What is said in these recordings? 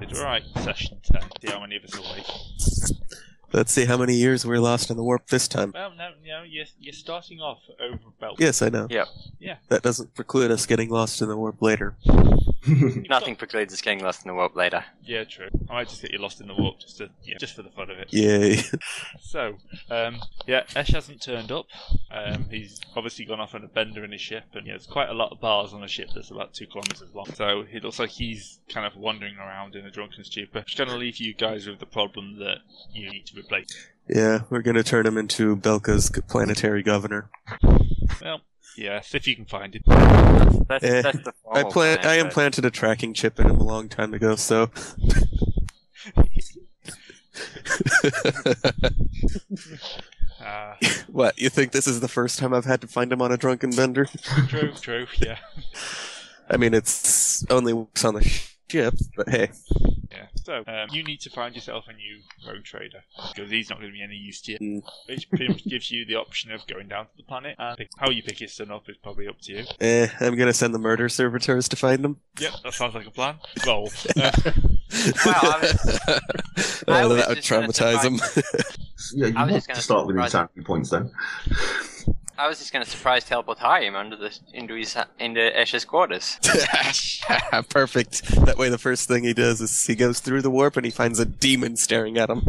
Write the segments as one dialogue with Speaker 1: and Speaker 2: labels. Speaker 1: Did we alright session 10? See how many of us are awake.
Speaker 2: Let's see how many years we're lost in the warp this time.
Speaker 1: Well, no, no, you're, you're starting off over about.
Speaker 2: Yes, I know.
Speaker 3: Yeah.
Speaker 1: Yeah.
Speaker 2: That doesn't preclude us getting lost in the warp later.
Speaker 1: You've
Speaker 3: Nothing precludes us getting lost in the warp later.
Speaker 1: got- yeah, true. I might just get you lost in the warp just to, yeah, just for the fun of it.
Speaker 2: Yay.
Speaker 1: So, um, yeah, Esh hasn't turned up. Um, he's obviously gone off on a bender in his ship, and yeah, there's quite a lot of bars on a ship that's about two kilometres long. So it looks like he's kind of wandering around in a drunken stupor. Just going to leave you guys with the problem that you need to replace.
Speaker 2: yeah, we're going to turn him into Belka's planetary governor.
Speaker 1: Well, yes, if you can find it.
Speaker 3: That's,
Speaker 2: Eh,
Speaker 3: that's the
Speaker 2: I
Speaker 3: formal
Speaker 2: plan- I
Speaker 3: but-
Speaker 2: implanted a tracking chip in him a long time ago, so.
Speaker 1: Uh,
Speaker 2: what, you think this is the first time I've had to find him on a drunken bender?
Speaker 1: true, true, yeah.
Speaker 2: I mean, it's only works on the ship, but hey.
Speaker 1: Yeah. So um, you need to find yourself a new rogue trader because he's not going to be any use to you.
Speaker 2: Mm.
Speaker 1: Which pretty much gives you the option of going down to the planet. And pick- how you pick his son up is probably up to you.
Speaker 2: Eh, I'm going to send the murder servitors to find him.
Speaker 1: Yep, that sounds like a plan. Lol. Uh,
Speaker 3: I I
Speaker 2: Oh,
Speaker 3: was
Speaker 2: that would
Speaker 3: just gonna
Speaker 2: traumatize him.
Speaker 4: Yeah, you
Speaker 3: I was
Speaker 4: want
Speaker 3: just
Speaker 4: to
Speaker 3: gonna
Speaker 4: start with his
Speaker 3: surprise-
Speaker 4: anchor points then.
Speaker 3: I was just going to surprise teleport him under the into his into Ash's quarters.
Speaker 2: Perfect. That way, the first thing he does is he goes through the warp and he finds a demon staring at him.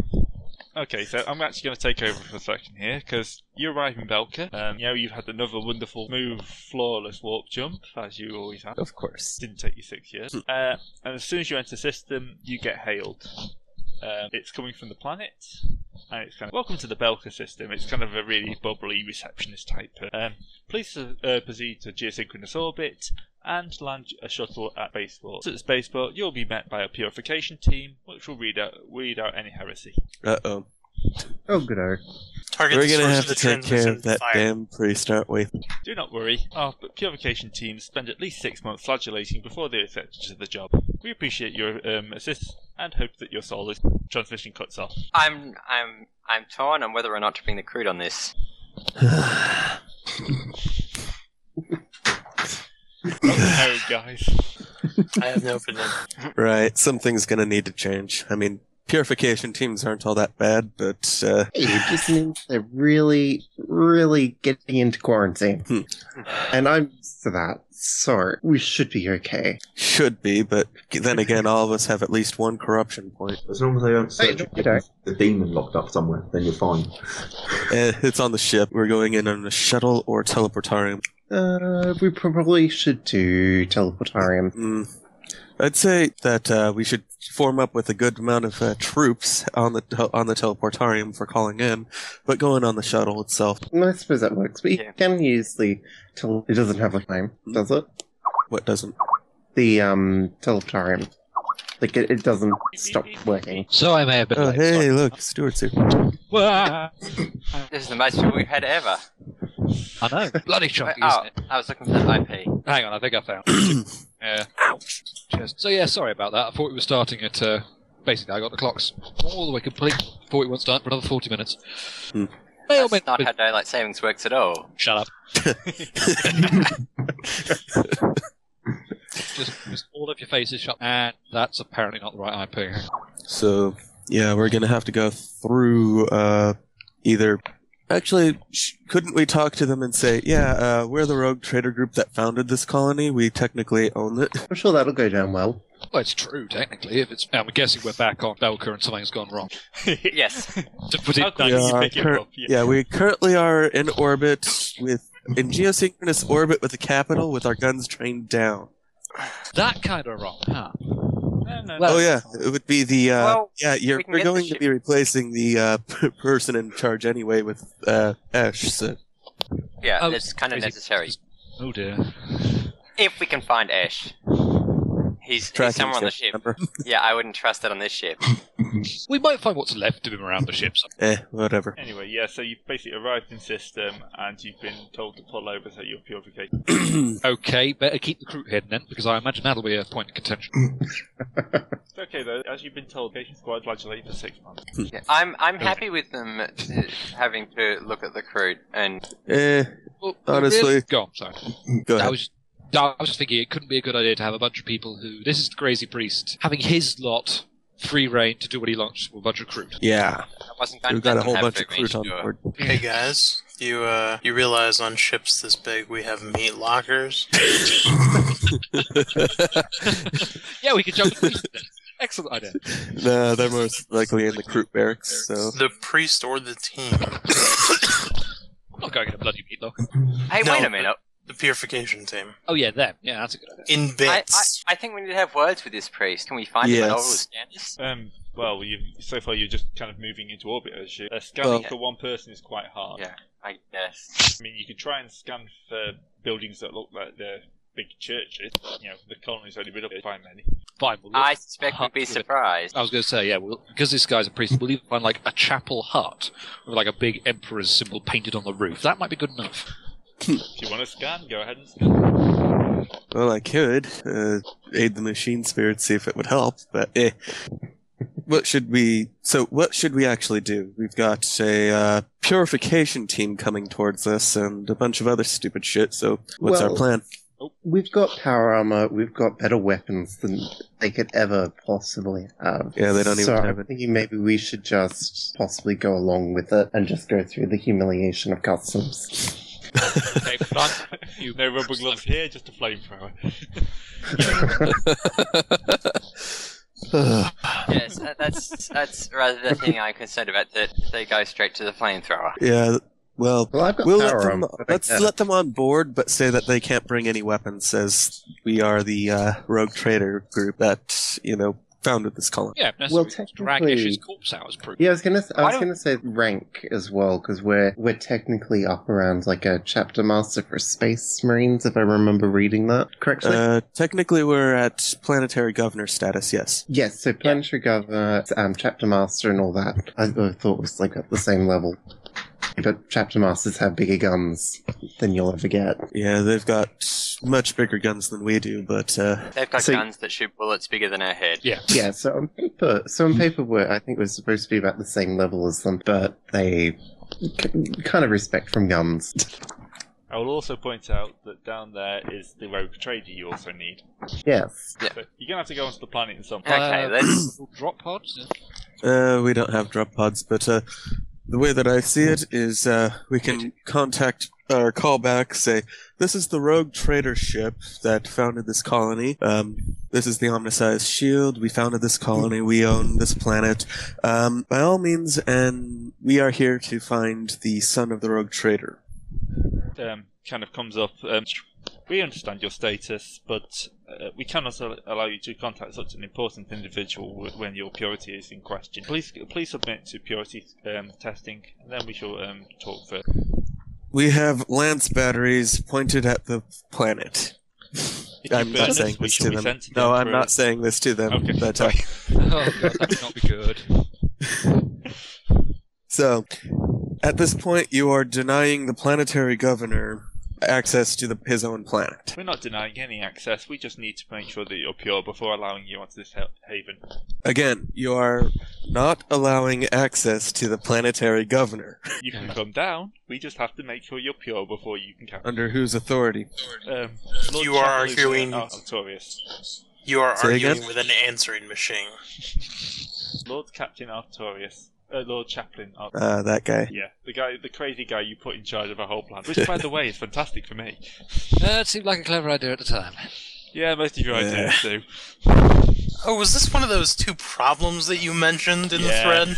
Speaker 1: okay, so I'm actually going to take over for a second here because you arrive in Belka. Um, you know, you've had another wonderful, smooth, flawless warp jump, as you always have.
Speaker 2: Of course.
Speaker 1: didn't take you six years. Uh, and as soon as you enter the system, you get hailed. Um, it's coming from the planet, and it's kind of welcome to the Belka system. It's kind of a really bubbly receptionist type. Um, please uh, proceed to geosynchronous orbit and land a shuttle at spaceport. At spaceport, you'll be met by a purification team, which will read out read out any heresy.
Speaker 2: Uh oh.
Speaker 5: Oh, good art.
Speaker 6: Target
Speaker 2: We're
Speaker 6: the
Speaker 2: gonna
Speaker 6: source
Speaker 2: have
Speaker 6: of
Speaker 2: to
Speaker 6: the
Speaker 2: take care
Speaker 6: transmission
Speaker 2: of that
Speaker 6: fire.
Speaker 2: damn priest, aren't we?
Speaker 1: Do not worry, our purification team spend at least six months flagellating before they're accepted to the job. We appreciate your um, assist and hope that your soul is transmission cuts off.
Speaker 3: I'm I'm I'm torn on whether or not to bring the crude on this.
Speaker 1: Oh, guys.
Speaker 6: I have no opinion.
Speaker 2: Right. Something's gonna need to change. I mean, purification teams aren't all that bad, but uh,
Speaker 5: Hey, it just means they're really, really getting into quarantine.
Speaker 2: Hmm.
Speaker 5: and I'm used to that. Sorry. We should be okay.
Speaker 2: should be. But then again, all of us have at least one corruption point.
Speaker 4: As long as they don't search
Speaker 5: no,
Speaker 4: it,
Speaker 5: you don't.
Speaker 4: the demon locked up somewhere, then you're fine.
Speaker 2: Eh, it's on the ship. We're going in on a shuttle or teleportarium.
Speaker 5: Uh, we probably should do teleportarium.
Speaker 2: Mm. I'd say that uh, we should form up with a good amount of uh, troops on the tel- on the teleportarium for calling in, but going on the shuttle itself.
Speaker 5: And I suppose that works, but you
Speaker 3: Yeah.
Speaker 5: can use the tele- it doesn't have a name, does it?
Speaker 2: What doesn't?
Speaker 5: The um teleportarium. Like it, it doesn't stop working.
Speaker 7: So I may have been
Speaker 2: Oh,
Speaker 7: late.
Speaker 2: hey,
Speaker 7: sorry.
Speaker 2: look, Stuart's here.
Speaker 7: Wah!
Speaker 3: This is the most people we've had ever.
Speaker 7: I know. Bloody
Speaker 3: Wait,
Speaker 7: chunky,
Speaker 3: oh,
Speaker 7: isn't it?
Speaker 3: I was looking for that IP.
Speaker 7: Hang on, I think I found Yeah. Cheers. So yeah, sorry about that. I thought we were starting at, uh, basically I got the clocks all the way complete. Thought we won't start for another 40 minutes.
Speaker 2: Hmm.
Speaker 7: May or may
Speaker 3: That's not how daylight savings works at
Speaker 2: Uh,
Speaker 3: all.
Speaker 7: Shut up. just, just all of your faces shut. And that's apparently not the right IP. Hang on.
Speaker 2: So yeah, we're gonna have to go through uh, either. Actually, sh- couldn't we talk to them and say, yeah, uh, we're the rogue trader group that founded this colony. We technically own it.
Speaker 5: I'm sure that'll go down well.
Speaker 7: Well, it's true technically. If it's, I'm guessing we're back on Belka and something's gone wrong.
Speaker 3: Yes.
Speaker 7: To put it
Speaker 1: How can
Speaker 2: Yeah,
Speaker 1: you
Speaker 2: our
Speaker 1: pick it
Speaker 2: cur-
Speaker 1: up? Yeah.
Speaker 2: Yeah, we currently are in orbit with in geosynchronous orbit with the capital with our guns trained down.
Speaker 7: that kind of wrong, huh?
Speaker 1: No, no,
Speaker 7: Well-
Speaker 2: Oh yeah, it would be the uh,
Speaker 3: Well,
Speaker 2: yeah. You're
Speaker 3: we can
Speaker 2: we're
Speaker 3: get
Speaker 2: going
Speaker 3: the
Speaker 2: to
Speaker 3: ship.
Speaker 2: be replacing the uh, p- person in charge anyway with uh, Ash. So
Speaker 3: Yeah,
Speaker 7: Oh,
Speaker 3: that's kind of
Speaker 7: crazy.
Speaker 3: necessary.
Speaker 7: Oh dear.
Speaker 3: If we can find Ash. He's, he's somewhere on the ship.
Speaker 2: Remember?
Speaker 3: Yeah, I wouldn't trust it on this ship.
Speaker 7: We might find what's left of him around the ship.
Speaker 2: Eh, whatever.
Speaker 1: Anyway, yeah, so you've basically arrived in system and you've been told to pull over so you're purification.
Speaker 7: Okay, better keep the crew hidden then, because I imagine that'll be a point of contention.
Speaker 1: It's okay though, as you've been told, Gation Squad flagellate for six months.
Speaker 3: Yeah, I'm I'm happy with them uh, having to look at the crude and
Speaker 2: Eh,
Speaker 7: Well,
Speaker 2: Honestly-
Speaker 7: really- go on. Sorry,
Speaker 2: Go
Speaker 7: I
Speaker 2: ahead.
Speaker 7: was. I was just thinking it couldn't be a good idea to have a bunch of people who this is the crazy priest having his lot free reign to do what he wants with a bunch of crude.
Speaker 2: Yeah,
Speaker 3: I wasn't going
Speaker 2: we've got a
Speaker 3: to let them
Speaker 2: whole
Speaker 3: have
Speaker 2: bunch of
Speaker 3: free range
Speaker 2: crouton
Speaker 3: to, uh,
Speaker 2: board.
Speaker 6: Hey guys, you uh, you realize on ships this big we have meat lockers?
Speaker 7: Yeah, we could jump. the priest then. Excellent idea.
Speaker 2: no, they're most likely in the croup barracks. So
Speaker 6: The priest or the team?
Speaker 7: I'm not going in a bloody meatloaf.
Speaker 3: Hey,
Speaker 6: No,
Speaker 3: wait a
Speaker 6: but-
Speaker 3: minute.
Speaker 6: The purification team.
Speaker 7: Oh yeah, them. Yeah, that's a good idea.
Speaker 6: In
Speaker 3: I, I,
Speaker 6: bits.
Speaker 3: I think we need to have words with this priest. Can we find him at
Speaker 2: Yes.
Speaker 3: all, Stannis?
Speaker 1: Um, well, you so far you're just kind of moving into orbit, as you. Uh, scanning
Speaker 2: Well-
Speaker 1: for one person is quite hard.
Speaker 3: Yeah. I guess.
Speaker 1: I mean, you could try and scan for buildings that look like they're big churches. You know, the colony's only been up by many.
Speaker 7: Fine. We'll
Speaker 3: I suspect we'd be surprised.
Speaker 2: Oh.
Speaker 7: I was going to say, yeah, well, because this guy's a priest, we'll even find like a chapel hut with like a big emperor's symbol painted on the roof. That might be good enough.
Speaker 1: If you want to scan, go ahead and scan.
Speaker 2: well, I could uh, aid the machine spirit, see if it would help. But eh. what should we? So what should we actually do? We've got a uh, purification team coming towards us, and a bunch of other stupid shit. So what's our
Speaker 5: Well-
Speaker 2: plan?
Speaker 5: We've got power armor. We've got better weapons than they could ever possibly have.
Speaker 2: Yeah, they don't even
Speaker 5: so
Speaker 2: have
Speaker 5: I'm
Speaker 2: it.
Speaker 5: thinking maybe we should just possibly go along with it and just go through the humiliation of customs.
Speaker 7: Okay, fine. You-
Speaker 1: No rubber gloves here, just a flamethrower.
Speaker 3: yes, that- that's that's rather the thing I'm concerned about. That they go straight to the flamethrower.
Speaker 2: yeah. Well,
Speaker 5: well, I've got
Speaker 2: We'll
Speaker 5: power
Speaker 2: let them, uh,
Speaker 5: armor. but I
Speaker 2: let's
Speaker 5: can't-
Speaker 2: let them on board, but say that they can't bring any weapons, as we are the uh, rogue trader group that you know founded this colony.
Speaker 7: yeah, that's
Speaker 5: Well,
Speaker 7: well, drag
Speaker 5: technically-
Speaker 7: Ish's corpse out as proof.
Speaker 5: Yeah, I was gonna. s- I
Speaker 3: I
Speaker 5: was
Speaker 3: don't-
Speaker 5: gonna say rank as well because we're we're technically up around like a chapter master for space marines, if I remember reading that correctly.
Speaker 2: Uh, technically, we're at planetary governor status. Yes.
Speaker 5: yes, so planetary governor, um, chapter master, and all that. I, I thought was like at the same level, but chapter masters have bigger guns than you'll ever get.
Speaker 2: Yeah, they've got much bigger guns than we do, but uh,
Speaker 3: They've got
Speaker 5: So-
Speaker 3: guns that shoot bullets bigger than our head.
Speaker 7: Yeah.
Speaker 5: Yeah, so on paper, so on paper, we're, I think we're supposed to be about the same level as them, but they c- kind of respect from guns.
Speaker 1: I will also point out that down there is the rogue trader you also need.
Speaker 5: yes.
Speaker 1: So you're gonna have to go onto the planet in some
Speaker 3: Okay,
Speaker 7: Uh,
Speaker 3: let's-
Speaker 7: little Oh, drop pods.
Speaker 2: uh, we don't have drop pods. But uh, the way that I see it is, uh, we can contact or call back, say, "This is the rogue trader ship that founded this colony. Um, This is the Omniscience Shield. We founded this colony. We own this planet. Um, by all means, and we are here to find the son of the rogue trader.
Speaker 1: um, kind of comes up. Um, we understand your status, but uh, we cannot al- allow you to contact such an important individual w- when your purity is in question. Please, please submit to purity um, testing, and then we shall um, talk further.
Speaker 2: We have lance batteries pointed at the planet.
Speaker 1: If you
Speaker 2: I'm
Speaker 1: burn
Speaker 2: not
Speaker 1: us,
Speaker 2: saying
Speaker 1: we
Speaker 2: this
Speaker 1: shall
Speaker 2: to
Speaker 1: be
Speaker 2: them.
Speaker 1: sent to
Speaker 2: No,
Speaker 1: the
Speaker 2: I'm
Speaker 1: Emperor.
Speaker 2: not saying this to them.
Speaker 1: Okay,
Speaker 2: But, uh,
Speaker 1: sorry.
Speaker 7: Oh, God, that would not be good.
Speaker 2: so, at this point, you are denying the planetary governor access to the, his own planet.
Speaker 1: We're not denying any access. We just need to make sure that you're pure before allowing you onto this ha- haven.
Speaker 2: Again, you are not allowing access to the planetary governor.
Speaker 1: You can come down. We just have to make sure you're pure before you can come.
Speaker 2: Under whose authority?
Speaker 1: Um, Lord Chapel
Speaker 6: You are
Speaker 1: is, uh,
Speaker 6: arguing-
Speaker 1: Ar- Artorias.
Speaker 6: You are
Speaker 2: Say
Speaker 6: arguing
Speaker 2: again?
Speaker 6: with an answering machine.
Speaker 1: Lord Captain Artorias. Uh, Lord Chaplain. Art-
Speaker 2: Uh, that guy.
Speaker 1: Yeah, the guy, the crazy guy you put in charge of a whole plan. Which, by the way, is fantastic for me.
Speaker 7: That Uh, seemed like a clever idea at the time.
Speaker 1: Yeah, most of your ideas do.
Speaker 6: Oh, was this one of those two problems that you mentioned in
Speaker 1: Yeah.
Speaker 6: the
Speaker 1: Yeah.
Speaker 6: thread?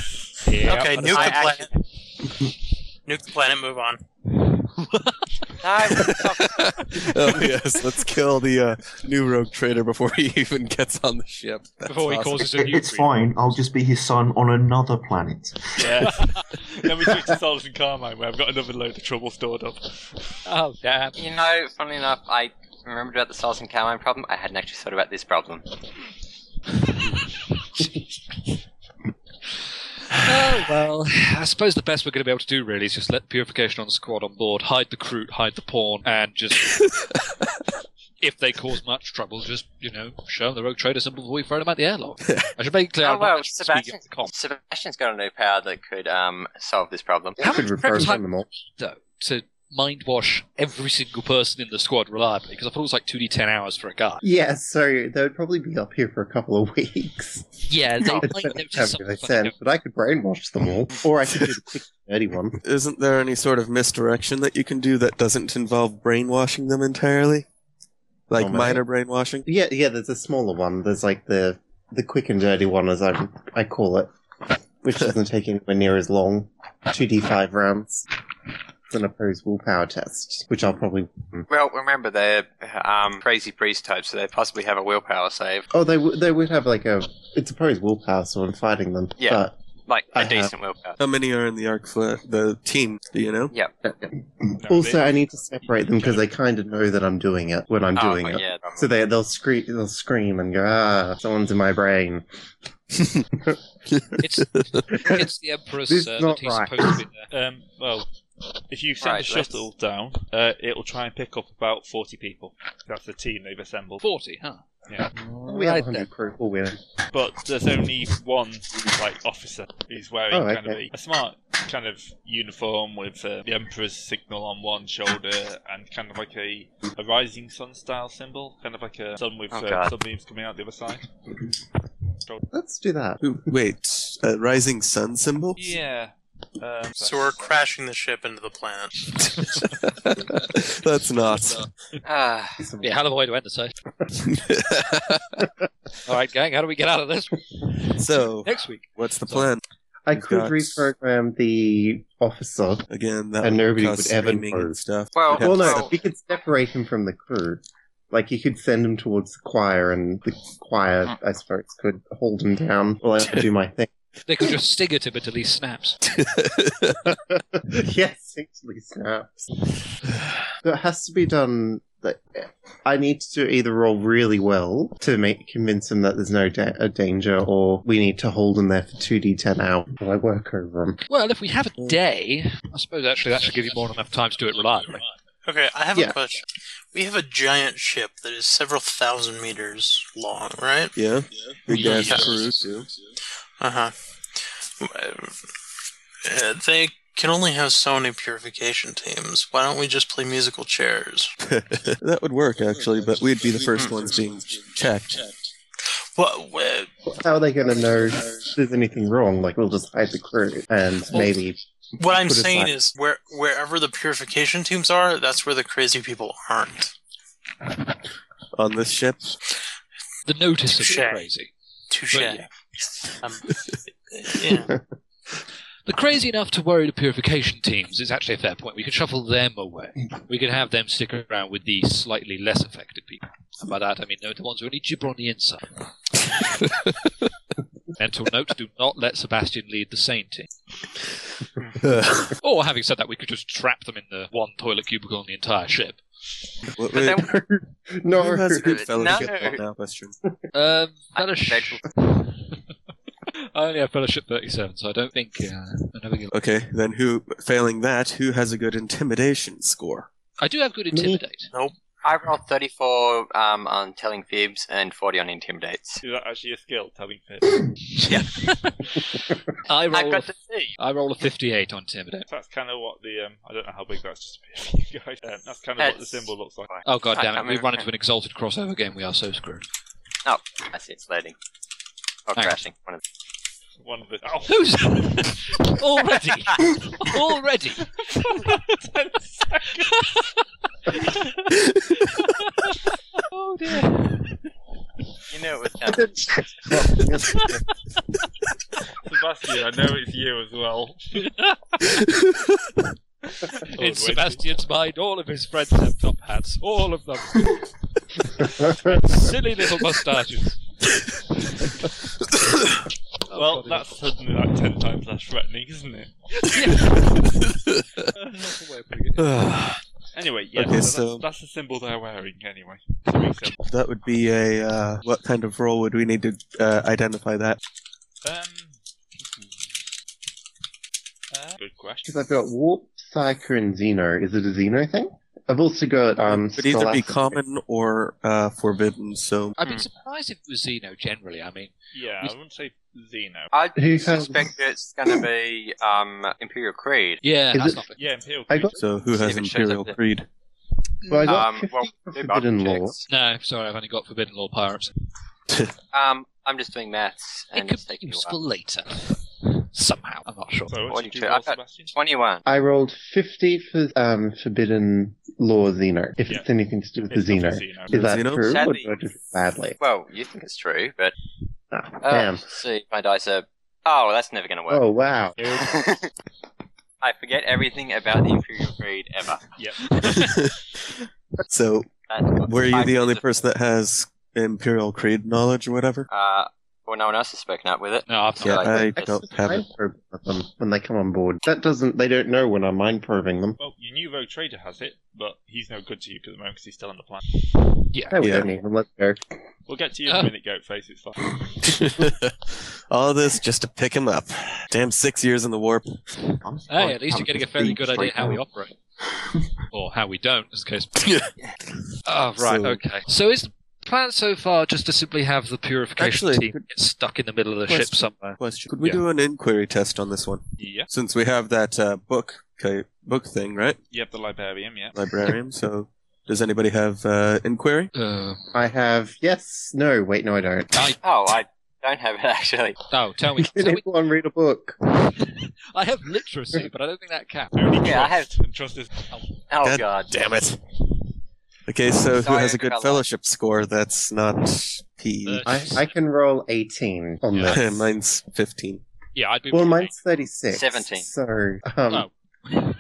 Speaker 6: Okay, nuke
Speaker 3: I
Speaker 6: the planet. Nuke the planet. Move on.
Speaker 3: No, stop.
Speaker 2: oh yes, let's kill the uh, new rogue trader before he even gets on the ship. That's
Speaker 7: Before he
Speaker 2: awesome.
Speaker 7: causes a
Speaker 4: It-
Speaker 7: new
Speaker 4: it's fine. I'll just be his son on another planet.
Speaker 1: Yes. then we switch to Solace and Carmine, where I've got another load of trouble stored up.
Speaker 7: Oh, damn.
Speaker 3: you know, funnily enough, I remembered about the Souls and Carmine problem. I hadn't actually thought about this problem.
Speaker 7: Oh, well, I suppose the best we're going to be able to do, really, is just let purification on squad on board, hide the crew, hide the pawn, and just. If they cause much trouble, just, you know, show them the rogue trader symbol before we throw them out the airlock. I should make it clear.
Speaker 3: Oh,
Speaker 7: I'm not
Speaker 3: well,
Speaker 7: actually speaking
Speaker 3: Sebastian's,
Speaker 7: of the comp.
Speaker 3: Sebastian's got a new power that could um solve this problem.
Speaker 5: They
Speaker 7: How
Speaker 5: could
Speaker 7: much prep
Speaker 5: reprogram
Speaker 7: time-
Speaker 5: them all.
Speaker 7: though, to mind wash every single person in the squad reliably because I thought it was like 2d10 hours for a guy.
Speaker 5: Yeah, so they would probably be up here for a couple of weeks.
Speaker 7: Yeah, they
Speaker 5: It's
Speaker 7: might have just
Speaker 5: September, they
Speaker 7: something-
Speaker 5: said, but I could brainwash them all, or I could do the quick nerdy one.
Speaker 2: Isn't there any sort of misdirection that you can do that doesn't involve brainwashing them entirely? Like
Speaker 5: Oh, man.
Speaker 2: minor brainwashing?
Speaker 5: Yeah, yeah. There's a smaller one. There's like the the quick and dirty one, as I I call it, which doesn't take anywhere near as long. Two d five rounds. It's an opposed willpower test, which I'll probably.
Speaker 3: Well, remember they're um, crazy priest types, so they possibly have a willpower save,
Speaker 5: Oh, they w- they would have like a. It's opposed willpower, so I'm fighting them.
Speaker 3: Yeah.
Speaker 5: But
Speaker 3: like a
Speaker 5: Uh-huh.
Speaker 3: decent willpower.
Speaker 2: How many are in the arc for the team? Do you know?
Speaker 1: No,
Speaker 5: also,
Speaker 1: they-
Speaker 5: I need to separate them because they kind of know that I'm doing it when I'm doing
Speaker 3: oh,
Speaker 5: it.
Speaker 3: yeah.
Speaker 5: So they they'll scream they'll scream and go ah someone's in my brain.
Speaker 7: It's, it's the Emperor's
Speaker 5: This is
Speaker 7: servant.
Speaker 5: not
Speaker 7: He's
Speaker 5: right.
Speaker 7: supposed to be there.
Speaker 1: Um, well, if you send a
Speaker 3: Right, let's-
Speaker 1: shuttle down, uh, it'll try and pick up about 40 people. That's the team they've assembled.
Speaker 7: 40, huh?
Speaker 5: we have
Speaker 7: Right
Speaker 5: 100 crew. We'll win.
Speaker 1: But there's only one like officer who's wearing
Speaker 5: Oh,
Speaker 1: kind of
Speaker 5: okay.
Speaker 1: a, a smart kind of uniform with uh, the Emperor's signal on one shoulder and kind of like a, a rising sun style symbol, kind of like a sun with
Speaker 3: Oh,
Speaker 1: uh,
Speaker 3: God.
Speaker 1: sunbeams coming out the other side.
Speaker 5: Let's do that.
Speaker 2: Who- Wait, a rising sun symbol?
Speaker 1: Yeah. Um,
Speaker 6: So we're crashing the ship into the planet.
Speaker 2: That's not.
Speaker 3: Ah,
Speaker 7: Yeah, hell of a way to end the session. All right, gang, how do we get out of this
Speaker 2: so,
Speaker 7: next week?
Speaker 2: what's the plan?
Speaker 5: I
Speaker 2: We've
Speaker 5: could
Speaker 2: got-
Speaker 5: reprogram the officer.
Speaker 2: Again, that
Speaker 5: And
Speaker 2: would
Speaker 5: nobody
Speaker 2: cause
Speaker 5: would ever
Speaker 2: screaming
Speaker 5: know.
Speaker 2: and stuff.
Speaker 3: well,
Speaker 2: Yeah.
Speaker 5: Well, no,
Speaker 3: well,
Speaker 5: we could separate him from the crew. Like you could send him towards the choir, and the choir, I suppose, could hold him down while I do my thing.
Speaker 7: They could just stick it him until he snaps.
Speaker 5: yes, actually snaps. So it has to be done. Like, I need to either roll really well to make convince him that there's no da- a danger, or we need to hold him there for two d ten hours while I work over him.
Speaker 7: Well, if we have a day, I suppose actually that should give you more than enough time to do it reliably.
Speaker 6: Okay, I have
Speaker 5: Yeah.
Speaker 6: a question. We have a giant ship that is several thousand meters long, right?
Speaker 2: Yeah, big ass
Speaker 6: Yeah.
Speaker 2: crew too.
Speaker 6: Uh huh. Uh, They can only have so many purification teams. Why don't we just play musical chairs?
Speaker 2: That would work actually, but we'd be the first ones being checked.
Speaker 6: Well, uh,
Speaker 5: How are they going to know if there's anything wrong? Like we'll just hide the crew and maybe.
Speaker 6: what I'm
Speaker 5: Put it
Speaker 6: saying
Speaker 5: back.
Speaker 6: is, where wherever the purification teams are, that's where the crazy people aren't.
Speaker 2: on this ship.
Speaker 7: The notice is
Speaker 6: Touche.
Speaker 7: crazy.
Speaker 6: Touche.
Speaker 7: But yeah.
Speaker 6: Um, yeah.
Speaker 7: The crazy enough to worry the purification teams is actually a fair point. We could shuffle them away. We could have them stick around with the slightly less affected people. And by that, I mean the the ones who only gibber on the inside. Mental note: Do not let Sebastian lead the sane team.
Speaker 2: what
Speaker 7: Or, having said that, we could just trap them in the one toilet cubicle on the entire ship.
Speaker 2: we-
Speaker 3: then-
Speaker 5: no,
Speaker 2: who has a good
Speaker 3: No.
Speaker 2: fellowship right now, Western?
Speaker 7: Um,
Speaker 3: I-
Speaker 7: fellowship. I only have fellowship thirty-seven, so I don't think uh, I never get.
Speaker 2: Okay, then who, failing that, who has a good intimidation score?
Speaker 7: I do have good intimidate.
Speaker 3: I rolled 34 um, on telling fibs and 40 on intimidates.
Speaker 1: Is that actually a skill, telling fib?
Speaker 7: I
Speaker 3: I've
Speaker 7: roll.
Speaker 3: got
Speaker 7: A,
Speaker 3: to see.
Speaker 7: I roll a fifty-eight on intimidate.
Speaker 1: That's kind of what the um, I don't know how big that's just a bit for you guys. Um, that's kind of what the
Speaker 3: That's-
Speaker 1: symbol looks like. Uh,
Speaker 7: Oh god
Speaker 3: I
Speaker 7: damn it!
Speaker 3: can't
Speaker 7: We
Speaker 3: remember.
Speaker 7: run into an exalted crossover game. We are so screwed.
Speaker 3: I see it's loading. Or
Speaker 7: Hang on.
Speaker 3: crashing. One of the-
Speaker 1: One of the oh,
Speaker 7: Who's already? already?
Speaker 1: ten seconds.
Speaker 7: Oh dear!
Speaker 3: You know it was coming.
Speaker 1: Sebastian, I know it's you as well.
Speaker 7: In Sebastian's mind, all of his friends have top hats. All of them. Silly little mustaches.
Speaker 1: well, that's suddenly like ten times less threatening, isn't it?
Speaker 2: that
Speaker 1: Anyway, yeah. so
Speaker 2: Okay, so-
Speaker 1: that's, that's the symbol they're wearing anyway. It's a
Speaker 3: Hmm.
Speaker 1: big symbol.
Speaker 2: would be a, uh, what kind of role would we need to uh, identify that?
Speaker 1: Um. uh, good question.
Speaker 5: Because I've got warp, psyker, and xeno. Is it a xeno thing? I've also got um.
Speaker 2: It would either be
Speaker 5: Scholastic.
Speaker 2: common or uh, forbidden, so
Speaker 7: I'd be
Speaker 3: Hmm.
Speaker 7: surprised if it was Zeno generally. I mean,
Speaker 1: Yeah, I wouldn't say Xeno.
Speaker 3: I
Speaker 5: He has-
Speaker 3: suspect it's going to be um, Imperial Creed.
Speaker 7: Yeah,
Speaker 5: Is
Speaker 7: that's
Speaker 5: it-
Speaker 7: not.
Speaker 1: Yeah, Imperial
Speaker 5: I
Speaker 1: Creed.
Speaker 5: got-
Speaker 2: So who
Speaker 3: See
Speaker 2: has
Speaker 3: if it shows up
Speaker 2: Imperial
Speaker 3: there.
Speaker 2: Creed?
Speaker 5: Well, I got
Speaker 3: Um, well,
Speaker 5: 50
Speaker 3: do
Speaker 5: forbidden
Speaker 3: button
Speaker 5: law.
Speaker 3: checks.
Speaker 7: No, sorry, I've only got Forbidden Law pirates.
Speaker 3: Um, I'm just doing maths,
Speaker 7: It
Speaker 3: and
Speaker 7: could
Speaker 3: it's
Speaker 7: be
Speaker 3: taking me a while.
Speaker 7: useful later. Somehow, I'm not sure.
Speaker 1: So
Speaker 3: what
Speaker 1: what did
Speaker 3: do
Speaker 1: you
Speaker 3: you-
Speaker 1: roll,
Speaker 3: I've got-
Speaker 1: Sebastian?
Speaker 3: 21.
Speaker 5: I rolled 50 for um, Forbidden Law Xeno, if
Speaker 1: Yeah.
Speaker 5: it's anything to do with
Speaker 1: It's
Speaker 5: the
Speaker 1: not
Speaker 5: Xeno.
Speaker 1: Xeno.
Speaker 5: Is that
Speaker 2: Xeno?
Speaker 5: true?
Speaker 3: Sadly-
Speaker 5: Or do I just badly?
Speaker 3: Well, you think it's true, but
Speaker 5: Ah,
Speaker 3: uh,
Speaker 5: damn.
Speaker 3: let's see, my dice are. Oh, that's never going to work.
Speaker 5: Oh, wow.
Speaker 3: I forget everything about the Imperial Creed ever.
Speaker 1: Yep.
Speaker 2: so
Speaker 3: That's-
Speaker 2: were you
Speaker 3: I-
Speaker 2: the only person that has Imperial Creed knowledge or whatever?
Speaker 3: Uh, well, no one else has spoken up with it.
Speaker 7: No, I've not.
Speaker 2: Yeah,
Speaker 3: like
Speaker 2: I
Speaker 3: that.
Speaker 2: don't have it.
Speaker 5: Mind probe with them when they come on board. That doesn't. They don't know when I'm mind probing them.
Speaker 1: Well, your new rogue trader has it, but he's no good to you at the moment because he's still on the planet.
Speaker 5: No, Oh, we
Speaker 2: Yeah.
Speaker 5: don't even. Let's go.
Speaker 1: We'll get to you in a
Speaker 7: Oh.
Speaker 1: minute, goat face. It's fine.
Speaker 2: All this just to pick him up. Damn, six years in the warp.
Speaker 4: I'm
Speaker 7: Hey, at least you're getting a fairly
Speaker 4: Speak
Speaker 7: good idea
Speaker 4: straight
Speaker 7: how we
Speaker 4: out.
Speaker 7: operate. or how we don't, as the case.
Speaker 2: Yeah.
Speaker 7: oh, right,
Speaker 2: So-
Speaker 7: okay. So is the plan so far just to simply have the purification
Speaker 2: Actually,
Speaker 7: team get stuck in the middle of the ship
Speaker 2: question.
Speaker 7: somewhere?
Speaker 2: Question: Could we
Speaker 7: Yeah.
Speaker 2: do an inquiry test on this one?
Speaker 1: Yeah.
Speaker 2: Since we have that uh, book, okay, book thing, right?
Speaker 1: You have the librarian, yeah.
Speaker 2: Librarian. so, does anybody have uh, inquiry?
Speaker 7: Uh,
Speaker 5: I have yes, no. Wait, no, I don't.
Speaker 3: Oh, I don't have it actually.
Speaker 7: oh, tell me.
Speaker 5: Did
Speaker 7: tell me-
Speaker 5: anyone read a book?
Speaker 7: I have literacy, but I don't think that counts.
Speaker 1: Only
Speaker 3: Yeah, I
Speaker 1: trust, and trust is
Speaker 3: Oh
Speaker 2: God
Speaker 3: god,
Speaker 2: Damn it. Okay, so who
Speaker 3: Sorry,
Speaker 2: has a good
Speaker 3: I forgot
Speaker 2: fellowship score? That's not P.
Speaker 5: I, I can roll eighteen on
Speaker 7: Yeah.
Speaker 5: this.
Speaker 2: Mine's fifteen.
Speaker 7: Yeah, I'd be.
Speaker 5: well, mine's thirty six.
Speaker 3: 17.
Speaker 5: So, um,
Speaker 7: Oh.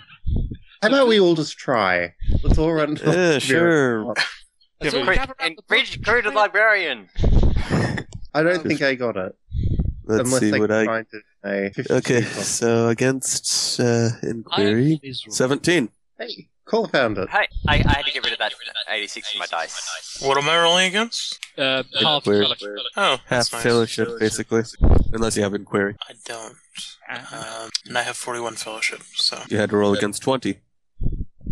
Speaker 5: how about we all just try? Let's all run.
Speaker 2: Yeah, sure.
Speaker 7: That's
Speaker 1: Yeah,
Speaker 7: all
Speaker 1: but-
Speaker 7: we have around
Speaker 3: and
Speaker 7: the
Speaker 3: Bridge
Speaker 7: book.
Speaker 3: Creed the librarian.
Speaker 5: I don't think I got it.
Speaker 2: Let's
Speaker 5: unless
Speaker 2: see
Speaker 5: they
Speaker 2: what I.
Speaker 5: find it. in a 52
Speaker 2: Okay,
Speaker 5: book.
Speaker 2: so against uh,
Speaker 7: I am
Speaker 2: inquiry,
Speaker 7: miserable.
Speaker 2: seventeen.
Speaker 5: Hey, Cole found it.
Speaker 3: Hey, I, I had to get rid of that 86 from my dice.
Speaker 6: What am I rolling against?
Speaker 7: Uh, half
Speaker 2: Where-
Speaker 7: fellowship.
Speaker 2: where-
Speaker 6: Oh,
Speaker 2: Half
Speaker 6: that's nice.
Speaker 2: fellowship, basically. Unless you have inquiry,
Speaker 6: I don't. Um, and I have 41 fellowship, so
Speaker 2: you had to roll against twenty.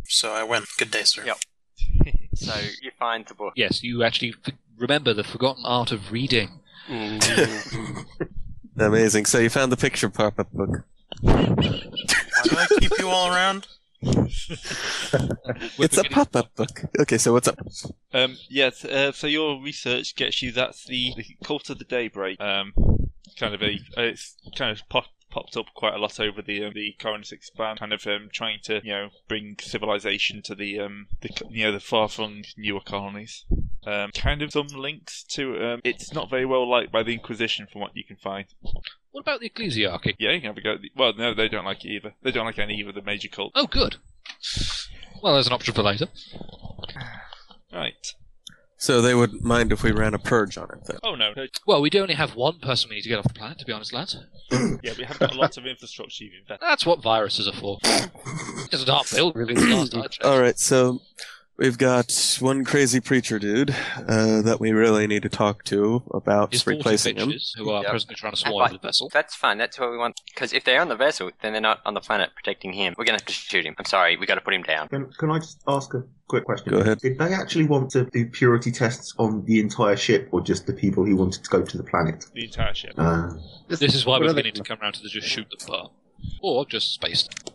Speaker 6: so I win. Good day, sir.
Speaker 3: Yep. So you find the book.
Speaker 7: Yes, you actually f- remember the forgotten art of reading.
Speaker 2: Amazing. So you found the picture pop-up book.
Speaker 6: Why do I keep you all around?
Speaker 7: We're
Speaker 2: it's a
Speaker 7: beginning-
Speaker 2: pop-up book. Okay, so what's up?
Speaker 1: Um, yes, uh, so your research gets you that's the, the cult of the daybreak. Um, kind of a uh, it's kind of pop, popped up quite a lot over the um, the Corinus expand, kind of um, trying to you know bring civilization to the um the c- you know the far-flung newer colonies. Um, kind of some links to um, it's not very well liked by the Inquisition from what you can find.
Speaker 7: What about the ecclesiarchy?
Speaker 1: Yeah, you can have a go. at the- Well, no, they don't like it either. They don't like any of the major cults.
Speaker 7: Oh, good. Well, there's an option for later.
Speaker 1: Right.
Speaker 2: So they wouldn't mind if we ran a purge on it, then.
Speaker 1: Oh no. no,
Speaker 7: Well, we do only have one person we need to get off the planet, to be honest, lads.
Speaker 1: Yeah, we have got lots of infrastructure you've invested.
Speaker 7: That's what viruses are for. It doesn't harm build, really. the last I checked.
Speaker 2: All right, so we've got one crazy preacher dude uh, that we really need to talk to about
Speaker 7: His 40
Speaker 2: replacing him.
Speaker 7: bitches, who are
Speaker 3: Yep.
Speaker 7: presently trying to swarm the vessel.
Speaker 3: That's fine. That's what we want. Because if they're on the vessel, then they're not on the planet protecting him. We're gonna have to shoot him. I'm sorry. We got to put him down.
Speaker 4: Can, can I just ask a quick question?
Speaker 2: Go ahead.
Speaker 4: Did they actually want to do purity tests on the entire ship, or just the people who wanted to go to the planet?
Speaker 1: The entire ship.
Speaker 4: Uh,
Speaker 7: This is why
Speaker 5: What
Speaker 7: we're
Speaker 5: are they-
Speaker 7: beginning to come round to the just shoot the bar. Or just space them.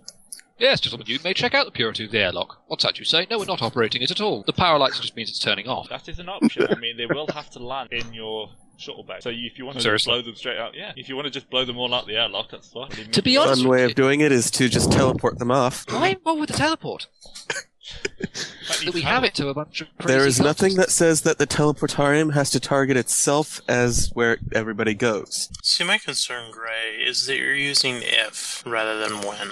Speaker 7: Yes, gentlemen, you may check out the purity of the airlock. What's that you say? No, we're not operating it at all. The power lights just means it's turning off.
Speaker 1: That is an option. I mean, they will have to land in your shuttle bay. So if you want to just
Speaker 7: Seriously?
Speaker 1: blow them straight out, yeah. If you want to just blow them all out the airlock, that's fine. They
Speaker 7: To be
Speaker 1: immediately-
Speaker 7: honest-
Speaker 2: One way of doing it is to just teleport them off.
Speaker 7: Why? What with the teleport?
Speaker 1: That
Speaker 7: That
Speaker 1: needs
Speaker 7: we
Speaker 1: help.
Speaker 7: have it to a bunch of. Crazy
Speaker 2: There is nothing
Speaker 7: cultists.
Speaker 2: that says that the teleportarium has to target itself as where everybody goes.
Speaker 6: See, my concern, Gray, is that you're using if rather than when.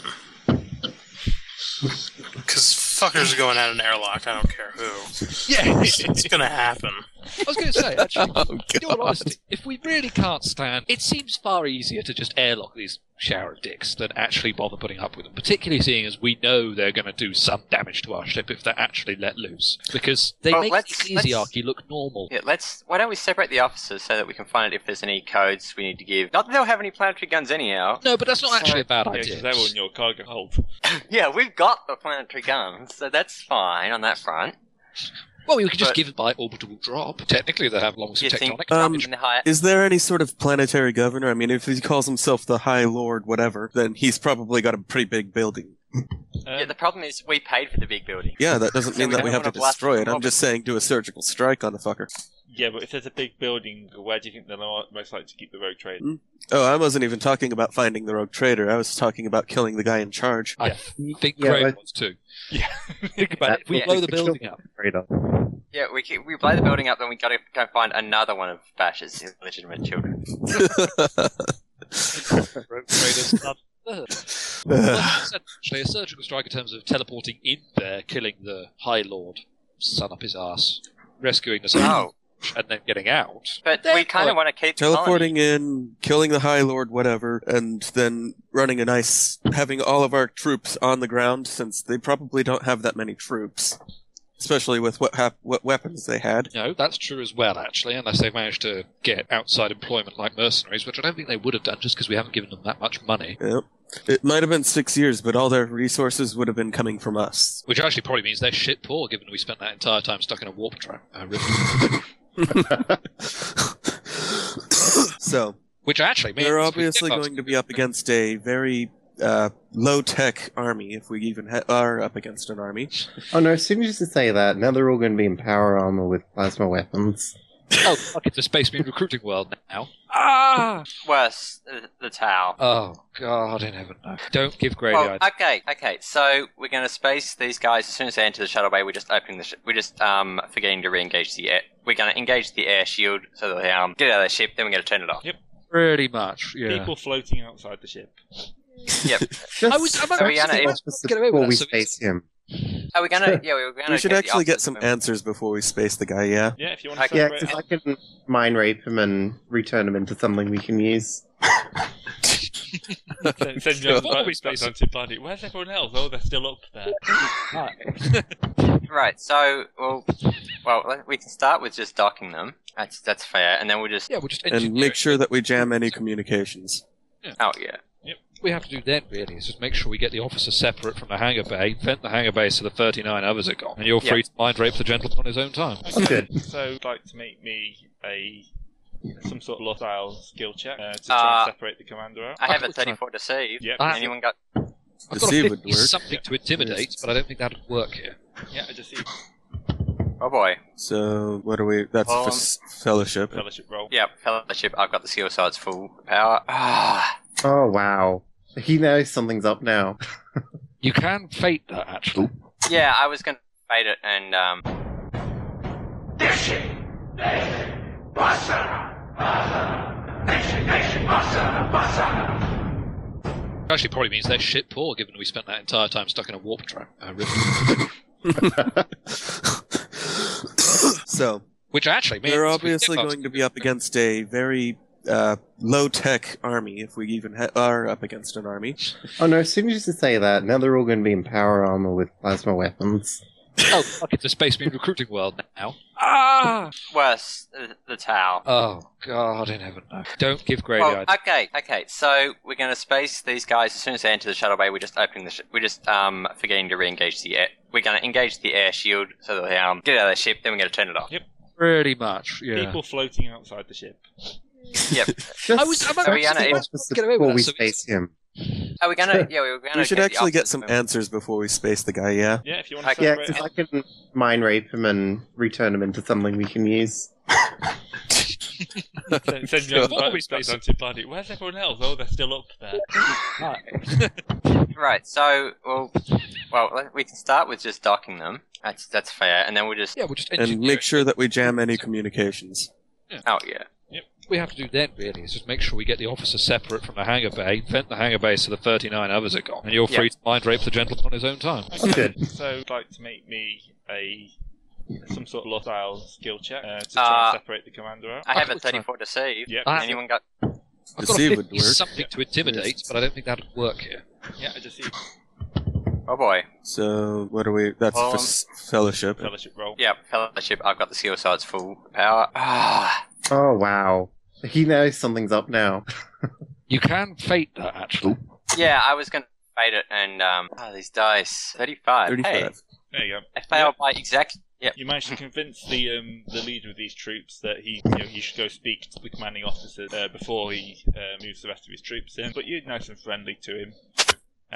Speaker 6: Because fuckers are going out an airlock, I don't care who.
Speaker 7: Yeah,
Speaker 6: It's gonna happen.
Speaker 7: I was going to say actually.
Speaker 2: Oh,
Speaker 7: In all honesty, if we really can't stand, it seems far easier to just airlock these shower of dicks than actually bother putting up with them. Particularly seeing as we know they're going to do some damage to our ship if they're actually let loose, because they
Speaker 3: Well,
Speaker 7: make
Speaker 3: let's-
Speaker 7: the ecclesiarchy look normal.
Speaker 3: Yeah, let's. Why don't we separate the officers so that we can find out if there's any codes we need to give? Not that they'll have any planetary guns anyhow.
Speaker 7: No, but that's not actually a bad
Speaker 1: Yeah, 'cause
Speaker 7: idea.
Speaker 1: they were in your cargo Um, hold.
Speaker 3: Yeah, we've got the planetary guns, so that's fine on that front.
Speaker 7: Well, you could just
Speaker 3: But-
Speaker 7: give it by orbital drop. Technically, they have long
Speaker 3: You think
Speaker 7: tectonic
Speaker 2: Um,
Speaker 7: damage.
Speaker 3: in the high,
Speaker 2: Is there any sort of planetary governor? I mean, if he calls himself the High Lord, whatever, then he's probably got a pretty big building.
Speaker 1: Um,
Speaker 3: yeah, the problem is we paid for the big building.
Speaker 2: Yeah, that doesn't
Speaker 3: So
Speaker 2: mean
Speaker 3: we
Speaker 2: that
Speaker 3: don't
Speaker 2: we have to
Speaker 3: wanna blast
Speaker 2: destroy it.
Speaker 3: them
Speaker 2: I'm
Speaker 3: up.
Speaker 2: just saying do a surgical strike on the fucker.
Speaker 1: yeah, but if there's a big building, where do you think they're mo- most likely to keep the rogue trade?
Speaker 2: Oh, I wasn't even talking about finding the rogue trader. I was talking about killing the guy in charge.
Speaker 7: I think
Speaker 5: Yeah,
Speaker 7: Graham
Speaker 5: but-
Speaker 7: wants to.
Speaker 1: Yeah.
Speaker 7: think about it. If we
Speaker 3: Yeah.
Speaker 7: blow the building up,
Speaker 5: Traitor.
Speaker 3: Yeah, we keep, we blow the building up, then we gotta go find another one of Bash's illegitimate children.
Speaker 7: rogue traders. Well, that's essentially a surgical strike in terms of teleporting in there, killing the High Lord, sun up his ass, rescuing the
Speaker 3: Oh,
Speaker 7: and then getting out.
Speaker 3: but we kind of want to keep the
Speaker 2: Teleporting in, killing the High Lord, whatever, and then running a nice, having all of our troops on the ground since they probably don't have that many troops, especially with what hap- what weapons they had.
Speaker 7: No, that's true as well, actually, unless they've managed to get outside employment like mercenaries, which I don't think they would have done just because we haven't given them that much money.
Speaker 2: Yep. It might have been six years, but all their resources would have been coming from us.
Speaker 7: Which actually probably means they're shit poor, given we spent that entire time stuck in a warp trap. Uh, river.
Speaker 2: so
Speaker 7: which actually means
Speaker 2: they're
Speaker 7: we
Speaker 2: obviously
Speaker 7: get-
Speaker 2: going to be up against a very uh, low-tech army, if we even ha- are up against an army.
Speaker 5: Oh no, as soon as you say that, now they're all going to be in power armor with plasma weapons.
Speaker 7: Oh, fuck, it's a space marine recruiting world now. Ah!
Speaker 3: Worse, the, the towel.
Speaker 7: Oh, God in heaven. No. Don't give Grady
Speaker 3: Well,
Speaker 7: eyes.
Speaker 3: okay, okay. So we're going to space these guys as soon as they enter the shuttle bay. We're just opening the. Sh- we're just um forgetting to re-engage the air. We're going to engage the air shield so that they um get out of the ship. Then we're going to turn it off.
Speaker 1: Yep.
Speaker 7: Pretty much, yeah.
Speaker 1: People floating outside the ship.
Speaker 5: Just
Speaker 7: I was- I'm
Speaker 3: Ariana,
Speaker 5: actually
Speaker 3: it-
Speaker 5: ask us
Speaker 7: get away
Speaker 5: before
Speaker 7: with that,
Speaker 5: we
Speaker 7: so
Speaker 5: face
Speaker 7: it's-
Speaker 5: him.
Speaker 3: Are we going to? Yeah, we're going to.
Speaker 2: We should actually get some answers before we space the guy. Yeah.
Speaker 1: Yeah, if you want to
Speaker 3: Okay.
Speaker 5: Yeah,
Speaker 1: celebrate.
Speaker 5: because I can mind rape him and return him into something we can use.
Speaker 1: Send- send you up
Speaker 7: What are we
Speaker 1: back
Speaker 7: spacing?
Speaker 1: onto planet. Where's everyone else? Oh, they're still up there.
Speaker 3: Right. So well, well, let- we can start with just docking them. That's that's fair. And then we'll just.
Speaker 7: yeah, we'll just
Speaker 2: And
Speaker 7: engineer
Speaker 2: make
Speaker 7: it.
Speaker 2: sure that we jam any communications.
Speaker 3: Oh yeah.
Speaker 7: What we have to do then, really, is just make sure we get the officer separate from the hangar bay, vent the hangar bay so the 39 others are gone, and you're
Speaker 3: Yeah.
Speaker 7: free to mind rape the gentleman on his own time.
Speaker 5: Okay.
Speaker 1: So, I'd like to make me a some sort of lifestyle skill check uh, to try
Speaker 3: Uh,
Speaker 1: and separate the commander out.
Speaker 3: I have
Speaker 7: I
Speaker 3: a
Speaker 7: thought so.
Speaker 3: 34 deceive.
Speaker 1: Yep.
Speaker 7: Ah.
Speaker 3: Anyone got?
Speaker 7: I've got a
Speaker 2: Deceive would
Speaker 7: 50
Speaker 2: work.
Speaker 7: something to intimidate, but I don't think that'd work here.
Speaker 1: Yeah, I just see
Speaker 3: Oh boy.
Speaker 2: So what are we? That's
Speaker 3: Well,
Speaker 2: for s- fellowship.
Speaker 1: fellowship roll.
Speaker 3: Yeah, fellowship. I've got the skill, so it's full power. Ah.
Speaker 5: Oh wow, he knows something's up now.
Speaker 7: You can fate that, actually.
Speaker 3: Yeah, I was going to fade it and um.
Speaker 7: Which actually probably means they're shit poor, given we spent that entire time stuck in a warp trap. Uh, river.
Speaker 2: so
Speaker 7: Which actually means
Speaker 2: they're
Speaker 7: we
Speaker 2: obviously
Speaker 7: get-
Speaker 2: going to be up against a very uh, low-tech army, if we even ha- are up against an army.
Speaker 5: Oh no, as soon as you say that, now they're all going to be in power armor with plasma weapons.
Speaker 7: Oh, fuck, it's a space marine recruiting world now. Ah!
Speaker 3: Worse, the, the towel.
Speaker 7: Oh, God in heaven. No. Don't give Grady
Speaker 3: Well,
Speaker 7: eyes.
Speaker 3: okay, okay. So we're going to space these guys as soon as they enter the shuttle bay. We're just opening the. Sh- we're just um forgetting to re-engage the air. We're going to engage the air shield so that they um get out of the ship. Then we're going to turn it off.
Speaker 7: Pretty much, yeah.
Speaker 1: People floating outside the ship.
Speaker 5: Just
Speaker 7: I was- I'm
Speaker 5: ask
Speaker 3: actually- Ariana,
Speaker 5: us
Speaker 7: it- get away
Speaker 5: before
Speaker 7: with that,
Speaker 5: we
Speaker 7: so it's-
Speaker 5: face him.
Speaker 3: Are we going to? Yeah, we're going to.
Speaker 2: We should actually get some answers before we space the guy. Yeah.
Speaker 1: Yeah, if you want to
Speaker 3: Okay.
Speaker 5: Yeah,
Speaker 1: celebrate.
Speaker 5: because I can mind rape him and return him into something we can use.
Speaker 1: Send- Send you up
Speaker 7: What are
Speaker 1: back
Speaker 7: we
Speaker 1: back
Speaker 7: spacing?
Speaker 1: onto planet. Where's everyone else? Oh, they're still up there.
Speaker 3: Right. So well, well, let- we can start with just docking them. That's that's fair. And then we'll just.
Speaker 7: Yeah, we'll just
Speaker 2: And
Speaker 7: engineer
Speaker 2: make
Speaker 7: it.
Speaker 2: sure that we jam any communications.
Speaker 3: Oh yeah.
Speaker 7: What we have to do then, really, is just make sure we get the officer separate from the hangar bay, vent the hangar bay so the 39 others are gone, and you're
Speaker 3: Yeah.
Speaker 7: free to mind rape the gentleman on his own time.
Speaker 5: Good.
Speaker 1: So, I'd like to make me a some sort of lifestyle skill check uh, to
Speaker 3: Uh,
Speaker 1: try and separate the commander out.
Speaker 3: I have a
Speaker 7: Which one?
Speaker 3: 34 deceive.
Speaker 1: Yep.
Speaker 7: Ah.
Speaker 3: Anyone got?
Speaker 7: I've got a
Speaker 2: Deceive
Speaker 7: 50
Speaker 2: would work.
Speaker 7: something to intimidate, but I don't think that'd work here.
Speaker 1: Yeah, I just see
Speaker 3: Oh boy.
Speaker 2: So what are we? That's
Speaker 1: Um,
Speaker 3: Well,
Speaker 2: for s- fellowship.
Speaker 1: fellowship roll.
Speaker 3: Yeah, fellowship. I've got the skill, so it's full power. Ah.
Speaker 5: Oh wow, he knows something's up now.
Speaker 7: You can fate that, actually.
Speaker 3: Yeah, I was going to fade it and um. Oh, these dice. 35. Hey,
Speaker 2: Thirty-five.
Speaker 1: There you go.
Speaker 3: I failed by exact. Yep.
Speaker 1: You managed to convince the um, the leader of these troops that he you know, he should go speak to the commanding officer uh, before he uh, moves the rest of his troops in. But you're nice and friendly to him,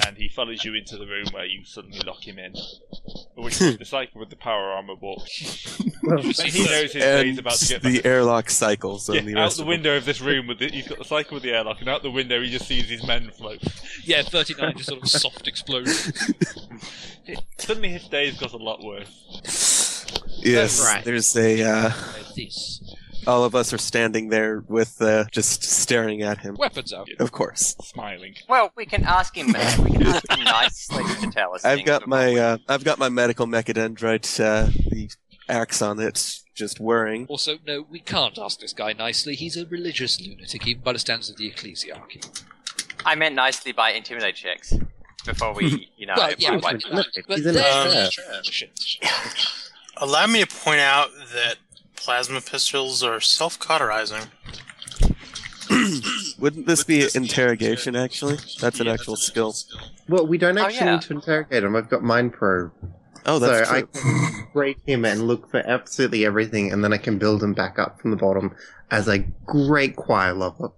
Speaker 1: and he follows you into the room where you suddenly lock him in, which is the cycle with the power armor walk. And he knows his way he's
Speaker 2: And
Speaker 1: about to get
Speaker 2: the
Speaker 1: back.
Speaker 2: airlock cycles on
Speaker 1: Yeah,
Speaker 2: the
Speaker 1: out
Speaker 2: rest
Speaker 1: the
Speaker 2: of
Speaker 1: window of this room, with the, he's got the cycle with the airlock, and out the window he just sees his men float.
Speaker 7: Yeah, 39 just sort of soft explosion.
Speaker 1: It- suddenly his day has got a lot worse.
Speaker 2: them. Yes,
Speaker 5: Right.
Speaker 2: there's a. Uh,
Speaker 7: this.
Speaker 2: all of us are standing there with uh, just staring at him.
Speaker 7: Weapons out.
Speaker 2: Of course.
Speaker 1: Smiling.
Speaker 3: Well, we can ask him. we can ask him nicely to tell us.
Speaker 2: I've
Speaker 3: things
Speaker 2: got
Speaker 3: about
Speaker 2: my uh, I've got my medical mechadendrite, uh, the axe on it, just whirring.
Speaker 7: Also, no, we can't ask this guy nicely. He's a religious lunatic, even by the standards of the ecclesiarchy.
Speaker 3: I meant nicely by intimidate checks. Before we, you know,
Speaker 7: well, yeah,
Speaker 3: we-
Speaker 7: but,
Speaker 5: no,
Speaker 7: but
Speaker 5: he's an
Speaker 7: they're
Speaker 6: expert.
Speaker 7: church.
Speaker 6: Allow me to point out that plasma pistols are self cauterizing.
Speaker 2: Wouldn't this be interrogation? Actually, that's an actual skill.
Speaker 5: Well, we don't
Speaker 3: Oh,
Speaker 5: actually
Speaker 3: yeah.
Speaker 5: need to interrogate him. I've got mind probe.
Speaker 2: Oh,
Speaker 5: So
Speaker 2: that's
Speaker 5: I
Speaker 2: true.
Speaker 5: can break him and look for absolutely everything, and then I can build him back up from the bottom as a great choir lover.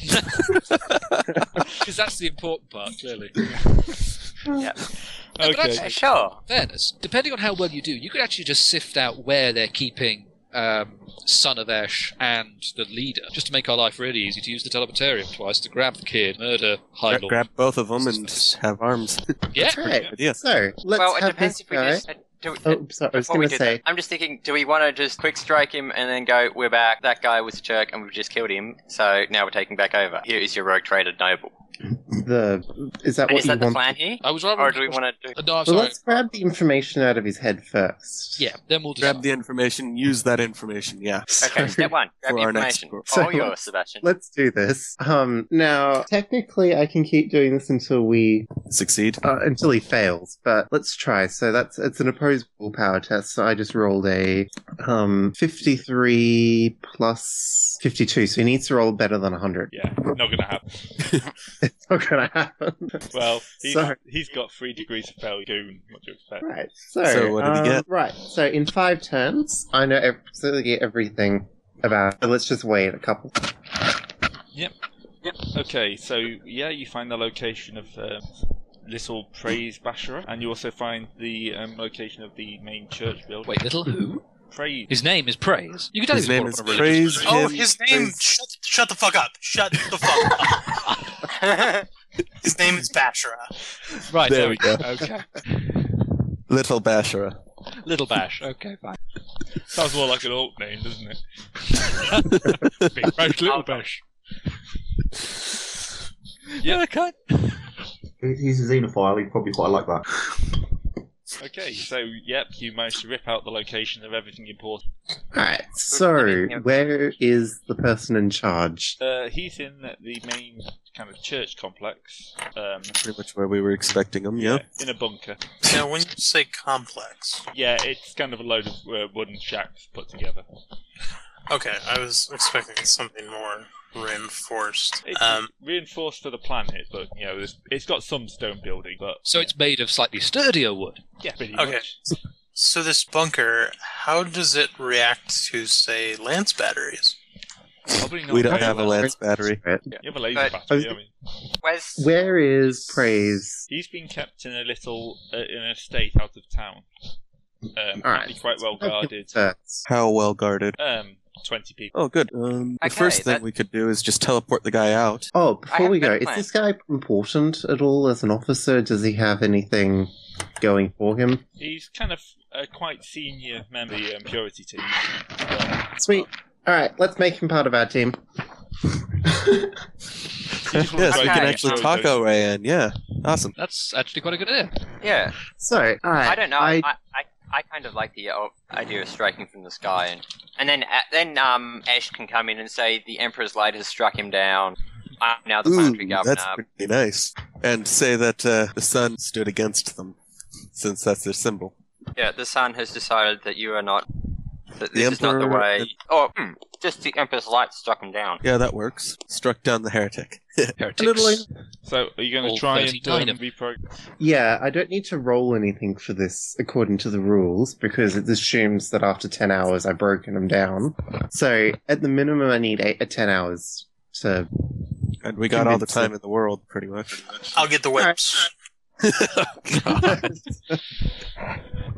Speaker 7: Because that's the important part, clearly. No, but
Speaker 1: Okay.
Speaker 7: actually-
Speaker 3: Uh, sure.
Speaker 7: fairness, depending on how well you do, you could actually just sift out where they're keeping um, Son of Ash and the leader, just to make our life really easy to use the teleportarium twice to grab the kid, murder High
Speaker 2: Gra-
Speaker 7: Lord.
Speaker 2: grab both of them and have arms.
Speaker 7: yeah,
Speaker 5: Right.
Speaker 2: But yes.
Speaker 5: So let's
Speaker 3: well, it
Speaker 5: have
Speaker 3: depends
Speaker 5: this
Speaker 3: if we
Speaker 5: guy.
Speaker 3: just. Uh, do we,
Speaker 5: Oh, sorry. I was
Speaker 3: before we
Speaker 5: going
Speaker 3: do
Speaker 5: to
Speaker 3: that,
Speaker 5: say.
Speaker 3: I'm just thinking, do we want to just quick strike him and then go, we're back, that guy was a jerk and we've just killed him, so now we're taking back over. Here is your rogue trader noble.
Speaker 5: the is that
Speaker 3: And
Speaker 5: what
Speaker 3: is
Speaker 5: you
Speaker 3: that the
Speaker 5: want?
Speaker 3: plan here?
Speaker 7: I was rather.
Speaker 3: Or do we want to do...
Speaker 7: Uh, No, I'm
Speaker 5: Well,
Speaker 7: sorry.
Speaker 5: let's grab the information out of his head first.
Speaker 7: Yeah, then we'll decide.
Speaker 2: Grab the information. Use that information. Yeah.
Speaker 3: Okay, step one, grab
Speaker 2: For
Speaker 3: the
Speaker 2: our next
Speaker 3: information.
Speaker 2: group.
Speaker 3: So,
Speaker 5: So-
Speaker 3: All yours, Sebastian.
Speaker 5: Let's do this. Um, now, technically, I can keep doing this until we
Speaker 2: Succeed.
Speaker 5: uh, until he fails, but let's try. So that's it's an opposable power test. So I just rolled a um, fifty-three plus fifty-two. So he needs to roll better than hundred.
Speaker 1: Yeah, not gonna happen.
Speaker 5: It's not gonna happen.
Speaker 1: Well, he's,
Speaker 5: Sorry.
Speaker 1: he's got three degrees of failure. Goon, what do you expect?
Speaker 5: Right. So,
Speaker 2: So what did he
Speaker 5: um,
Speaker 2: get?
Speaker 5: Right. So in five turns, I know ev- absolutely everything about. But let's just wait a couple.
Speaker 1: Okay, so yeah, you find the location of um, Little Praise Basher, and you also find the um, location of the main church building.
Speaker 7: Wait, little who?
Speaker 1: Praise.
Speaker 7: His name is Praise. You could tell
Speaker 2: His
Speaker 7: he's
Speaker 2: name
Speaker 7: born
Speaker 2: is
Speaker 7: on a religious-
Speaker 2: Praise.
Speaker 6: Oh,
Speaker 2: Jim
Speaker 6: his name!
Speaker 2: Praise-
Speaker 6: Shut, shut the fuck up! Shut the fuck up! His name is Bashara.
Speaker 7: Right,
Speaker 2: There
Speaker 7: no,
Speaker 2: we go.
Speaker 7: Okay,
Speaker 2: Little Bashara.
Speaker 7: little Bash. Okay, fine.
Speaker 1: Sounds more like an alt name, doesn't it?
Speaker 7: Big Bash, little Bash. Yeah, I can't.
Speaker 4: He- He's a xenophile. He'd probably quite like that.
Speaker 1: Okay, so yep, you managed to rip out the location of everything important.
Speaker 5: All right. So where is the person in charge?
Speaker 1: Uh, he's in the main kind of church complex, um,
Speaker 2: Pretty much where we were expecting him. Yeah.
Speaker 1: in a bunker.
Speaker 6: Now, when you say complex,
Speaker 1: Yeah, it's kind of a load of uh, wooden shacks put together.
Speaker 6: okay, I was expecting something more reinforced.
Speaker 1: It's
Speaker 6: Um,
Speaker 1: reinforced for the planet, but you know, there's- it's got some stone building, but
Speaker 7: So it's made of slightly sturdier wood.
Speaker 1: yeah, pretty
Speaker 6: Okay.
Speaker 1: much.
Speaker 6: so this bunker, how does it react to, say, lance batteries?
Speaker 1: Probably not
Speaker 2: We don't
Speaker 1: very
Speaker 2: have a
Speaker 1: well.
Speaker 2: lance battery.
Speaker 1: You have a laser
Speaker 3: But-
Speaker 1: battery. I mean,
Speaker 3: Where's...
Speaker 5: Where is praise?
Speaker 1: he's been kept in a little uh, in a estate out of town. Um,
Speaker 5: All
Speaker 1: probably
Speaker 5: right.
Speaker 1: quite well
Speaker 3: Oh,
Speaker 1: guarded.
Speaker 5: First.
Speaker 2: How well guarded.
Speaker 1: Um, twenty people.
Speaker 2: Oh, good. Um, the
Speaker 3: Okay,
Speaker 2: first thing
Speaker 3: that-
Speaker 2: we could do is just teleport the guy out.
Speaker 5: Oh,
Speaker 3: I
Speaker 5: before
Speaker 3: have
Speaker 5: we go,
Speaker 3: no
Speaker 5: is
Speaker 3: plan.
Speaker 5: this guy important at all as an officer? Does he have anything going for him?
Speaker 1: He's kind of a quite senior member of the um, purity team. Um,
Speaker 5: Sweet. All right, let's make him part of our team.
Speaker 1: he's one of those
Speaker 2: Yes, we
Speaker 1: guys
Speaker 2: can
Speaker 3: Okay.
Speaker 1: who
Speaker 2: actually
Speaker 1: throws
Speaker 2: talk
Speaker 1: those-
Speaker 2: our way in. Yeah. Awesome.
Speaker 7: That's actually quite a good idea.
Speaker 3: Yeah,
Speaker 5: So, all right.
Speaker 3: I don't know. I, I, I, kind of like the uh, idea of striking from the sky. And, and then uh, then um, Ash can come in and say, the Emperor's light has struck him down. I'm now the
Speaker 2: Ooh,
Speaker 3: planetary governor.
Speaker 2: that's pretty nice. And say that uh, the sun stood against them, since that's their symbol.
Speaker 3: Yeah, the sun has decided that you are not. That
Speaker 2: The
Speaker 3: this is not the
Speaker 2: Emperor-
Speaker 3: way. Oh, hmm, just the Emperor's light struck him down.
Speaker 2: Yeah, that works. Struck down the heretic.
Speaker 5: A little
Speaker 7: Heretics.
Speaker 1: So are you going to
Speaker 7: All
Speaker 1: try and
Speaker 7: 39
Speaker 1: um,
Speaker 7: of-
Speaker 1: reprogram?
Speaker 5: Yeah, I don't need to roll anything for this according to the rules because it assumes that after 10 hours I've broken them down. So at the minimum, I need eight, uh, 10 hours to.
Speaker 2: And we got all the
Speaker 5: Convincing.
Speaker 2: time in the world, pretty much.
Speaker 6: I'll get the whips.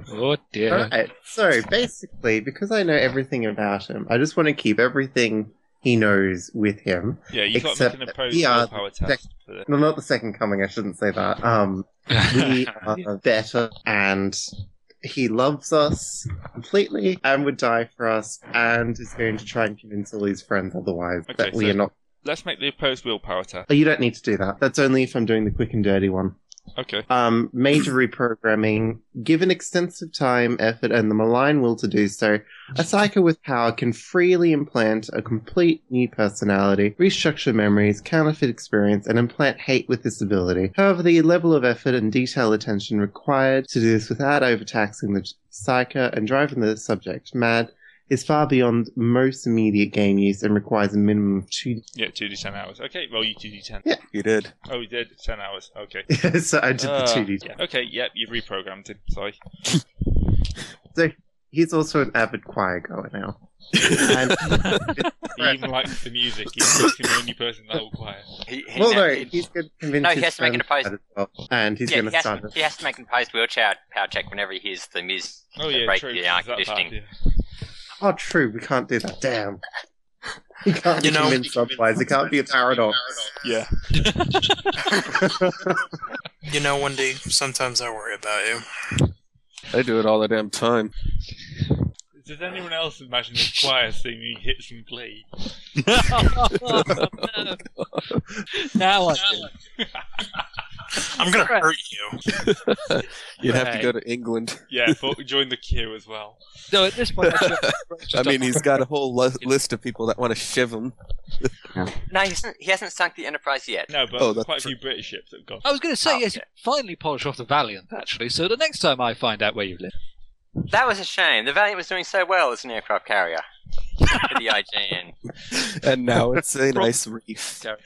Speaker 7: Oh dear.
Speaker 5: Alright, so basically, because I know everything about him, I just want to keep everything he knows with him.
Speaker 1: Yeah, you've got to make
Speaker 5: Except
Speaker 1: an
Speaker 5: that
Speaker 1: opposed
Speaker 5: we are
Speaker 1: willpower test for this.
Speaker 5: No, not the second coming, I shouldn't say that. Um, we are better and he loves us completely and would die for us and is going to try and convince all his friends otherwise
Speaker 1: Okay,
Speaker 5: that we
Speaker 1: so-
Speaker 5: are not.
Speaker 1: Let's make the opposed willpower test.
Speaker 5: Oh, you don't need to do that. That's only if I'm doing the quick and dirty one.
Speaker 1: Okay.
Speaker 5: Um, major reprogramming. Given extensive time, effort, and the malign will to do so, a psycho with power can freely implant a complete new personality, restructure memories, counterfeit experience, and implant hate with this ability. However, the level of effort and detailed attention required to do this without overtaxing the psycho and driving the subject mad is far beyond most immediate game use and requires a minimum of two.
Speaker 1: Yeah, two d ten hours. Okay, roll you two d ten.
Speaker 5: Yeah.
Speaker 2: You did.
Speaker 1: Oh, we did ten hours. Okay.
Speaker 5: so I did
Speaker 1: Uh,
Speaker 5: the two D.
Speaker 1: yeah. Okay. Yep. You've reprogrammed him. Sorry.
Speaker 5: He's also an avid choir goer now. And-
Speaker 1: He even likes the music. He's the only person in the whole choir.
Speaker 3: He, he
Speaker 5: well,
Speaker 3: now-
Speaker 5: no,
Speaker 3: he-
Speaker 5: he's going to convince
Speaker 3: No, he
Speaker 5: his
Speaker 3: has to make an
Speaker 5: friends about it as well, and he's
Speaker 3: yeah,
Speaker 5: going
Speaker 3: he
Speaker 5: to
Speaker 3: has,
Speaker 5: start
Speaker 3: he has to make an opposed wheelchair power check whenever he hears the music.
Speaker 1: Oh yeah,
Speaker 3: break
Speaker 1: true.
Speaker 3: the
Speaker 1: it's
Speaker 3: air
Speaker 1: that bad,
Speaker 3: conditioning.
Speaker 1: yeah.
Speaker 5: Oh, true, we can't do that. Damn. He can't
Speaker 6: You
Speaker 5: be
Speaker 6: know-
Speaker 5: convinced otherwise. It can't be a paradox.
Speaker 1: Yeah.
Speaker 6: You know, Wendy, sometimes I worry about you.
Speaker 2: I do it all the damn time.
Speaker 1: Does anyone else imagine the choir singing hits and glee?
Speaker 7: Now I
Speaker 6: I'm going to hurt you.
Speaker 2: You'd have to
Speaker 7: Right.
Speaker 2: go to England.
Speaker 1: Yeah, but join the queue as well.
Speaker 7: No, at this point, I, just,
Speaker 2: I mean, he's got a whole li- list of people that want to shiv him.
Speaker 3: No, he hasn't, he hasn't sunk the Enterprise yet.
Speaker 1: No, but
Speaker 2: Oh, that's
Speaker 1: quite a
Speaker 2: true.
Speaker 1: few British ships have gone.
Speaker 7: I was going to say,
Speaker 3: Oh,
Speaker 7: yes, you finally polish off the Valiant, actually, so the next time I find out where you live.
Speaker 3: That was a shame. The Valiant was doing so well as an aircraft carrier. For the IGN.
Speaker 2: And now it's a nice reef.
Speaker 7: The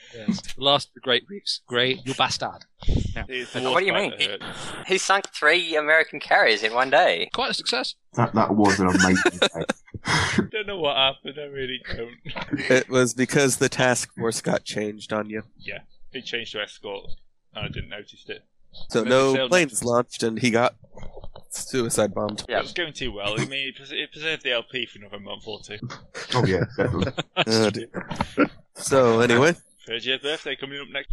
Speaker 7: last of the Great Reefs. Great, you bastard.
Speaker 1: It's the
Speaker 3: What
Speaker 1: war
Speaker 3: do you
Speaker 1: fight
Speaker 3: mean?
Speaker 1: that hurts.
Speaker 3: He sunk three American carriers in one day.
Speaker 7: Quite a success.
Speaker 4: That that was an amazing day.
Speaker 1: Don't know what happened. I really don't.
Speaker 2: It was because the task force got changed on you.
Speaker 1: It changed to escort, and I didn't notice it.
Speaker 2: So
Speaker 1: But they
Speaker 2: no
Speaker 1: failed
Speaker 2: planes launched, and he got suicide bombed.
Speaker 3: Yeah.
Speaker 1: It was going too well. I mean, it, pres- it preserved the LP for another month or two.
Speaker 4: Oh yeah, definitely.
Speaker 2: Oh, dear. so anyway,
Speaker 1: Third year birthday coming up next.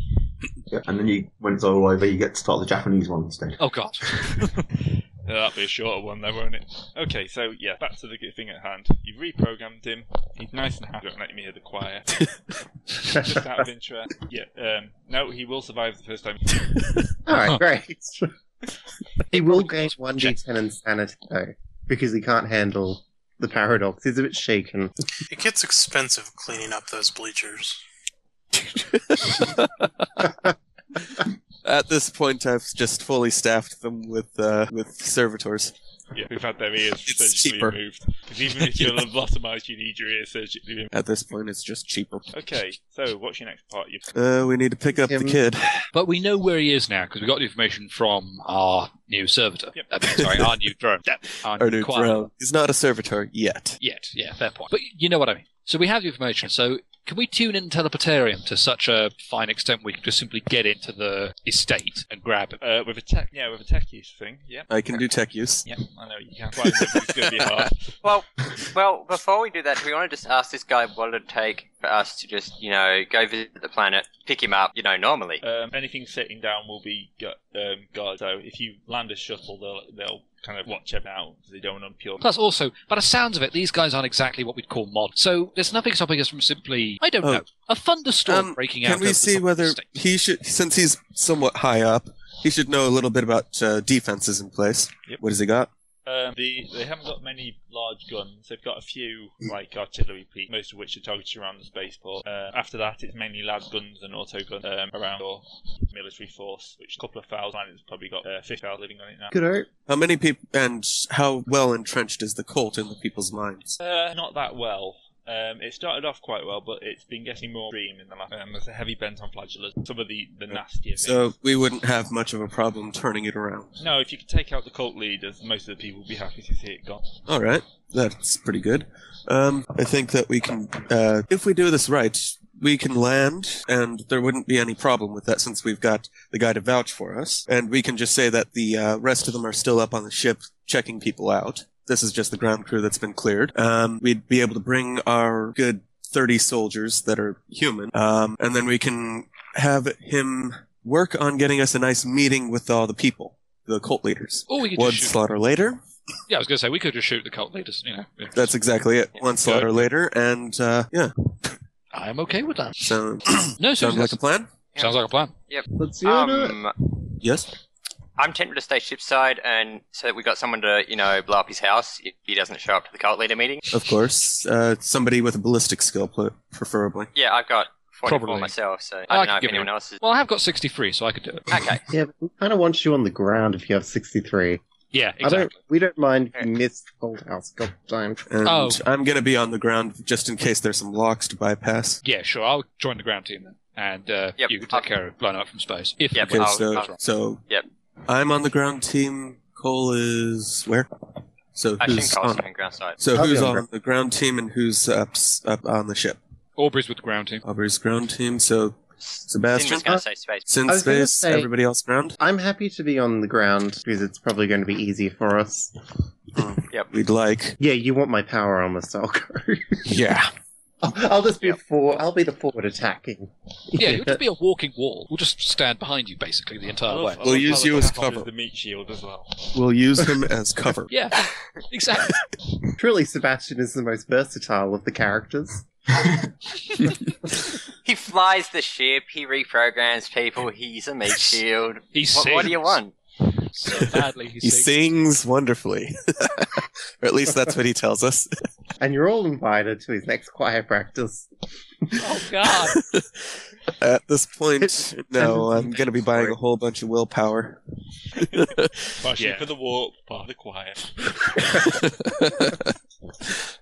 Speaker 4: Yeah, and then you, when it's all over, you get to start the Japanese one instead.
Speaker 7: Oh, God.
Speaker 1: Yeah, that'll be a shorter one, though, won't it? Okay, so yeah, back to the good thing at hand. You've reprogrammed him. He's nice and happy. Don't let me hear the choir. Just out of interest. Yeah. Um, no, he will survive the first time.
Speaker 5: All right, great. he will gain one d10 insanity though, because he can't handle the paradox. He's a bit shaken.
Speaker 6: It gets expensive cleaning up those bleachers.
Speaker 2: at this point, I've just fully staffed them with uh, with servitors.
Speaker 1: Yeah, we've had their ears
Speaker 2: It's
Speaker 1: surgically
Speaker 2: cheaper.
Speaker 1: removed. Because even if you're lobotomized, you need your ears surgically removed.
Speaker 2: At this point, it's just cheaper.
Speaker 1: Okay, so what's your next part? You
Speaker 2: Uh, we need to pick up the
Speaker 5: Him.
Speaker 2: kid.
Speaker 7: But we know where he is now because we got the information from our new servitor.
Speaker 1: Yep.
Speaker 7: I mean, sorry, our new drone. Yep. Our,
Speaker 2: Our new
Speaker 7: choir.
Speaker 2: drone. He's not a servitor yet.
Speaker 7: Yet, yeah, fair point. But you know what I mean. So we have the information. So can we tune in Teleportarium to such a fine extent we can just simply get into the estate and grab it?
Speaker 1: uh, with a tech, yeah, with a techies thing. Yeah,
Speaker 2: I can do tech use.
Speaker 1: yeah, I know you can. Quite it's going to be hard.
Speaker 3: Well, well, before we do that, do we want to just ask this guy what it'd take for us to just, you know, go visit the planet, pick him up, you know, normally?
Speaker 1: Um, anything sitting down will be gu- um, guarded. So if you land a shuttle, they'll they'll kind of watch it out because they don't want to pure.
Speaker 7: Plus, also, by the sounds of it, these guys aren't exactly what we'd call mod. So there's nothing stopping us from simply, I don't
Speaker 2: Oh.
Speaker 7: know, a thunderstorm
Speaker 2: Um,
Speaker 7: breaking
Speaker 2: Can
Speaker 7: out.
Speaker 2: we
Speaker 7: over the top
Speaker 2: see
Speaker 7: of the
Speaker 2: whether
Speaker 7: estate.
Speaker 2: he should, since he's somewhat high up, he should know a little bit about uh, defenses in place.
Speaker 1: Yep.
Speaker 2: What has he got?
Speaker 1: Um, the, they haven't got many large guns. They've got a few like artillery pieces, most of which are targeted around the spaceport. Uh, after that, it's mainly lab guns and auto guns um, around your military force, which a couple of thousand planets probably got uh, fifty thousand living on it now.
Speaker 5: Good old
Speaker 2: How many people and how well entrenched is the cult in the people's minds?
Speaker 1: Uh, not that well. Um, it started off quite well, but it's been getting more extreme in the last. Um, there's a heavy bent on flagellates. Some of the the nastier. things.
Speaker 2: So we wouldn't have much of a problem turning it around.
Speaker 1: no, if you could take out the cult leaders, most of the people would be happy to see it gone.
Speaker 2: All right, that's pretty good. Um, I think that we can, uh, if we do this right, we can land, and there wouldn't be any problem with that since we've got the guy to vouch for us, and we can just say that the uh, rest of them are still up on the ship checking people out. This is just the ground crew that's been cleared. Um, we'd be able to bring our good thirty soldiers that are human, um, and then we can have him work on getting us a nice meeting with all the people, the cult leaders.
Speaker 7: Or we could
Speaker 2: One
Speaker 7: just shoot.
Speaker 2: slaughter later.
Speaker 7: Yeah, I was going to say we could just shoot the cult leaders. You know, Yeah.
Speaker 2: That's exactly it. One slaughter later, and uh, yeah,
Speaker 7: I'm okay with that.
Speaker 2: so
Speaker 7: No,
Speaker 2: sounds
Speaker 7: seriously,
Speaker 2: like a plan.
Speaker 7: that's- sounds like a plan.
Speaker 5: Let's do it.
Speaker 3: Um,
Speaker 2: Yes.
Speaker 3: I'm tempted to stay shipside, and so that we got someone to, you know, blow up his house if he doesn't show up to the cult leader meeting.
Speaker 2: Of course, uh, somebody with a ballistic skill, pl- preferably.
Speaker 3: Yeah, I've got 44
Speaker 7: Probably.
Speaker 3: myself, so
Speaker 7: I
Speaker 3: I
Speaker 7: can
Speaker 3: don't know if
Speaker 7: give it
Speaker 3: anyone else is.
Speaker 7: Well, I have got 63, so I could do it.
Speaker 3: Okay,
Speaker 5: Yeah, but we kind of want you on the ground if you have 63.
Speaker 7: Yeah,
Speaker 5: I don't.
Speaker 7: exactly.
Speaker 5: We don't mind if you miss the cold house. God damn.
Speaker 2: And
Speaker 7: Oh.
Speaker 2: I'm gonna be on the ground just in case there's some locks to bypass.
Speaker 7: Yeah, sure. I'll join the ground team then, and uh,
Speaker 3: Yep,
Speaker 7: you can
Speaker 3: I'll-
Speaker 7: take care of blowing up from space. If
Speaker 3: Yep,
Speaker 2: Okay,
Speaker 3: I'll-
Speaker 7: uh,
Speaker 2: so
Speaker 3: I'll-
Speaker 2: so
Speaker 3: Yep.
Speaker 2: I'm on the ground team. Cole is where? So
Speaker 3: I
Speaker 2: who's
Speaker 3: think I'll
Speaker 2: on?
Speaker 3: on ground side.
Speaker 2: So
Speaker 5: I'll be
Speaker 2: who's
Speaker 5: on the
Speaker 2: on the ground team and who's up s- up on the ship?
Speaker 7: Aubrey's with the ground team.
Speaker 2: Aubrey's ground team. So Sebastian?
Speaker 3: Sin was going to say space.
Speaker 2: since
Speaker 5: I was gonna
Speaker 2: space,
Speaker 5: say-
Speaker 2: everybody else ground.
Speaker 5: I'm happy to be on the ground because it's probably going to be easier for us.
Speaker 2: We'd like.
Speaker 5: Yeah, you want my power armor, so I'll go.
Speaker 2: Yeah.
Speaker 5: I'll I'll just be for. I'll be the forward attacking.
Speaker 7: Yeah, it would just be a walking wall. We'll just stand behind you basically the
Speaker 3: Oh,
Speaker 7: entire way.
Speaker 1: I
Speaker 2: Oh, We'll
Speaker 1: love
Speaker 2: use
Speaker 1: how
Speaker 2: you
Speaker 1: the
Speaker 2: as
Speaker 1: top is
Speaker 2: cover.
Speaker 1: The meat shield as well.
Speaker 2: We'll use him as cover.
Speaker 7: Yeah, exactly.
Speaker 5: Truly, Sebastian is the most versatile of the characters.
Speaker 3: He flies the ship, he reprograms people, he's a meat shield.
Speaker 7: He
Speaker 3: What,
Speaker 7: sings.
Speaker 3: what do you want?
Speaker 7: So badly, he,
Speaker 2: He
Speaker 7: sings.
Speaker 2: sings wonderfully. or at least that's what he tells us.
Speaker 5: And you're all invited to his next choir practice.
Speaker 7: Oh God!
Speaker 2: At this point, no, I'm going to be buying a whole bunch of willpower.
Speaker 1: Partially
Speaker 7: Yeah.
Speaker 1: for the warp, part of the quiet.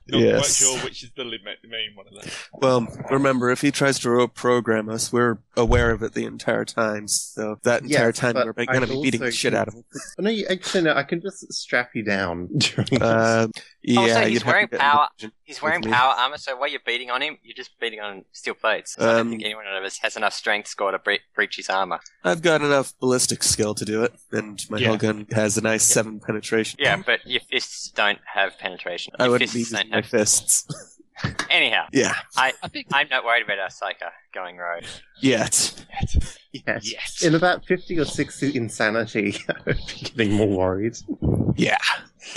Speaker 1: Not quite
Speaker 2: yes.
Speaker 1: sure which is the limit, the main one of them.
Speaker 2: Well, remember, if he tries to rope program us, we're aware of it the entire time. So that
Speaker 5: Yes,
Speaker 2: entire time,
Speaker 5: but
Speaker 2: we're going to
Speaker 5: I
Speaker 2: be beating the
Speaker 5: also-
Speaker 2: shit out of him.
Speaker 5: Oh, no, you, actually, no. I can just strap you down. during-
Speaker 2: Uh, yeah,
Speaker 3: Also, he's
Speaker 2: you'd have to
Speaker 3: wearing
Speaker 2: get
Speaker 3: power-
Speaker 2: religion.
Speaker 3: He's wearing
Speaker 2: With me.
Speaker 3: power armor, so while you're beating on him, you're just beating on steel plates. So I
Speaker 2: Um,
Speaker 3: don't think anyone of us has enough strength score to bre- breach his armor.
Speaker 2: I've got enough ballistic skill to do it, and my
Speaker 7: Yeah.
Speaker 2: hell gun has a nice seven penetration.
Speaker 3: Yeah, but your fists don't have penetration.
Speaker 2: I
Speaker 3: Your
Speaker 2: wouldn't be
Speaker 3: fists
Speaker 2: using
Speaker 3: don't
Speaker 2: my
Speaker 3: have...
Speaker 2: fists.
Speaker 3: Anyhow,
Speaker 2: yeah,
Speaker 7: I think
Speaker 3: I'm not worried about our psycho going rogue.
Speaker 2: yet.
Speaker 5: yes.
Speaker 7: yes.
Speaker 5: In about 50 or 60 insanity, I would be getting more worried.
Speaker 2: Yeah.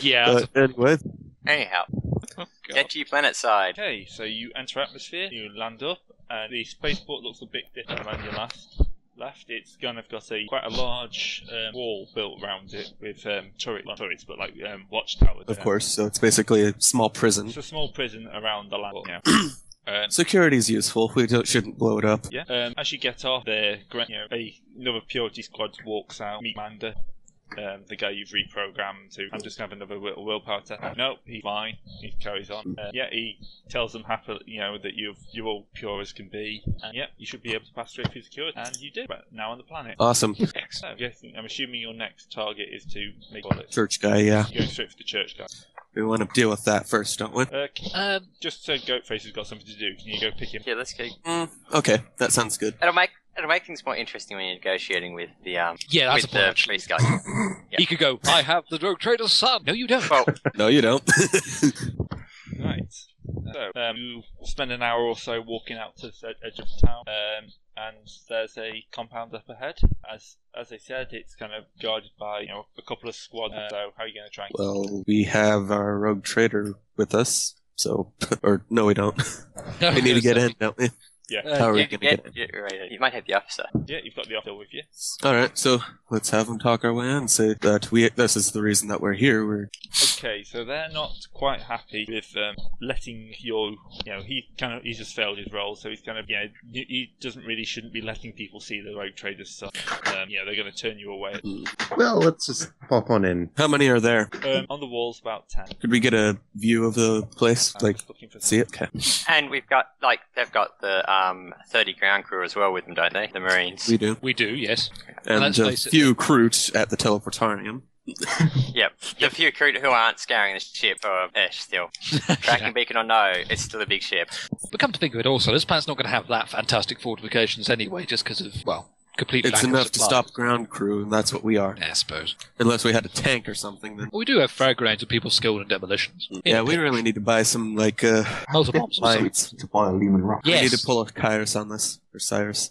Speaker 7: yeah,
Speaker 2: But anyway,
Speaker 3: Anyhow,
Speaker 7: God.
Speaker 3: get to your planet side.
Speaker 1: Okay, so you enter atmosphere, you land up, and the spaceport looks a bit different than your last. Left, it's kind of got a quite a large um, wall built around it with um, turret, not turrets, but like um, watchtowers.
Speaker 2: of
Speaker 1: Um,
Speaker 2: course. So it's basically a small prison.
Speaker 1: it's a small prison around the land. Yeah. um,
Speaker 2: Security's useful. We don't, shouldn't blow it up.
Speaker 1: yeah. Um, as you get off, the gra- you know, a, another purity squad walks out. Meet Manda, um, the guy you've reprogrammed to. I'm just gonna have another will- willpower test. Nope, he's fine. He carries on. Uh, yeah, he tells them happily, you know, that you've you're all pure as can be, and yeah, you should be able to pass straight through security, and you do. But now on the planet.
Speaker 2: Awesome.
Speaker 1: So, I'm, guessing, I'm assuming your next target is to make bullets.
Speaker 2: Church guy, yeah.
Speaker 1: You're Going straight for the church guy.
Speaker 2: We want to deal with that first, don't we?
Speaker 1: Uh, c-
Speaker 7: um,
Speaker 1: just so Goatface has got something to do, can you go pick him?
Speaker 3: Yeah, let's go.
Speaker 2: Mm, okay, that sounds good.
Speaker 3: It'll make it'll make things more interesting when you're negotiating with the um
Speaker 7: yeah, that's
Speaker 3: with
Speaker 7: a point.
Speaker 3: the
Speaker 7: actually.
Speaker 3: police guy. yeah.
Speaker 7: He could go. I have the rogue trader's son. No, you don't.
Speaker 3: Well,
Speaker 2: No, you don't.
Speaker 1: Right. So um, you spend an hour or so walking out to the edge of town, um, and there's a compound up ahead. As as I said, it's kind of guarded by you know a couple of squads. Uh, so how are you going to try? And...
Speaker 2: well, we have our rogue trader with us, so. Or, no, we don't.
Speaker 7: No,
Speaker 2: We need to get
Speaker 7: so-
Speaker 2: in, don't we?
Speaker 1: Yeah.
Speaker 2: How
Speaker 7: Uh,
Speaker 2: are we
Speaker 3: yeah,
Speaker 2: going to
Speaker 3: yeah,
Speaker 2: get in?
Speaker 3: you're right. You might have the officer.
Speaker 1: yeah, you've got the officer with you.
Speaker 2: Alright, so let's have him talk our way in. Say that we. This is the reason that we're here. We're
Speaker 1: Okay, so they're not quite happy with um, letting your, you know, he kind of he's just failed his role, so he's kind of, you know, he- he doesn't really shouldn't be letting people see the rogue traders stuff. Um, yeah, they're going to turn you away.
Speaker 5: Well, let's just pop on in.
Speaker 2: How many are there?
Speaker 1: Um, on the walls, about ten.
Speaker 2: Could we get a view of the place?
Speaker 1: I'm
Speaker 2: Like,
Speaker 1: just looking for
Speaker 2: see it? Okay.
Speaker 3: And we've got like they've got the um, thirty ground crew as well with them, don't they? The Marines.
Speaker 2: We do.
Speaker 7: We do, yes.
Speaker 2: And
Speaker 7: let's
Speaker 2: a
Speaker 7: face it-
Speaker 2: few Crutes at the teleportarium.
Speaker 3: Yep. The few crew who aren't scouring the ship are eh, still tracking beacon or no, it's still a big ship.
Speaker 7: But come to think of it, also, this planet's not going to have that fantastic fortifications anyway, just because of well, complete.
Speaker 2: It's
Speaker 7: lack
Speaker 2: enough
Speaker 7: of
Speaker 2: to
Speaker 7: supply.
Speaker 2: stop ground crew, and that's what we are.
Speaker 7: Yeah, I suppose.
Speaker 2: Unless we had a tank or something, then.
Speaker 7: Well, we do have frag grenades and people skilled in demolitions.
Speaker 2: Mm. Yeah, we really need to buy some, like, uh,
Speaker 7: Multi bombs.
Speaker 2: Mine.
Speaker 4: It's to buy a Lehman Rock.
Speaker 2: we
Speaker 7: Yes.
Speaker 2: need to pull a Kairos on this, or Cyrus.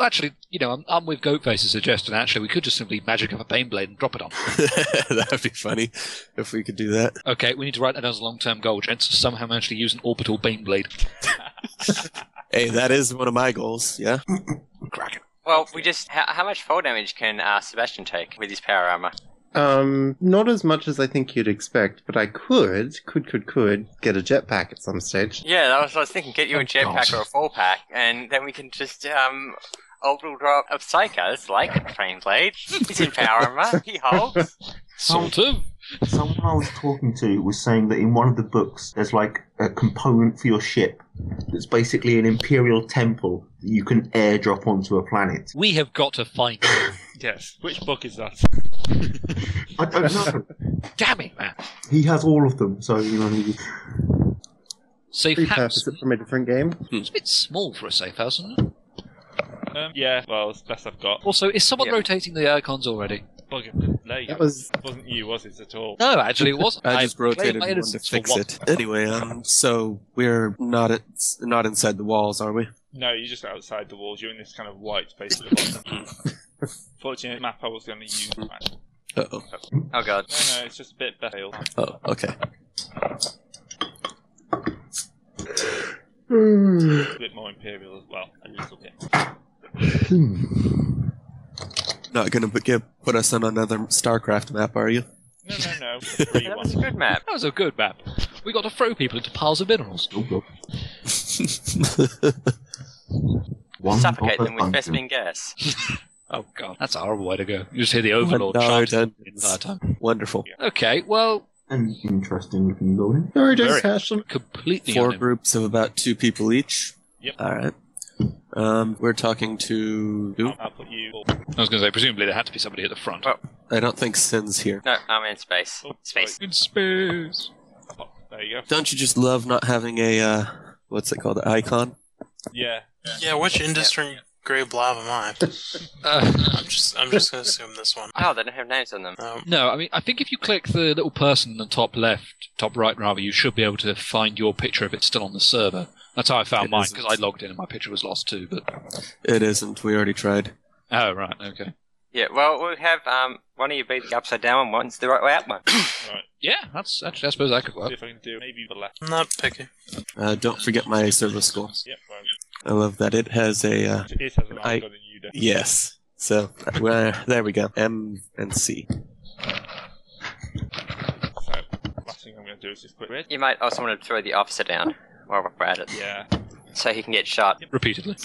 Speaker 7: Actually, you know, I'm, I'm with Goatface's suggestion. Actually, we could just simply magic up a bane blade and drop it on.
Speaker 2: that would be funny if we could do that.
Speaker 7: Okay, we need to write that down as a long-term goal, gents. Somehow manage to use an orbital bane blade.
Speaker 2: Hey, that is one of my goals, yeah?
Speaker 3: Well, we just how, how much fall damage can uh, Sebastian take with his power armor?
Speaker 5: Um, not as much as I think you'd expect, but I could, could, could, could get a jetpack at some stage.
Speaker 3: Yeah, that was what I was thinking. Get you a jetpack
Speaker 7: God.
Speaker 3: or a fall pack, and then we can just um, orbital drop of Psycho. It's like a train blade. He's in power armor. He holds.
Speaker 7: Sort
Speaker 5: Oh.
Speaker 7: of.
Speaker 4: Someone I was talking to was saying that in one of the books, there's like a component for your ship that's basically an imperial temple that you can airdrop onto a planet.
Speaker 7: We have got to find. it.
Speaker 1: Yes. Which book is that?
Speaker 4: I don't know.
Speaker 7: Damn it, man!
Speaker 4: he has all of them, so you know. he-
Speaker 7: Safe house.
Speaker 5: Repurpose it from a different game.
Speaker 7: It's a bit small for a safe house, isn't it?
Speaker 1: Um, yeah. Well, it's best I've got.
Speaker 7: Also, is someone
Speaker 3: Yeah.
Speaker 7: rotating the icons already?
Speaker 1: Bug it. There you
Speaker 5: That
Speaker 1: go.
Speaker 5: was
Speaker 1: Wasn't you, was it at all?
Speaker 7: No, actually, it wasn't.
Speaker 2: I just
Speaker 7: played
Speaker 2: rotated
Speaker 7: my
Speaker 2: one to
Speaker 7: innocence for
Speaker 2: fix
Speaker 7: once.
Speaker 2: it. Anyway, um, so we're not at, not inside the walls, are we?
Speaker 1: No, you're just outside the walls. You're in this kind of white space at the bottom. Fortunate map I was going to use. No, no,
Speaker 2: Uh oh.
Speaker 3: Oh god.
Speaker 1: it's just a bit better.
Speaker 2: Oh, okay.
Speaker 1: A bit more imperial as well. A little bit.
Speaker 2: Not gonna put, give, put us on another StarCraft map, are you?
Speaker 1: No, no, no. it's a free
Speaker 3: That
Speaker 1: one.
Speaker 3: was a good map.
Speaker 7: That was a good map. We got to throw people into piles of minerals.
Speaker 4: oh One
Speaker 3: Suffocate
Speaker 4: other
Speaker 3: them with
Speaker 4: bunch of-
Speaker 3: Vespin gas.
Speaker 7: Oh god, that's a horrible way to go. You just hear the overlord chant the
Speaker 2: that
Speaker 7: entire
Speaker 2: is
Speaker 7: time.
Speaker 2: wondereful.
Speaker 7: Okay, well,
Speaker 4: An interesting looking building.
Speaker 5: very just
Speaker 7: Very.
Speaker 5: hash them.
Speaker 7: completely
Speaker 2: Four
Speaker 7: on him.
Speaker 2: groups of about two people each.
Speaker 1: Yep.
Speaker 2: All right. Um, we're talking to. who?
Speaker 1: I'll, I'll put you. All.
Speaker 7: I was going to say, presumably there had to be somebody at the front.
Speaker 3: Oh.
Speaker 2: I don't think Sin's here.
Speaker 3: No, I'm in space.
Speaker 1: Oh,
Speaker 3: Space.
Speaker 7: In space.
Speaker 1: Oh, there you go.
Speaker 2: Don't you just love not having a uh, what's it called? Icon.
Speaker 1: Yeah.
Speaker 6: Yeah, which industry gray blob am I?
Speaker 7: Uh,
Speaker 6: I'm just I'm just gonna assume this one.
Speaker 3: Oh, they don't have names on them.
Speaker 6: Um,
Speaker 7: no, I mean, I think if you click the little person in the top left, top right rather, you should be able to find your picture if it's still on the server. That's how I found
Speaker 2: It
Speaker 7: mine
Speaker 2: isn't.
Speaker 7: because I logged in and my picture was lost too. But
Speaker 2: It isn't. We already tried.
Speaker 7: oh right, okay,
Speaker 3: Yeah, well, we have um, one of you be the upside down one, one's the right way up one.
Speaker 1: Right.
Speaker 7: yeah, that's actually I suppose that could
Speaker 1: See
Speaker 7: work.
Speaker 1: if I can do maybe the left.
Speaker 6: I'm not picky.
Speaker 2: Uh, don't forget my service school.
Speaker 1: Yep. Right.
Speaker 2: I love that it has a. Uh,
Speaker 1: It has an
Speaker 2: I-
Speaker 1: icon and you don't.
Speaker 2: yes. So uh, there we go. M and C.
Speaker 1: So last thing I'm going to do is just quick read.
Speaker 3: You might also want to throw the officer down while we're at it,
Speaker 1: Yeah.
Speaker 3: so he can get shot.
Speaker 7: Repeatedly,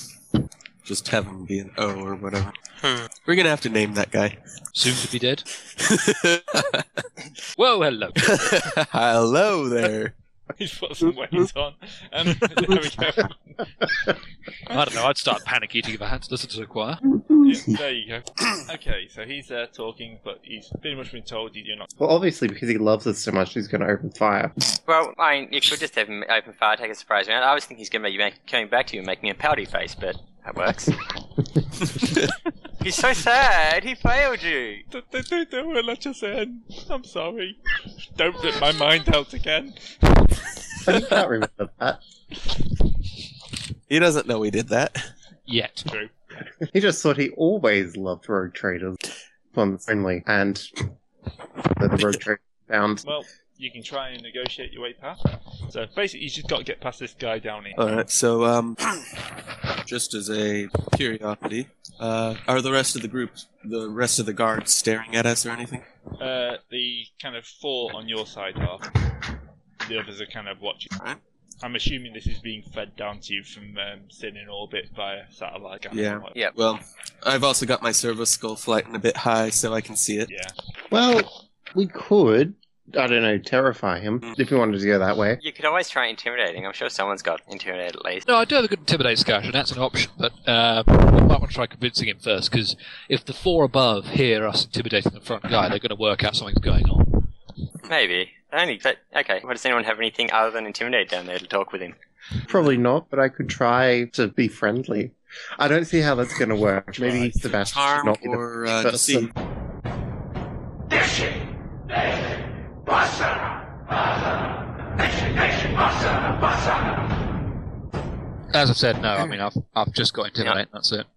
Speaker 2: Just have him be an O or whatever.
Speaker 6: Hmm.
Speaker 2: We're gonna have to name that guy.
Speaker 7: soon to be dead. Whoa, hello.
Speaker 2: Hello there.
Speaker 1: He's put some weight on. Um, there we go.
Speaker 7: I don't know. I'd start panic eating if I had to listen to the choir.
Speaker 1: Yeah, there you go. Okay, so he's uh, talking, but he's pretty much been told you- you're not.
Speaker 5: Well, obviously, because he loves us so much, he's going to open fire.
Speaker 3: Well, I mean, you could just have him open fire, take a surprise round. I always think he's going to be make, coming back to you and making a pouty face, but that works. he's so sad, he failed you.
Speaker 1: Don't, don't, don't, don't worry, let us in. I'm sorry. Don't rip my mind out again.
Speaker 5: I can't remember that.
Speaker 2: He doesn't know we did that.
Speaker 7: Yet,
Speaker 1: True.
Speaker 5: He just thought he always loved rogue traders, ones only, and that the rogue traders found
Speaker 1: Well, you can try and negotiate your way past. So basically, you just got to get past this guy down here.
Speaker 2: All right. So, um, just as a curiosity, uh, are the rest of the group, the rest of the guards, staring at us or anything?
Speaker 1: Uh, the kind of four on your side are. The others are kind of watching.
Speaker 2: Alright.
Speaker 1: I'm assuming this is being fed down to you from um, sitting in orbit via satellite. camera
Speaker 2: Yeah.
Speaker 1: or whatever.
Speaker 3: Yeah.
Speaker 2: Well, I've also got my servo skull flighting a bit high, so I can see it.
Speaker 1: Yeah.
Speaker 5: Well, we could, I don't know, terrify him if we wanted to go that way.
Speaker 3: You could always try intimidating. I'm sure someone's got intimidate at least.
Speaker 7: No, I do have a good intimidate scash, and that's an option, but uh, I might want to try convincing him first, because if the four above hear us intimidating the front guy, they're going to work out something's going on.
Speaker 3: Maybe. Only, but okay. Well, does anyone have anything other than intimidate down there to talk with him?
Speaker 5: Probably not, but I could try to be friendly. I don't see how that's going to work. Maybe Sebastian should
Speaker 2: Charm
Speaker 5: not be the
Speaker 2: or uh,
Speaker 5: first
Speaker 2: deceive.
Speaker 7: As I said, no, I mean, I've, I've just got intimidate, that's it.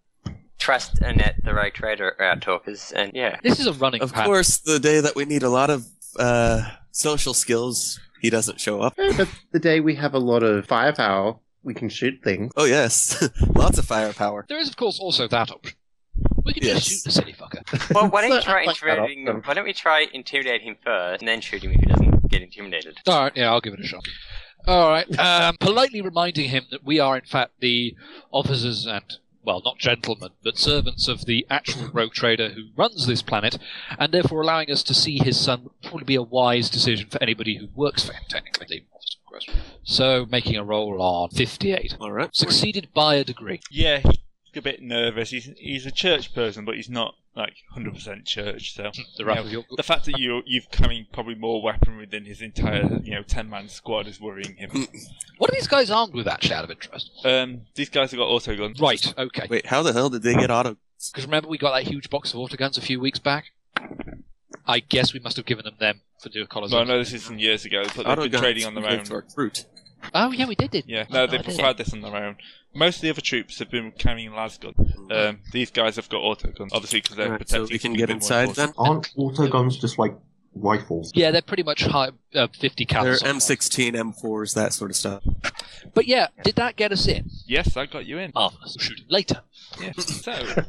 Speaker 3: Trust Annette, the rogue trader, are our talkers, and yeah.
Speaker 7: This is a running
Speaker 2: Of
Speaker 7: pattern.
Speaker 2: course, the day that we need a lot of uh, social skills, he doesn't show up.
Speaker 5: Eh, But the day we have a lot of firepower, we can shoot things.
Speaker 2: Oh yes, lots of firepower.
Speaker 7: There is, of course, also that option. We can
Speaker 2: Yes.
Speaker 7: just shoot the silly fucker.
Speaker 3: Well, why don't you
Speaker 5: So,
Speaker 3: try
Speaker 5: I like that
Speaker 3: intimidating?
Speaker 5: option.
Speaker 3: Why don't we try intimidate him first, and then shoot him if he doesn't get intimidated?
Speaker 7: All right, yeah, I'll give it a shot. All right, um, politely reminding him that we are in fact the officers and well, not gentlemen, but servants of the actual rogue trader who runs this planet, and therefore allowing us to see his son would probably be a wise decision for anybody who works for him. Technically, the officer in question. so making a roll on fifty-eight,
Speaker 2: All right.
Speaker 7: succeeded by a degree.
Speaker 1: Yeah, he's a bit nervous. He's he's a church person, but he's not like 100% church. So
Speaker 7: The wrath
Speaker 1: Yeah.
Speaker 7: of your
Speaker 1: the fact that you you've carrying probably more weaponry than his entire you know 10 man squad is worrying
Speaker 2: Mm.
Speaker 1: him.
Speaker 7: what are these guys armed with? Actually, out of interest.
Speaker 1: um, these guys have got auto guns.
Speaker 7: Right. Okay.
Speaker 2: Wait, how the hell did they get auto?
Speaker 7: Because remember, we got that huge box of autoguns a few weeks back. I guess we must have given them them for the collars.
Speaker 1: Well, no, this is some years ago, but they've been
Speaker 2: guns
Speaker 1: trading on their own.
Speaker 2: compared to our Fruit.
Speaker 7: Oh yeah, we did. did.
Speaker 1: Yeah,
Speaker 7: Oh,
Speaker 1: no,
Speaker 7: I
Speaker 1: they've
Speaker 7: did.
Speaker 1: tried this on their own. Most of the other troops have been carrying lasguns. Um, these guys have got auto guns, obviously because they're
Speaker 2: Alright,
Speaker 1: protecting.
Speaker 2: so we can
Speaker 1: the
Speaker 2: get
Speaker 1: people
Speaker 2: inside
Speaker 1: important.
Speaker 2: then.
Speaker 4: Aren't auto guns just like rifles?
Speaker 7: Yeah, they're pretty much high, uh, fifty
Speaker 2: They're
Speaker 7: caliber.
Speaker 2: M16, M4s, that sort of stuff.
Speaker 7: But yeah, did that get us in?
Speaker 1: Yes, I got you in.
Speaker 7: Marvelous. We'll shoot it later.
Speaker 1: Yeah. So,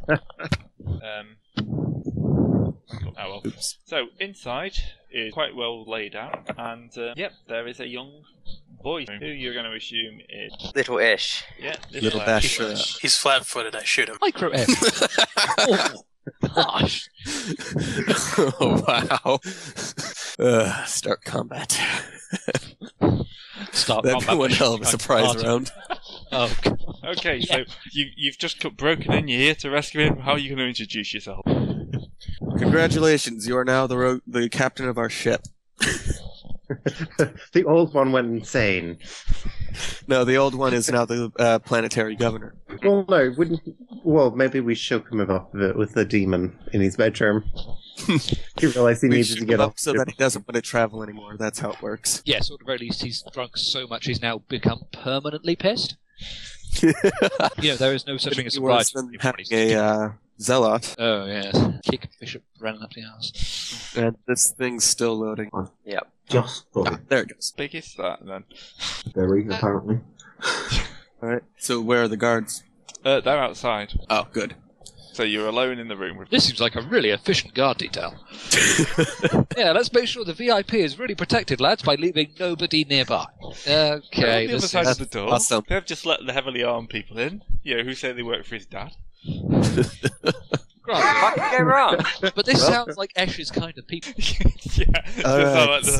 Speaker 1: um, oh well.
Speaker 2: Oops.
Speaker 1: So inside is quite well laid out, and uh, yep, there is a young boy who you're going to assume is
Speaker 3: Little Ish.
Speaker 1: yeah, this
Speaker 2: Little
Speaker 1: lad.
Speaker 2: bash for that.
Speaker 6: He's flat footed. I shoot him.
Speaker 7: Micro air. Awful. Gosh.
Speaker 2: oh, wow. Uh, start combat.
Speaker 7: Start
Speaker 2: That'd be
Speaker 7: combat
Speaker 2: one
Speaker 7: by
Speaker 2: hell of a
Speaker 7: shooting
Speaker 2: surprise
Speaker 7: Martin.
Speaker 2: round.
Speaker 7: Oh, God.
Speaker 1: Okay, so you you've just got broken in. You're here to rescue him. How are you going to introduce yourself?
Speaker 2: Congratulations, you are now the ro- the captain of our ship.
Speaker 5: the old one went insane.
Speaker 2: No, the old one is now the uh, planetary governor.
Speaker 5: Well, no, wouldn't. Well, maybe we shook him off of it with the demon in his bedroom. he realized he
Speaker 2: We
Speaker 5: needed
Speaker 2: shook
Speaker 5: to
Speaker 2: him
Speaker 5: get
Speaker 2: up
Speaker 5: off.
Speaker 2: so that he doesn't want to travel anymore. That's how it works.
Speaker 7: yeah. So at the very least, he's drunk so much he's now become permanently pissed. yeah, there is no such thing as
Speaker 2: It'd be worse
Speaker 7: surprise.
Speaker 2: than
Speaker 7: when
Speaker 2: having
Speaker 7: he's-
Speaker 2: a uh, zealot,
Speaker 7: Oh yes, kick Bishop Brennan up the ass.
Speaker 2: and this thing's still loading.
Speaker 4: Just for
Speaker 2: Ah, there it goes.
Speaker 1: Biggest that then.
Speaker 4: very apparently.
Speaker 2: All right. So where are the guards?
Speaker 1: Uh, they're outside,
Speaker 2: Oh, good.
Speaker 1: so you're alone in the room with.
Speaker 7: This seems like a really efficient guard detail. yeah, let's make sure the VIP is really protected, lads, by leaving nobody nearby.
Speaker 1: They're on
Speaker 7: Okay,
Speaker 1: the other
Speaker 7: this
Speaker 1: side
Speaker 7: is-
Speaker 1: of the door.
Speaker 2: awesome.
Speaker 1: They've just let the heavily armed people in. You know, who say they work for his dad.
Speaker 7: Grant,
Speaker 3: What could go wrong?
Speaker 7: but this sounds like Esh's kind of people.
Speaker 1: yeah.
Speaker 2: All
Speaker 1: Just
Speaker 2: right,
Speaker 1: like the-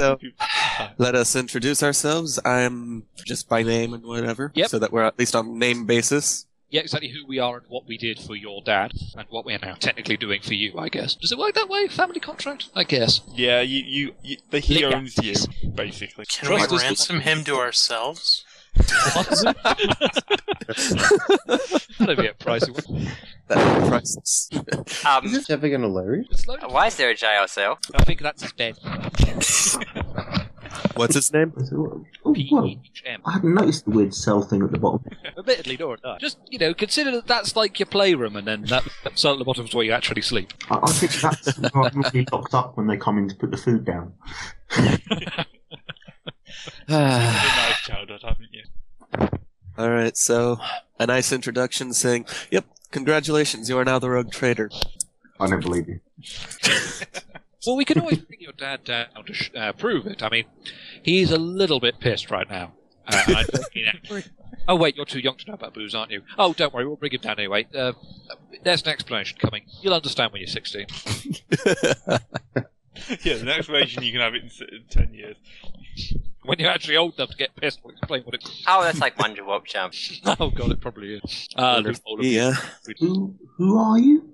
Speaker 2: so- Let us introduce ourselves. I'm just by name and whatever,
Speaker 7: Yep.
Speaker 2: so that we're at least on name basis.
Speaker 7: Yeah, exactly who we are and what we did for your dad, and what we are now technically doing for you, I guess. Does it work that way? Family contract? I guess.
Speaker 1: yeah, you, you, you the, he
Speaker 7: Lick
Speaker 1: owns you, basically.
Speaker 6: Can we
Speaker 7: Trust us-
Speaker 6: ransom him to ourselves?
Speaker 7: That'd be a pricey one.
Speaker 2: That priceless.
Speaker 5: Is
Speaker 3: Um,
Speaker 5: this ever going to load?
Speaker 7: It's loaded.
Speaker 3: why is there a jail cell?
Speaker 7: I think that's his bed.
Speaker 2: What's his name?
Speaker 4: I said, "Oh, oh,
Speaker 3: E
Speaker 4: whoa,
Speaker 7: P-H-M.
Speaker 4: I hadn't noticed the weird cell thing at the bottom.
Speaker 7: Admittedly, Nora died. Just, you know, consider that that's like your playroom, and then that cell at the bottom is where you actually sleep.
Speaker 4: I, I think that's normally locked up when they come in to put the food down.
Speaker 1: Had a nice childhood, haven't you?
Speaker 2: All right, so a nice introduction saying, "Yep, congratulations, you are now the rogue trader."
Speaker 4: I don't believe you.
Speaker 7: Well, we can always bring your dad down to sh- uh, prove it. I mean, he's a little bit pissed right now. Uh, I don't mean angry. Oh, wait, you're too young to know about booze, aren't you? Oh, don't worry, we'll bring him down anyway. Uh, there's an explanation coming. You'll understand when you're 16.
Speaker 1: Yeah, the next version you can have it in, s- in ten years.
Speaker 7: When you're actually old enough to get pissed, we'll explain what it's.
Speaker 3: Oh, that's like Wonder Walk Jump.
Speaker 7: Oh, God, it probably is. Uh, loophole of-
Speaker 2: yeah.
Speaker 4: Who who are you?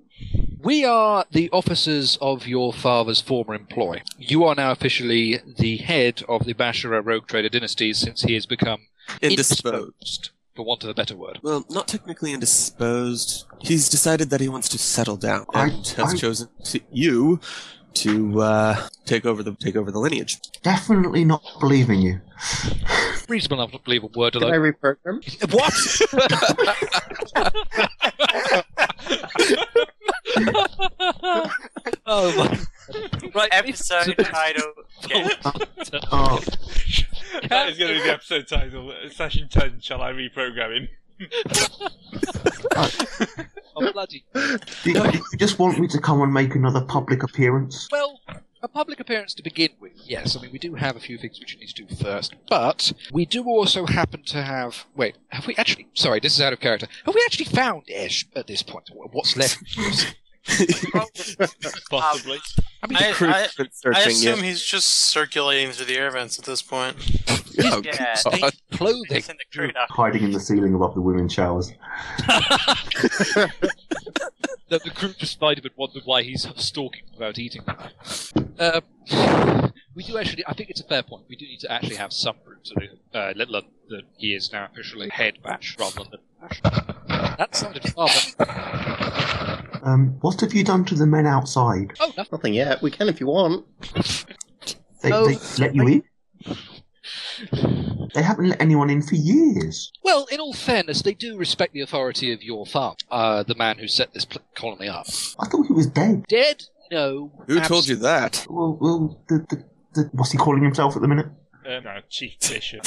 Speaker 7: We are the officers of your father's former employ. You are now officially the head of the Bashara Rogue Trader dynasty since he has become
Speaker 2: Indisposed.
Speaker 7: for want of a better word.
Speaker 2: Well, not technically indisposed. He's decided that he wants to settle down
Speaker 4: I-
Speaker 2: and has
Speaker 4: I-
Speaker 2: chosen to, you to uh, take over the take over the lineage.
Speaker 4: Definitely not believing you.
Speaker 7: Reasonable enough to believe a word
Speaker 5: Can I
Speaker 7: alone.
Speaker 5: reprogram?
Speaker 7: What? oh my! Right,
Speaker 3: Episode title. Yeah.
Speaker 4: Oh,
Speaker 1: That is going to be the episode title. uh, Session ten. Shall I reprogram him?
Speaker 7: oh, bloody.
Speaker 4: do, you- do you just want me to come and make another public appearance?
Speaker 7: Well, a public appearance to begin with. Yes, I mean we do have a few things which we need to do first, but we do also happen to have. Wait, have we actually? Sorry, this is out of character. Have we actually found Esh at this point? Wh- What's left?
Speaker 1: Possibly.
Speaker 7: I mean,
Speaker 6: I-
Speaker 2: Crew has been searching,
Speaker 6: I assume
Speaker 2: yeah.
Speaker 6: he's just circulating through the air vents at this point.
Speaker 2: Oh,
Speaker 3: Um, Yeah.
Speaker 2: God.
Speaker 7: clothing.
Speaker 3: It's in the crew now.
Speaker 4: Hiding in the ceiling above the women's showers.
Speaker 7: The, the group just might have wondered why he's stalking without eating. Uh, we do actually, I think it's a fair point. We do need to actually have some proof to the, uh, let alone that he is now officially head bash rather than the bash. That sounded far better.
Speaker 4: Um, what have you done to the men outside?
Speaker 7: Oh, no.
Speaker 5: Nothing yet. We can if you want.
Speaker 4: They,
Speaker 7: Oh.
Speaker 4: they let you in? They haven't let anyone in for years.
Speaker 7: Well, in all fairness, they do respect the authority of your father, uh, the man who set this pl- colony up.
Speaker 4: I thought he was dead.
Speaker 7: Dead? No.
Speaker 2: Who told
Speaker 7: abs-
Speaker 2: you that?
Speaker 4: Well, well the, the, the, what's he calling himself at the minute?
Speaker 1: Um, no, Chief Bishop.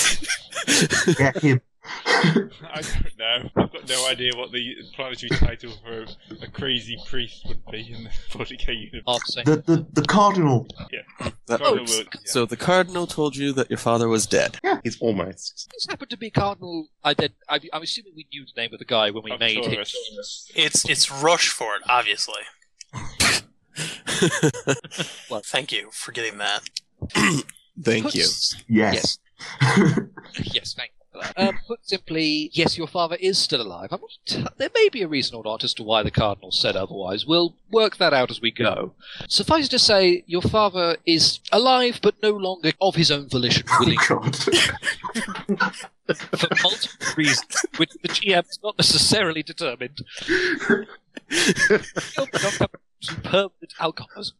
Speaker 4: Yeah, him.
Speaker 1: I don't know. I've got no idea what the planetary title for a, a crazy priest would be in the 40k universe.
Speaker 7: Hard to say.
Speaker 4: The, the, the cardinal.
Speaker 2: Oh, That-
Speaker 1: Cardinal Wilk, yeah.
Speaker 2: So the cardinal told you that your father was dead.
Speaker 5: He's almost.
Speaker 7: This happened to be Cardinal. I then, I, I'm assuming we knew the name of the guy when we
Speaker 1: Of
Speaker 7: made him.
Speaker 1: Taurus.
Speaker 6: It's it's Rushford, obviously. Thank you for getting that.
Speaker 2: Thank you.
Speaker 4: Yes.
Speaker 7: Yes, thank you for that. Um, put simply, yes, your father is still alive. I'm not t- there may be a reason or not as to why the cardinal said otherwise. We'll work that out as we go. Suffice it to say, your father is alive, but no longer of his own volition,
Speaker 4: Oh,
Speaker 7: willing
Speaker 4: God.
Speaker 7: for multiple reasons, which the GM's not necessarily determined. Still, but not coming to permanent alcoholism.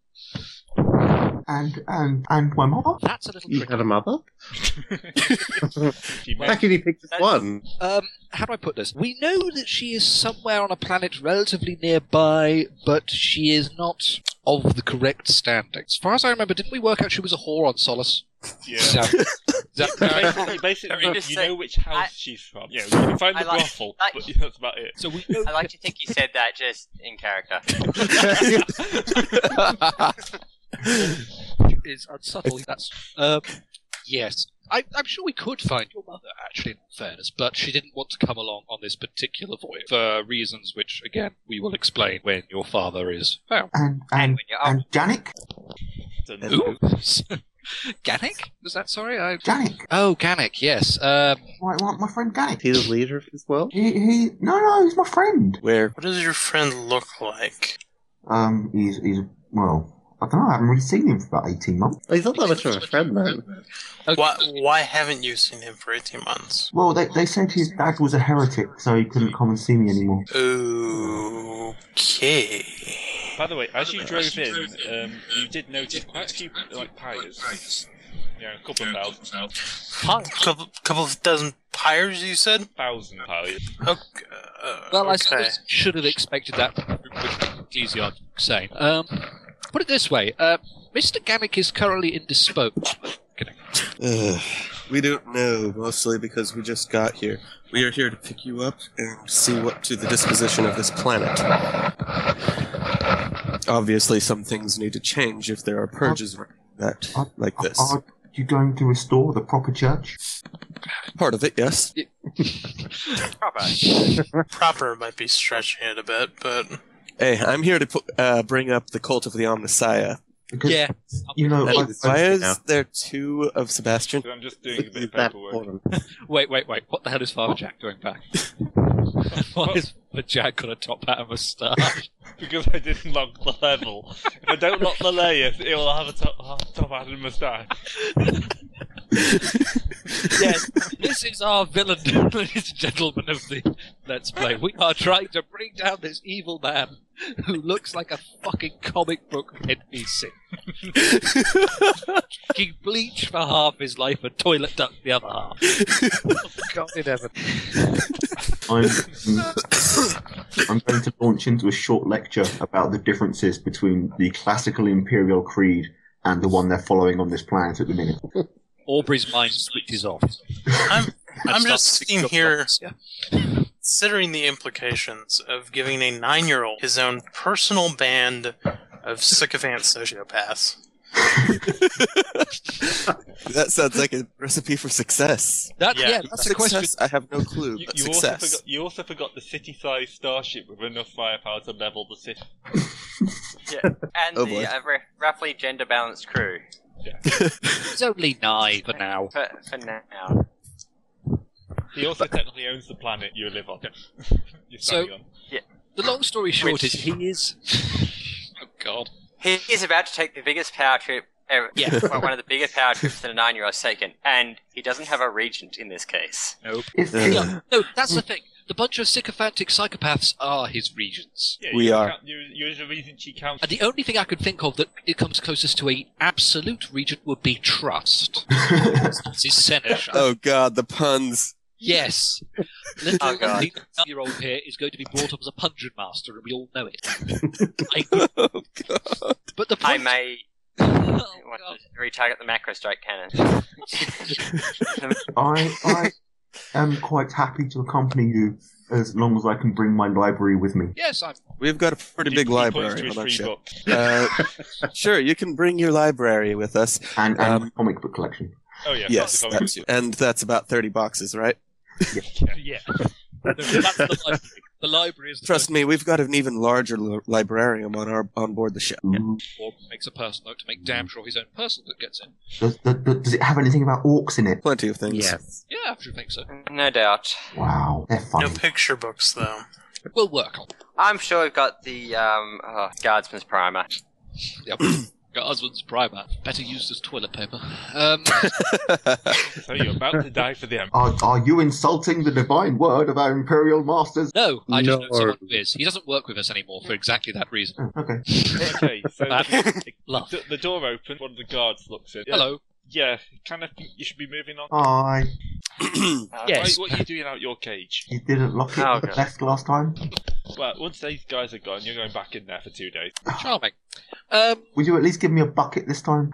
Speaker 4: and, and, and my mother?
Speaker 7: That's a little
Speaker 5: You
Speaker 7: tricky.
Speaker 5: had a mother?
Speaker 1: She
Speaker 5: How
Speaker 1: meant-
Speaker 5: can you pick just
Speaker 3: That's-
Speaker 5: one?
Speaker 7: um, how do I put this? We know that she is somewhere on a planet relatively nearby, but she is not of the correct standing. As far as I remember, didn't we work out she was a whore on Solace?
Speaker 1: yeah.
Speaker 7: Is that- is that-
Speaker 1: Basically, basically,
Speaker 3: Sorry,
Speaker 1: you
Speaker 3: just say-
Speaker 1: know which house
Speaker 3: I-
Speaker 1: she's from. Yeah, you can find
Speaker 3: I
Speaker 1: the
Speaker 3: like-
Speaker 1: brothel,
Speaker 3: I-
Speaker 1: but that's about it.
Speaker 7: so we know
Speaker 3: I like to think he said that just in character.
Speaker 7: she is unsubtle. That's um, yes. I, I'm sure we could find your mother, actually, in fairness, but she didn't want to come along on this particular voyage for reasons which, again, we will explain when your father is found.
Speaker 4: And,
Speaker 3: And
Speaker 4: and,
Speaker 3: when you're
Speaker 4: and Janik?
Speaker 1: Dun-
Speaker 7: Ooh. Gannick? Was that sorry? I...
Speaker 4: Janik.
Speaker 7: Oh, Gannick, yes. Um,
Speaker 4: My, my, my friend Janik.
Speaker 5: He's the leader of this world?
Speaker 4: He, he, no, no, he's my friend.
Speaker 2: Where?
Speaker 6: What does your friend look like?
Speaker 4: Um, he's, he's, well, I don't know, I haven't really seen him for about 18 months.
Speaker 5: He's not that much of a friend, man.
Speaker 7: okay.
Speaker 6: Why why haven't you seen him for eighteen months?
Speaker 4: Well, they, they said his dad was a heretic, so he couldn't come and see me anymore.
Speaker 6: Okay.
Speaker 1: By the way, as you drove in, um, you did notice quite a few like pyres. Yeah, a couple of thousand,
Speaker 6: Couple couple of dozen pyres, you said.
Speaker 1: thousand pyres.
Speaker 6: Okay. uh,
Speaker 7: Well, I
Speaker 6: okay.
Speaker 7: suppose should have expected that, which is easy, I'd say. Um, put it this way uh, Mr. Gannick is currently indisposed.
Speaker 2: Ugh. We don't know, mostly because we just got here. We are here to pick you up and see what to the disposition of this planet. Obviously, some things need to change if there are purges around that like this.
Speaker 4: Are you going to restore the proper church?
Speaker 2: Part of it, yes.
Speaker 3: Proper.
Speaker 6: Proper might be stretching it a bit, but
Speaker 2: Hey, I'm here to put, uh, bring up the cult of the Omnissiah.
Speaker 4: Because,
Speaker 7: Yeah.
Speaker 4: you know,
Speaker 2: And
Speaker 4: like,
Speaker 2: why
Speaker 5: now.
Speaker 2: is there two of Sebastian?
Speaker 1: I'm just doing a bit of
Speaker 5: That
Speaker 1: paperwork.
Speaker 5: bottom.
Speaker 7: Wait, wait, wait. What the hell is Father Jack doing back? Why is Father Jack got a top hat and moustache?
Speaker 1: Because I didn't lock the level. if I don't lock the layers, it will have a top, have a top hat and moustache.
Speaker 7: yes, this is our villain, ladies and gentlemen of the Let's Play. We are trying to bring down this evil man who looks like a fucking comic book NPC. Drinking bleach for half his life and toilet duck the other half. Oh, God in heaven.
Speaker 4: I'm, I'm going to launch into a short lecture about the differences between the classical imperial creed and the one they're following on this planet at the minute.
Speaker 7: Aubrey's mind switches off.
Speaker 6: I'm I'm
Speaker 7: That's
Speaker 6: just
Speaker 7: not
Speaker 6: sitting
Speaker 7: six
Speaker 6: here
Speaker 7: o'clock, yeah.
Speaker 6: considering the implications of giving a nine-year-old his own personal band of sycophant sociopaths.
Speaker 2: That sounds like a recipe for success.
Speaker 7: That, yeah,
Speaker 6: Yeah.
Speaker 7: that's the question.
Speaker 2: Success? I have no clue.
Speaker 1: You,
Speaker 2: But
Speaker 1: you also
Speaker 2: success.
Speaker 1: forgot, you also forgot the city-sized starship with enough firepower to level the city.
Speaker 3: And
Speaker 2: Oh, boy.
Speaker 3: the uh, r- roughly gender balanced crew
Speaker 7: It's only nine for now.
Speaker 3: for, for now.
Speaker 1: He also technically owns the planet you live on. You're
Speaker 7: So-
Speaker 1: starting on.
Speaker 7: The long story short is he is. oh God!
Speaker 3: He is about to take the biggest power trip ever.
Speaker 7: Yeah.
Speaker 3: well, one of the biggest power trips that a nine year old's taken. And he doesn't have a regent in this case.
Speaker 4: If, if,
Speaker 7: Yeah, no, that's the thing. The bunch of sycophantic psychopaths are his regents,
Speaker 1: Yeah,
Speaker 2: We
Speaker 1: you
Speaker 2: are-
Speaker 1: Count, you you're the reason she counts.
Speaker 7: and the only thing I can think of that it comes closest to a absolute regent would be trust. It's his senator.
Speaker 2: Oh god, the puns.
Speaker 7: Yes,
Speaker 3: Oh,
Speaker 7: little
Speaker 3: God.
Speaker 7: nine-year-old here is going to be brought up as a pungeon master, and we all know it.
Speaker 2: Oh god.
Speaker 7: But the point.
Speaker 3: I may
Speaker 7: Oh,
Speaker 3: want
Speaker 7: God.
Speaker 3: to retarget the macro strike cannon.
Speaker 4: I, I am quite happy to accompany you as long as I can bring my library with me.
Speaker 7: Yes, I'm.
Speaker 2: We've got a pretty
Speaker 1: He-
Speaker 2: big
Speaker 1: he points to
Speaker 2: library
Speaker 1: his
Speaker 2: on our
Speaker 1: free
Speaker 2: ship.
Speaker 1: book.
Speaker 2: Uh, sure, you can bring your library with us.
Speaker 4: And, and
Speaker 2: Um,
Speaker 4: comic book collection.
Speaker 1: Oh yeah.
Speaker 2: yes,
Speaker 1: that's the
Speaker 2: that's you. And that's about 30 boxes, right?
Speaker 7: Yeah, that's the library. The library is the
Speaker 2: Trust me, we've got an even larger li- librarium on our on board the ship.
Speaker 4: Ooh.
Speaker 7: or makes a personal note to make damn sure his own person that gets in.
Speaker 4: Does, does, does it have anything about orcs in it?
Speaker 2: Plenty of things.
Speaker 5: Yes.
Speaker 7: Yeah, I should think so.
Speaker 3: no doubt.
Speaker 4: Wow, they're fun.
Speaker 6: No picture books, though.
Speaker 7: We'll work on
Speaker 3: I'm sure we've got the um, oh, guardsman's primer.
Speaker 7: it. Yep. Got husband's primer. Better used as toilet paper. Um,
Speaker 1: point. So you're about to die for them.
Speaker 4: are, are you insulting the divine word of our imperial masters?
Speaker 7: no, I just know
Speaker 5: No.
Speaker 7: someone who is. He doesn't work with us anymore for exactly that reason.
Speaker 4: Oh, okay.
Speaker 1: Okay, so the,
Speaker 7: Love.
Speaker 1: the- the door opens. One of the guards looks in.
Speaker 7: Hello.
Speaker 1: Yeah, kind of. think You should be moving on.
Speaker 4: Hi.
Speaker 7: Yes.
Speaker 1: Why- what are you doing out your cage?
Speaker 4: You didn't lock it
Speaker 3: Oh,
Speaker 4: with the
Speaker 3: God.
Speaker 4: left last time.
Speaker 1: Well, once these guys are gone, you're going back in there for two days.
Speaker 7: Charming. Um,
Speaker 4: Will you at least give me a bucket this time?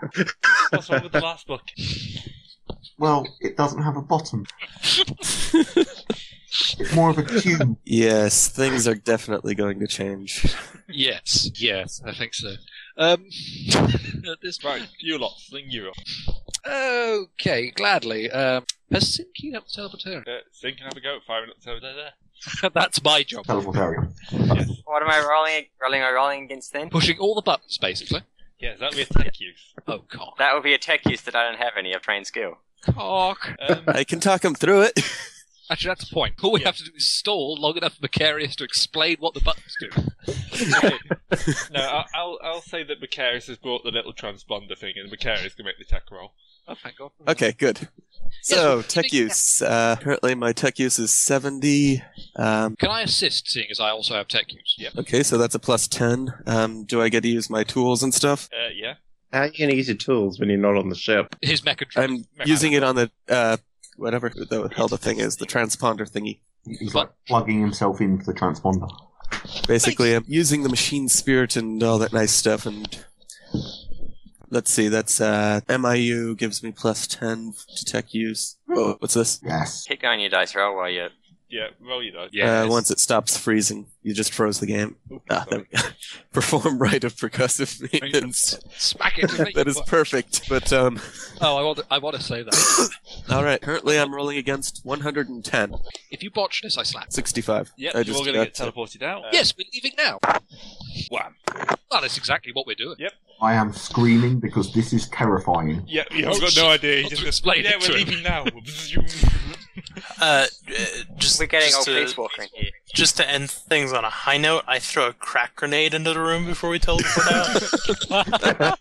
Speaker 1: What's wrong with the last book?
Speaker 4: Well, it doesn't have a bottom. it's more of a tube.
Speaker 2: Yes, things are definitely going to change.
Speaker 7: yes. Yes, I think so. Um, at this
Speaker 1: Right, you lot, sling you up.
Speaker 7: Okay, gladly. Um, Helsinki, that was Albertarian.
Speaker 1: Uh, sing and have a go at firing up to there, there.
Speaker 7: That's my job.
Speaker 4: Teleport area.
Speaker 3: What am I rolling? Rolling or rolling against then?
Speaker 7: Pushing all the buttons, basically.
Speaker 1: Yeah, that'll be a tech use.
Speaker 7: Oh, cock.
Speaker 3: That would be a tech use that I don't have any. I've trained skill.
Speaker 7: Cock.
Speaker 1: Um,
Speaker 2: I can talk him through it.
Speaker 7: Actually, that's the point. All we
Speaker 1: Yeah.
Speaker 7: have to do is stall long enough for Macarius to explain what the buttons do.
Speaker 1: no, I'll, I'll, I'll say that Macarius has brought the little transponder thing, and Macarius can make the tech roll. Uh,
Speaker 7: Oh, thank God.
Speaker 2: Okay, good. So,
Speaker 7: we're
Speaker 2: tech
Speaker 7: keeping-
Speaker 2: use. Uh, currently, my tech use is 70. Um,
Speaker 7: Can I assist, seeing as I also have tech use? Yeah.
Speaker 2: okay, so that's a plus 10. Um, do I get to use my tools and stuff?
Speaker 1: Uh, yeah.
Speaker 5: How are you going to use your tools when you're not on the ship?
Speaker 7: His mechatron.
Speaker 2: I'm using it on the, uh, whatever the hell the thing is, the transponder thingy.
Speaker 4: He's like plugging himself into the transponder.
Speaker 2: Basically, I'm using the machine spirit and all that nice stuff and Let's see. That's uh, MIU gives me plus ten to tech use. Oh, what's this?
Speaker 4: Yes.
Speaker 3: Keep going your dice roll while you're.
Speaker 1: Yeah, roll your dice.
Speaker 2: Uh, once it stops freezing, you just froze the game.
Speaker 1: Oops,
Speaker 2: Ah, there
Speaker 1: sorry.
Speaker 2: we go. Perform right of percussive maintenance.
Speaker 7: Smack it. to make
Speaker 2: that
Speaker 7: it
Speaker 2: is
Speaker 7: work.
Speaker 2: perfect. But um,
Speaker 7: Oh, I want. To, I want to say that.
Speaker 2: all right. Currently, I'm rolling against 110,
Speaker 7: if you botch this, I slap.
Speaker 2: 65.
Speaker 1: Yep,
Speaker 2: I
Speaker 1: you're
Speaker 2: just
Speaker 1: all going to get
Speaker 2: got-
Speaker 1: teleported out.
Speaker 7: yes, we're leaving now.
Speaker 1: Wham.
Speaker 7: Well, that's exactly what we're doing.
Speaker 4: I am screaming because this is terrifying.
Speaker 1: Yep, you have
Speaker 7: Oh,
Speaker 1: got
Speaker 7: shit.
Speaker 1: no idea. He's
Speaker 7: Not
Speaker 1: just
Speaker 7: to
Speaker 1: goes,
Speaker 7: explain
Speaker 1: yeah,
Speaker 7: it
Speaker 1: we're
Speaker 7: to him."
Speaker 1: leaving now.
Speaker 6: Uh, uh, just
Speaker 3: We're getting
Speaker 6: just
Speaker 3: all
Speaker 6: to-
Speaker 3: peace walking here.
Speaker 6: Just to end things on a high note, I throw a crack grenade into the room before we teleport out.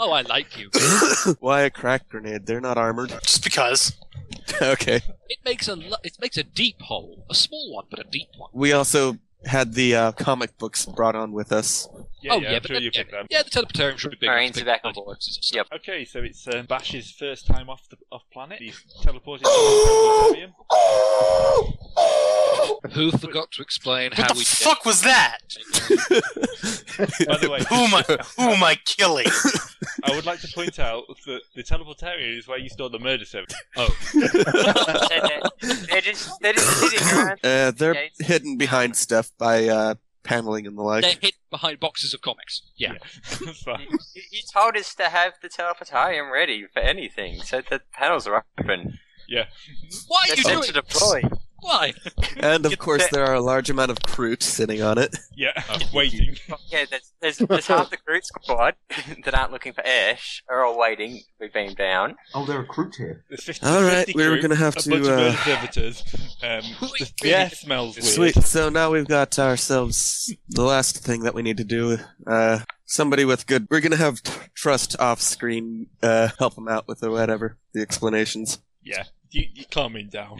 Speaker 7: Oh, I like you.
Speaker 2: Why a crack grenade? They're not armored.
Speaker 6: just because.
Speaker 2: okay.
Speaker 7: It makes a. lo- It makes a deep hole, a small one, but a deep one.
Speaker 2: We also had the uh, comic books brought on with us.
Speaker 1: yeah,
Speaker 7: oh
Speaker 1: yeah,
Speaker 7: yeah,
Speaker 1: I'm
Speaker 7: but
Speaker 1: sure
Speaker 7: that-
Speaker 1: you
Speaker 7: yeah,
Speaker 1: picked them.
Speaker 7: yeah, the teleportarium should be big.
Speaker 3: Marines
Speaker 7: enough to
Speaker 3: are back
Speaker 7: pick
Speaker 3: on
Speaker 7: body
Speaker 3: board.
Speaker 7: boxes and stuff.
Speaker 3: Yep.
Speaker 1: Okay, so it's um, Bash's first time off the off planet. He's teleported to the planetarium.
Speaker 7: Who forgot to explain how
Speaker 6: What
Speaker 7: we
Speaker 6: the fuck was that?
Speaker 1: By the way,
Speaker 6: Who am I, who am I killing?
Speaker 1: I would like to point out that the teleportarium is where you store the murder service.
Speaker 3: So they're, they're just they're just sitting around.
Speaker 2: Uh, they're
Speaker 3: Okay.
Speaker 2: hidden behind stuff by uh, paneling and the like.
Speaker 7: They're hid behind boxes of comics. Yeah.
Speaker 1: That's fine.
Speaker 3: You, you told us to have the teleportarium ready for anything, so the panels are open.
Speaker 7: Why are
Speaker 3: They're
Speaker 7: you
Speaker 3: set
Speaker 7: doing
Speaker 3: to deploy.
Speaker 7: Why?
Speaker 2: and of
Speaker 3: Get
Speaker 2: course,
Speaker 3: that-
Speaker 2: there are a large amount of Kroot sitting on it.
Speaker 1: Yeah, waiting.
Speaker 3: Yeah, there's, there's, there's half the crew squad that aren't looking for Ash are all waiting. We've been down.
Speaker 4: Oh, they're a crew here.
Speaker 1: There's 50,
Speaker 2: All right,
Speaker 1: 50
Speaker 2: we were
Speaker 1: crew,
Speaker 2: gonna have
Speaker 1: a
Speaker 2: to,
Speaker 1: bunch of
Speaker 2: uh,
Speaker 1: murder servitors. Um,
Speaker 7: Wait,
Speaker 1: the
Speaker 7: yeah.
Speaker 1: yeah, smells weird.
Speaker 2: Sweet. So now we've got ourselves the last thing that we need to do. Uh, somebody with good. We're gonna have t- trust off screen uh, help them out with the whatever the explanations
Speaker 1: Yeah, you, you calming down.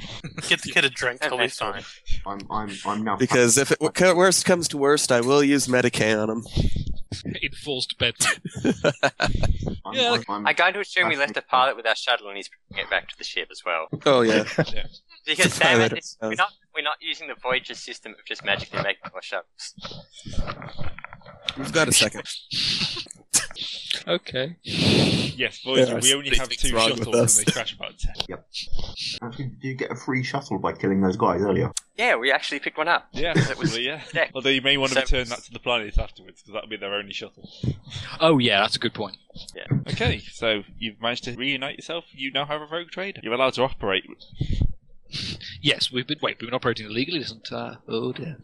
Speaker 6: Get the kid a drink, he'll be fine.
Speaker 4: I'm, I'm, I'm now.
Speaker 2: because if it w- worst comes to worst, I will use Medicaid on them.
Speaker 7: Enforced bed.
Speaker 4: I'm,
Speaker 7: yeah,
Speaker 4: I'm, I'm,
Speaker 3: I'm going to assume we left a pilot with our shuttle and he's bringing it back to the ship as well.
Speaker 2: Oh yeah.
Speaker 3: Because
Speaker 2: The
Speaker 3: damn
Speaker 2: pilot
Speaker 3: it, it's, we're,
Speaker 2: knows.
Speaker 3: not, we're not using the Voyager system of just magically making more shuttles.
Speaker 2: We've got a second.
Speaker 7: Okay.
Speaker 1: Yes, Voyager,
Speaker 2: Yeah,
Speaker 1: we only have
Speaker 2: something's
Speaker 1: two
Speaker 2: wrong with
Speaker 1: shuttles
Speaker 2: us.
Speaker 1: and they crash about ten.
Speaker 4: Actually, did you get a free shuttle by killing those guys earlier?
Speaker 3: Yeah, we actually picked one up.
Speaker 1: Yeah,
Speaker 3: That was-
Speaker 1: possibly, yeah.
Speaker 3: Yeah.
Speaker 1: Although you may want to
Speaker 3: So-
Speaker 1: return that to the planet afterwards, because that'll be their only shuttle.
Speaker 7: Oh yeah, that's a good point.
Speaker 1: Okay, so you've managed to reunite yourself. You now have a rogue trader. You're allowed to operate.
Speaker 7: Yes, we've been wait, we've been operating illegally, isn't uh oh dear.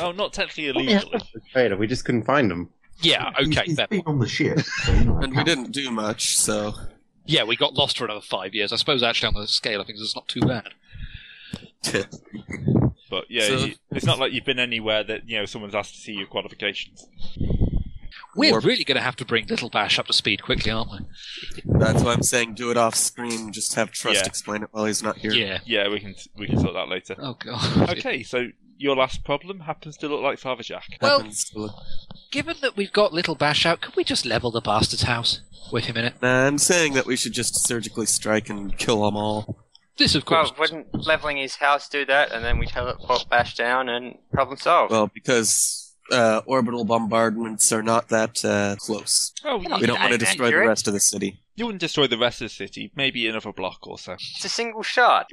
Speaker 1: Oh, not technically
Speaker 5: yeah.
Speaker 1: illegally.
Speaker 5: Trader, we just couldn't find him.
Speaker 7: Yeah,
Speaker 4: He's-
Speaker 7: okay,
Speaker 4: he's
Speaker 7: fair.
Speaker 4: been on the ship. so, you know,
Speaker 2: And we didn't do much, so
Speaker 7: Yeah, we got lost for another five years. I suppose actually on the scale of things it's not too bad.
Speaker 1: But yeah,
Speaker 2: So-
Speaker 1: you- it's not like you've been anywhere that you know someone's asked to see your qualifications.
Speaker 7: We're
Speaker 2: Warp.
Speaker 7: really gonna have to bring Little Bash up to speed quickly, aren't we?
Speaker 2: that's why I'm saying do it off screen. Just have Trust
Speaker 1: Yeah.
Speaker 2: explain it while he's not here.
Speaker 7: Yeah.
Speaker 1: Yeah, we can we can sort that later.
Speaker 7: Oh god.
Speaker 1: Okay, so your last problem happens to look like Father Jack.
Speaker 7: Well-
Speaker 2: Happens to look-
Speaker 7: Given that we've got Little Bash out, could we just level the bastard's house? Wait a minute.
Speaker 2: Nah, I'm saying that we should just surgically strike and kill them all.
Speaker 7: This of course
Speaker 3: Well, wouldn't leveling his house do that? And then we teleport Bash down and problem solved.
Speaker 2: Well, because uh, orbital bombardments are not that uh, close.
Speaker 1: Oh,
Speaker 3: yeah.
Speaker 2: We don't want to
Speaker 3: Accurate.
Speaker 2: destroy the rest of the city.
Speaker 1: you wouldn't destroy the rest of the city. Maybe another block or so.
Speaker 3: it's a single shot.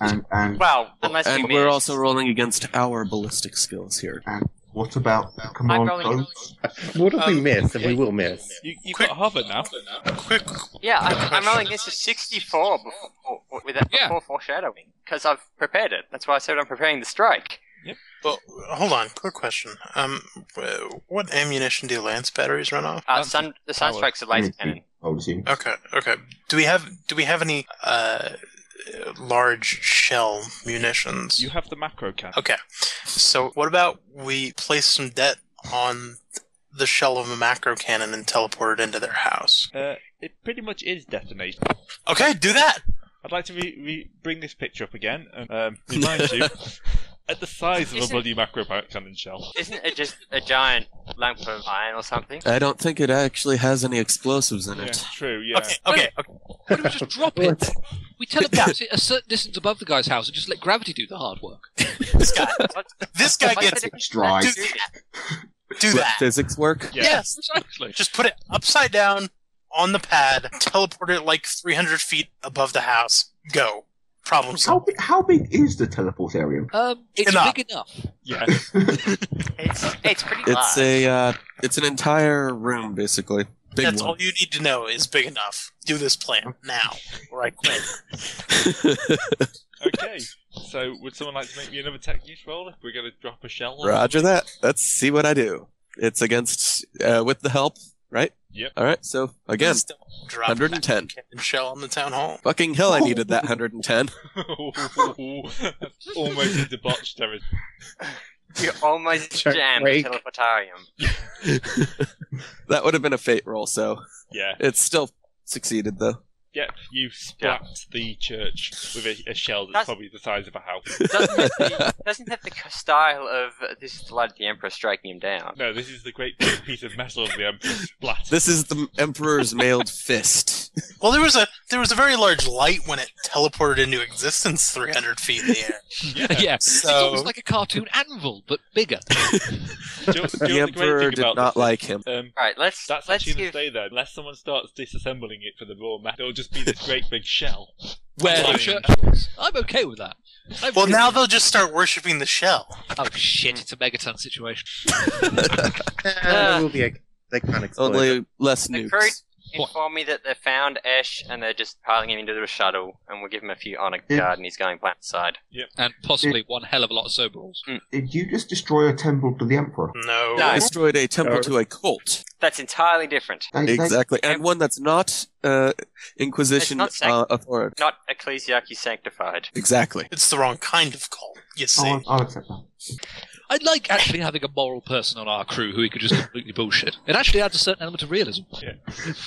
Speaker 4: And, and
Speaker 3: Well, unless
Speaker 2: And
Speaker 3: we
Speaker 2: we're
Speaker 3: miss.
Speaker 2: also rolling against our ballistic skills here.
Speaker 4: what about
Speaker 3: I'm
Speaker 4: Command
Speaker 3: rolling.
Speaker 4: Go?
Speaker 5: What if we
Speaker 6: Um,
Speaker 5: miss? And we will miss.
Speaker 1: You, you've
Speaker 6: Quick.
Speaker 1: got hover now.
Speaker 6: Quick,
Speaker 3: Yeah, I'm, I'm rolling this is 64 before, with that
Speaker 7: Yeah.
Speaker 3: before foreshadowing because I've prepared it. That's why I said I'm preparing the strike.
Speaker 6: well, hold on. Quick question. Um, uh, what ammunition do lance batteries run off?
Speaker 3: Uh,
Speaker 1: That's
Speaker 3: sun, the sun
Speaker 1: power.
Speaker 3: strikes a laser cannon.
Speaker 4: I would assume.
Speaker 6: Okay, okay. Do we have do we have any uh, large shell munitions?
Speaker 1: You have the macro can.
Speaker 6: Okay. So what about we place some debt on the shell of a macro cannon and teleport it into their house?
Speaker 1: Uh, it pretty much is detonation.
Speaker 6: Okay, do that.
Speaker 1: I'd like to re- re- bring this picture up again and um, remind you at the size of a
Speaker 3: Isn't-
Speaker 1: bloody macro pa- cannon shell.
Speaker 3: Isn't it just a giant lump of iron or something?
Speaker 2: I don't think it actually has any explosives in
Speaker 1: Yeah,
Speaker 2: it.
Speaker 1: true. Yeah.
Speaker 6: Okay, okay, okay.
Speaker 7: Why don't we just drop it? We teleport it a certain distance above the guy's house and just let gravity do the hard work.
Speaker 6: This guy, this guy
Speaker 3: Why
Speaker 6: gets
Speaker 3: did
Speaker 6: it.
Speaker 3: it-
Speaker 4: Strike.
Speaker 3: Do that.
Speaker 6: Do
Speaker 2: Let
Speaker 6: that.
Speaker 2: physics work.
Speaker 1: Yeah.
Speaker 6: Yes.
Speaker 7: Precisely.
Speaker 6: Just put it upside down on the pad, teleport it like 300 feet above the house. Go. Problem
Speaker 4: How
Speaker 6: solved.
Speaker 4: big, how big is the teleport area?
Speaker 7: Um, it's
Speaker 6: Enough.
Speaker 7: big enough.
Speaker 1: Yeah.
Speaker 3: It's it's pretty
Speaker 2: It's
Speaker 3: large.
Speaker 2: a uh, it's an entire room basically. Big
Speaker 6: That's
Speaker 2: one.
Speaker 6: all you need to know is big enough. Do this plan now, or I quit.
Speaker 1: Okay. So, would someone like to make me another tech use roll if we're going to drop a shell? on
Speaker 2: Roger that. Let's see what I do. It's against uh, with the help, right?
Speaker 1: Yep.
Speaker 2: All right. So again,
Speaker 6: Just don't drop
Speaker 2: 110.
Speaker 6: that cannon shell on the town hall.
Speaker 2: fucking hell, I needed that 110.
Speaker 1: That's Almost in debauched territory.
Speaker 3: You almost
Speaker 5: Check
Speaker 3: jammed
Speaker 5: break.
Speaker 3: the teleportarium.
Speaker 2: That would have been a fate roll. So
Speaker 1: Yeah.
Speaker 2: it's still succeeded though.
Speaker 1: Yep. You splat the church with a, a shell that's,
Speaker 3: That's-
Speaker 1: probably the size of a house.
Speaker 3: Doesn't have the, doesn't have the style of uh, this is the light of the emperor striking him down.
Speaker 1: No, this is the great big piece of metal of the um, emperor splat.
Speaker 2: This is the emperor's mailed fist.
Speaker 6: Well, there was a there was a very large light when it teleported into existence 300 feet in the air.
Speaker 1: Yeah.
Speaker 7: Yeah. it's
Speaker 6: So-
Speaker 7: almost like a cartoon anvil, but bigger.
Speaker 1: Do you know- do
Speaker 2: The
Speaker 1: you know what great
Speaker 2: emperor
Speaker 1: thing
Speaker 2: did
Speaker 1: about
Speaker 2: not
Speaker 1: this is?
Speaker 2: like him.
Speaker 1: Um,
Speaker 3: Right, let's
Speaker 1: that's
Speaker 3: let's
Speaker 1: actually the
Speaker 3: give
Speaker 1: stay there. Unless someone starts disassembling it for the raw matter, it'll just be this great big shell.
Speaker 7: Where the
Speaker 1: Fine.
Speaker 7: church was. I'm okay with that. I'm
Speaker 6: Well,
Speaker 7: really-
Speaker 6: now they'll just start worshipping the shell.
Speaker 7: Oh shit! It's a megaton situation.
Speaker 5: Nah, it will be a, they can't explode.
Speaker 2: Only less
Speaker 3: the
Speaker 2: nukes.
Speaker 3: crew
Speaker 7: What?
Speaker 3: inform me that they found Ash and they're just piling him into the shuttle, and we'll give him a few honor
Speaker 4: Yeah.
Speaker 3: guard, and he's going planet side.
Speaker 7: and possibly one hell of a lot of soberals.
Speaker 4: Did you just destroy a temple to the emperor?
Speaker 6: No.
Speaker 3: No.
Speaker 2: Destroyed a temple to a cult.
Speaker 3: That's entirely different.
Speaker 7: Hmm.
Speaker 4: They- they-
Speaker 2: Exactly, and one that's not uh, Inquisition
Speaker 3: It's not
Speaker 2: uh, authority.
Speaker 3: Not ecclesiarchy sanctified.
Speaker 2: Exactly.
Speaker 6: It's the wrong kind of cult, you see.
Speaker 4: Oh, I'll, I'll accept that.
Speaker 7: I'd like actually having a moral person on our crew who we could just completely bullshit. It actually adds a certain element of realism. Yeah,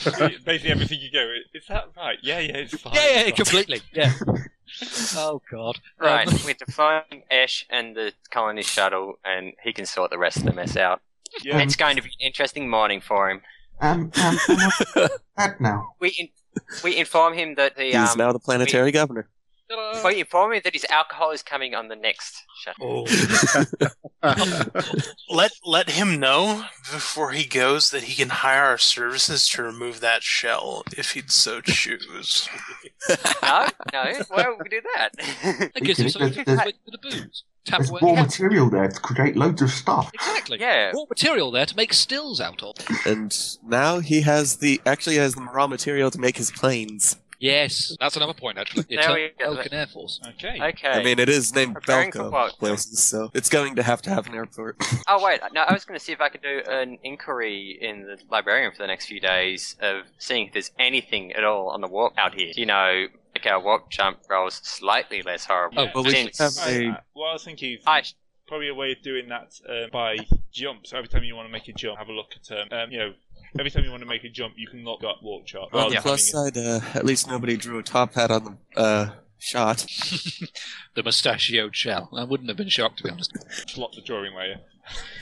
Speaker 1: Basically, everything you go, is that right? Yeah, yeah, it's fine.
Speaker 7: yeah,
Speaker 1: it's fine."
Speaker 7: completely. Yeah. oh god. Um,
Speaker 3: Right, we're deploying Ash and the colony shuttle, and he can sort the rest of the mess out.
Speaker 1: Yeah.
Speaker 3: It's going to be an interesting morning for him.
Speaker 4: Um, um, am I back now.
Speaker 3: We in- we inform him that the
Speaker 2: He's
Speaker 3: um,
Speaker 2: now the planetary governor.
Speaker 7: ta-da.
Speaker 3: we inform him that his alcohol is coming on the next shuttle.
Speaker 6: Let let him know before he goes that he can hire our services to remove that shell if he'd so choose.
Speaker 3: no, no, why would we do that?
Speaker 7: That gives him something to
Speaker 4: There's-
Speaker 7: put with the booze. Tap
Speaker 4: There's
Speaker 7: away.
Speaker 4: raw
Speaker 7: Yeah,
Speaker 4: material there to create loads of stuff.
Speaker 7: Exactly.
Speaker 3: yeah,
Speaker 7: Raw material there to make stills out of.
Speaker 2: And now he has the actually has the raw material to make his planes.
Speaker 7: Yes, that's another point. Actually,
Speaker 3: There
Speaker 7: It's
Speaker 3: we go.
Speaker 7: Falcon Air Force.
Speaker 2: Oh.
Speaker 1: Okay.
Speaker 3: okay.
Speaker 2: I mean, it is named
Speaker 3: Preparing for
Speaker 2: Belco
Speaker 3: what?
Speaker 2: places, so it's going to have to have an airport.
Speaker 3: Oh wait, no, I was going to see if I could do an inquiry in the librarian for the next few days of seeing if there's anything at all on the warp out here. You know, like our warp jump rolls slightly less horrible.
Speaker 7: Oh, but
Speaker 1: we
Speaker 3: Since-
Speaker 2: should have-
Speaker 1: I,
Speaker 2: Say-
Speaker 1: uh, well, I was thinking is
Speaker 3: I,
Speaker 1: probably a way of doing that um, by jump. So every time you want to make a jump, have a look at um, um, you know. Every time you want to make a jump, you can look up walk chart. rather
Speaker 2: On the
Speaker 1: than
Speaker 2: plus
Speaker 1: having
Speaker 2: side, uh, at least nobody drew a top hat on the uh, shot.
Speaker 7: The mustachioed shell. I wouldn't have been shocked to be honest.
Speaker 1: to slot the drawing layer.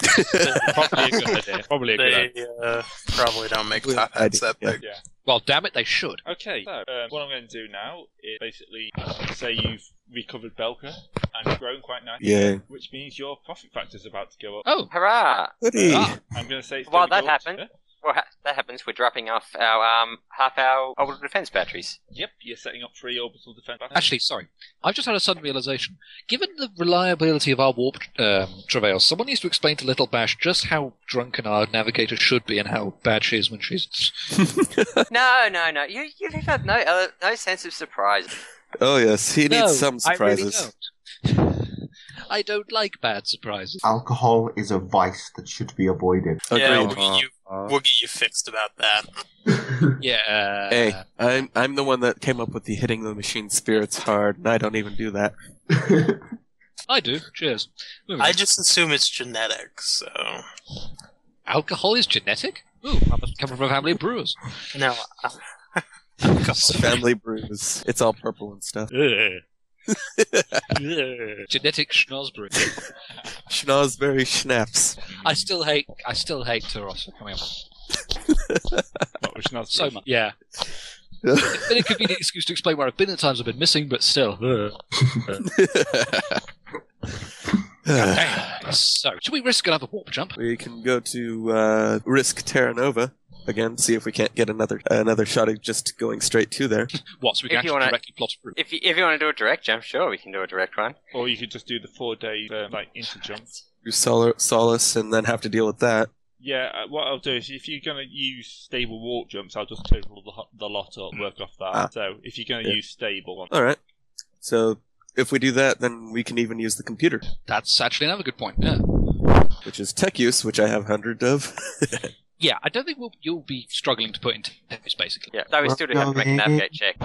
Speaker 1: probably a good idea. Probably a good idea.
Speaker 6: They uh, probably don't make
Speaker 2: Good
Speaker 6: top hats
Speaker 2: idea,
Speaker 6: that big.
Speaker 7: Well, damn it, they should.
Speaker 1: Okay, so um, what I'm going to do now is basically uh, say you've recovered Belka and it's grown quite nicely,
Speaker 2: Yeah.
Speaker 1: which means your profit factor is about to go up.
Speaker 7: Oh,
Speaker 3: hurrah!
Speaker 2: Goody.
Speaker 7: Ah.
Speaker 1: I'm going to say it's
Speaker 3: While
Speaker 1: gonna
Speaker 3: that
Speaker 1: go up-
Speaker 3: happened-
Speaker 1: Huh?
Speaker 3: Well, ha- that happens. We're dropping off our um, half hour orbital defense batteries.
Speaker 1: Yep, you're setting up three orbital defense.
Speaker 2: Ah,
Speaker 1: batteries.
Speaker 7: Actually, sorry. I've just had a sudden realization. Given the reliability of our warp um, travails, someone needs to explain to Little Bash just how drunken our navigator should be and how bad she is when she's.
Speaker 3: no, no, no. You you've had no ele- no sense of surprise.
Speaker 2: Oh yes, he needs
Speaker 7: No,
Speaker 2: some
Speaker 7: Uh,
Speaker 2: surprises.
Speaker 7: I really don't. I don't like bad surprises.
Speaker 2: Ah.
Speaker 4: Alcohol is a vice that should be avoided.
Speaker 6: Yeah,
Speaker 2: Agreed.
Speaker 6: we'll get, you, we'll get you fixed about that.
Speaker 7: Yeah. uh,
Speaker 2: Hey, I'm I'm the one that came up with the hitting the machine spirits hard, and I don't even do that.
Speaker 7: I do. Cheers. Moving
Speaker 6: I
Speaker 7: on.
Speaker 6: just assume it's genetic, so
Speaker 7: Alcohol is genetic? Ooh, I must come from a family of brewers.
Speaker 6: no.
Speaker 2: It's family brews. It's all purple and stuff.
Speaker 1: Uh,
Speaker 7: Genetic schnozberry.
Speaker 2: Schnozberry schnapps.
Speaker 7: I still hate. I still hate Taros for coming up
Speaker 1: Not which not
Speaker 7: so much. Yeah. It's been a convenient excuse to explain where I've been at times I've been missing, but still. Damn. so, should we risk another warp jump?
Speaker 2: we can go to uh, risk Terra Nova again, see if we can't get another another shot at just going straight to there.
Speaker 7: What? So we can
Speaker 3: If you
Speaker 7: actually
Speaker 3: wanna-
Speaker 7: directly plot through.
Speaker 3: If you, if you want to do a direct jump, sure, we can do a direct one.
Speaker 1: Or you could just do the four day um, like interjump.
Speaker 2: Do Sol- Solace and then have to deal with that.
Speaker 1: Yeah, uh, what I'll do is if you're going to use stable warp jumps, I'll just total the, ho- the lot up, work off that.
Speaker 2: Ah.
Speaker 1: So if you're going to
Speaker 2: Yeah.
Speaker 1: use stable,
Speaker 2: All right. So if we do that, then we can even use the computer,
Speaker 7: That's actually another good point. Yeah.
Speaker 2: which is tech use, which I have hundred of.
Speaker 7: Yeah, I don't think we'll, you'll be struggling to put into text, basically.
Speaker 3: Yeah, though we still do have to make a navigate check.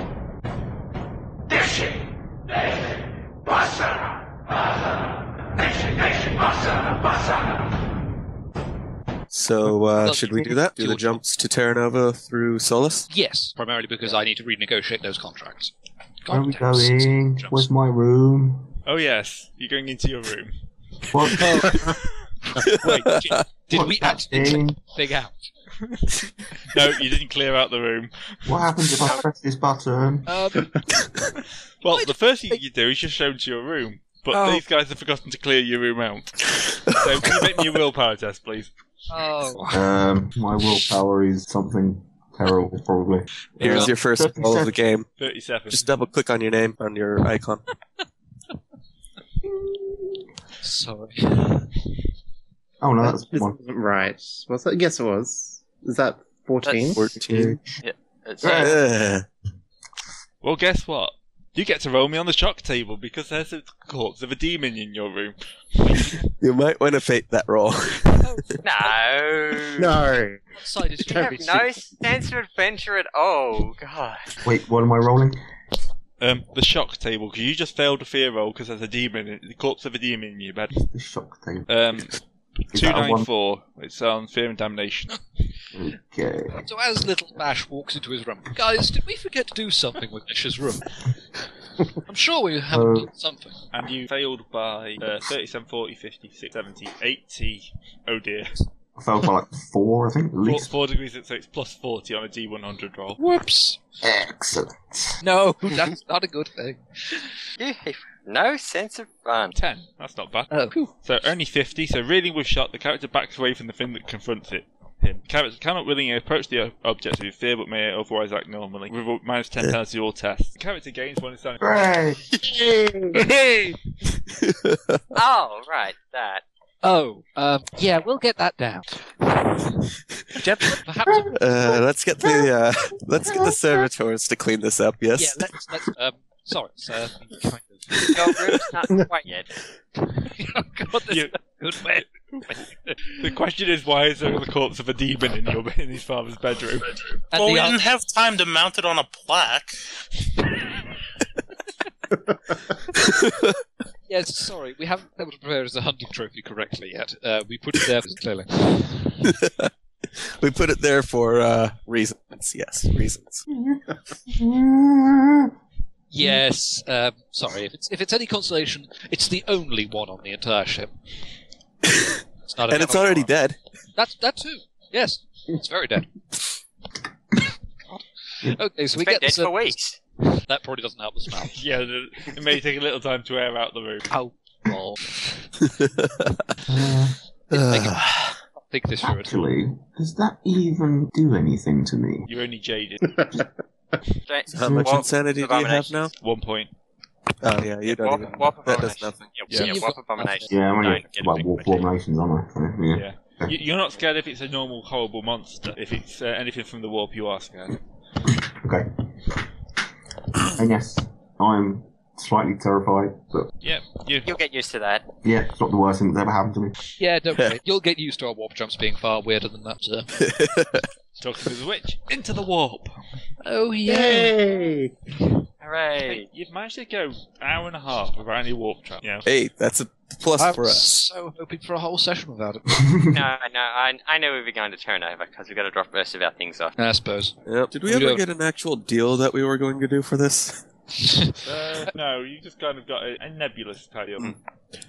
Speaker 2: so uh,
Speaker 7: Well,
Speaker 2: should we do that? Do the jumps to Terra Nova through Solace?
Speaker 7: Yes, primarily because I need to renegotiate those contracts.
Speaker 4: Where are we
Speaker 7: Goddamn, six
Speaker 4: going?
Speaker 7: jumps.
Speaker 4: Where's my room?
Speaker 1: oh yes, you're going into your room.
Speaker 4: What?
Speaker 7: Wait, did, did
Speaker 4: what's
Speaker 7: we
Speaker 4: that
Speaker 7: actually check
Speaker 4: thing?
Speaker 7: the thing out?
Speaker 1: no, you didn't clear out the room.
Speaker 4: What happens if I press this button?
Speaker 7: Um,
Speaker 1: Well, the first thing you do is just show them to your room. But
Speaker 2: Oh.
Speaker 1: these guys have forgotten to clear your room out. So can you make me a willpower test, please?
Speaker 7: oh,
Speaker 4: Um, my willpower is something terrible, probably.
Speaker 2: Here's
Speaker 4: Yeah.
Speaker 2: your first roll of the game.
Speaker 1: 37.
Speaker 2: Just double click on your name on your icon.
Speaker 7: sorry.
Speaker 4: Oh no,
Speaker 5: That
Speaker 4: that's
Speaker 5: this
Speaker 4: one.
Speaker 5: wasn't right. Was it? Yes, it was. Is that 14?
Speaker 2: Fourteen.
Speaker 3: It's, uh,
Speaker 2: Ugh.
Speaker 1: Well, guess what? You get to roll me on the shock table because there's a corpse of a demon in your room.
Speaker 2: You might want to fate that roll.
Speaker 3: no.
Speaker 5: No.
Speaker 7: What side is
Speaker 5: You
Speaker 3: You
Speaker 7: your
Speaker 3: have no sense of adventure at all. God.
Speaker 4: Wait, what am I rolling?
Speaker 1: Um, the shock table because you just failed a fear roll because there's a demon, in, the corpse of a demon in your bed.
Speaker 4: The shock thing.
Speaker 1: Um,
Speaker 4: Is
Speaker 1: two
Speaker 4: that a
Speaker 1: nine
Speaker 4: one?
Speaker 1: four. It's on fear and damnation.
Speaker 4: Okay.
Speaker 7: So as little Bash walks into his room, guys, did we forget to do something with Ash's room? I'm sure we have
Speaker 4: Uh,
Speaker 7: done something.
Speaker 1: And you failed by uh, 37, 40, 50, 60, 70, 80. Oh dear.
Speaker 4: I fell by like four, I think, at
Speaker 1: Four,
Speaker 4: least.
Speaker 1: four degrees, so it's plus 40 on a D100 roll.
Speaker 7: Whoops!
Speaker 4: Excellent.
Speaker 7: No, that's not a good thing.
Speaker 3: You have no sense of fun.
Speaker 1: 10. That's not bad.
Speaker 7: Oh,
Speaker 1: So only 50, so reeling with shot, the character backs away from the thing that confronts it. Him. Character cannot willingly approach the o- object with fear, but may otherwise act normally. With a minus 10
Speaker 2: Yeah.
Speaker 1: penalty to all tests. Character gains one insanity.
Speaker 4: Hooray!
Speaker 3: Oh, right, that.
Speaker 7: oh, um, yeah, we'll get that down. Gentlemen, perhaps
Speaker 2: Uh, let's get the uh, let's get the servitors to clean this up.
Speaker 7: yeah,
Speaker 2: Yes.
Speaker 7: let's let's um, sorry, it's uh, kind of
Speaker 3: Your room's not quite yet.
Speaker 7: but this
Speaker 1: Yeah.
Speaker 7: is a good way.
Speaker 1: The question is, why is there the corpse of a demon in your in his father's bedroom?
Speaker 7: And
Speaker 6: well,
Speaker 7: the uh,
Speaker 6: we
Speaker 7: answer-
Speaker 6: didn't have time to mount it on a plaque.
Speaker 7: yes, sorry, we haven't been able to prepare as a hunting trophy correctly yet. Uh, we put it there clearly.
Speaker 2: we put it there for uh, reasons. Yes, reasons. Mm-hmm.
Speaker 7: Yes, um, sorry. If it's if it's any consolation, it's the only one on the entire ship. It's not
Speaker 2: And
Speaker 7: a-
Speaker 2: it's already dead.
Speaker 7: That's that too. Yes, it's very dead. okay, so we
Speaker 3: We've
Speaker 7: get
Speaker 3: been dead
Speaker 7: the
Speaker 3: for weeks.
Speaker 7: That probably doesn't help the smell.
Speaker 1: Yeah, the- it may take a little time to air out the room.
Speaker 7: Oh, well,
Speaker 2: Ugh.
Speaker 7: think this through. it.
Speaker 4: Actually, does that even do anything to me?
Speaker 1: You're only jaded.
Speaker 3: Don't-
Speaker 2: How much
Speaker 3: Warp-
Speaker 2: insanity do you have now?
Speaker 1: One point.
Speaker 2: Oh yeah, you don't
Speaker 3: warp-
Speaker 2: even.
Speaker 3: warp
Speaker 2: That does
Speaker 3: abomination.
Speaker 2: nothing.
Speaker 3: Yeah,
Speaker 7: So
Speaker 3: yeah,
Speaker 7: you've
Speaker 3: warp
Speaker 7: got-
Speaker 3: abomination.
Speaker 4: Yeah, I'm
Speaker 3: No,
Speaker 4: only
Speaker 3: get
Speaker 4: about
Speaker 3: big
Speaker 4: war
Speaker 3: with it.
Speaker 4: formations, aren't I? So, yeah.
Speaker 1: Yeah. You, you're not scared if it's a normal, horrible monster. If it's uh, anything from the warp, you are scared.
Speaker 4: Okay. And yes, I'm slightly terrified, but
Speaker 1: Yeah, you.
Speaker 3: You'll get used to that.
Speaker 4: yeah, it's not the worst thing that's ever happened to me.
Speaker 7: Yeah, don't worry. You'll get used to our warp jumps being far weirder than that. Sir.
Speaker 1: Talking to the witch. Into the warp.
Speaker 7: Oh yeah.
Speaker 5: Yay!
Speaker 3: Hooray.
Speaker 1: You've managed to go hour and a half without any warp trap. Yeah.
Speaker 2: Hey, that's a plus
Speaker 7: I'm
Speaker 2: for us.
Speaker 7: so hoping for a whole session without it.
Speaker 3: No, no, I, I know we are going to turn over because we've got to drop most of our things off.
Speaker 7: I suppose.
Speaker 2: Yep. Did we
Speaker 7: We
Speaker 2: ever
Speaker 7: don't-
Speaker 2: get an actual deal that we were going to do for this?
Speaker 1: Uh, no, you just kind of got a, a nebulous tidy up.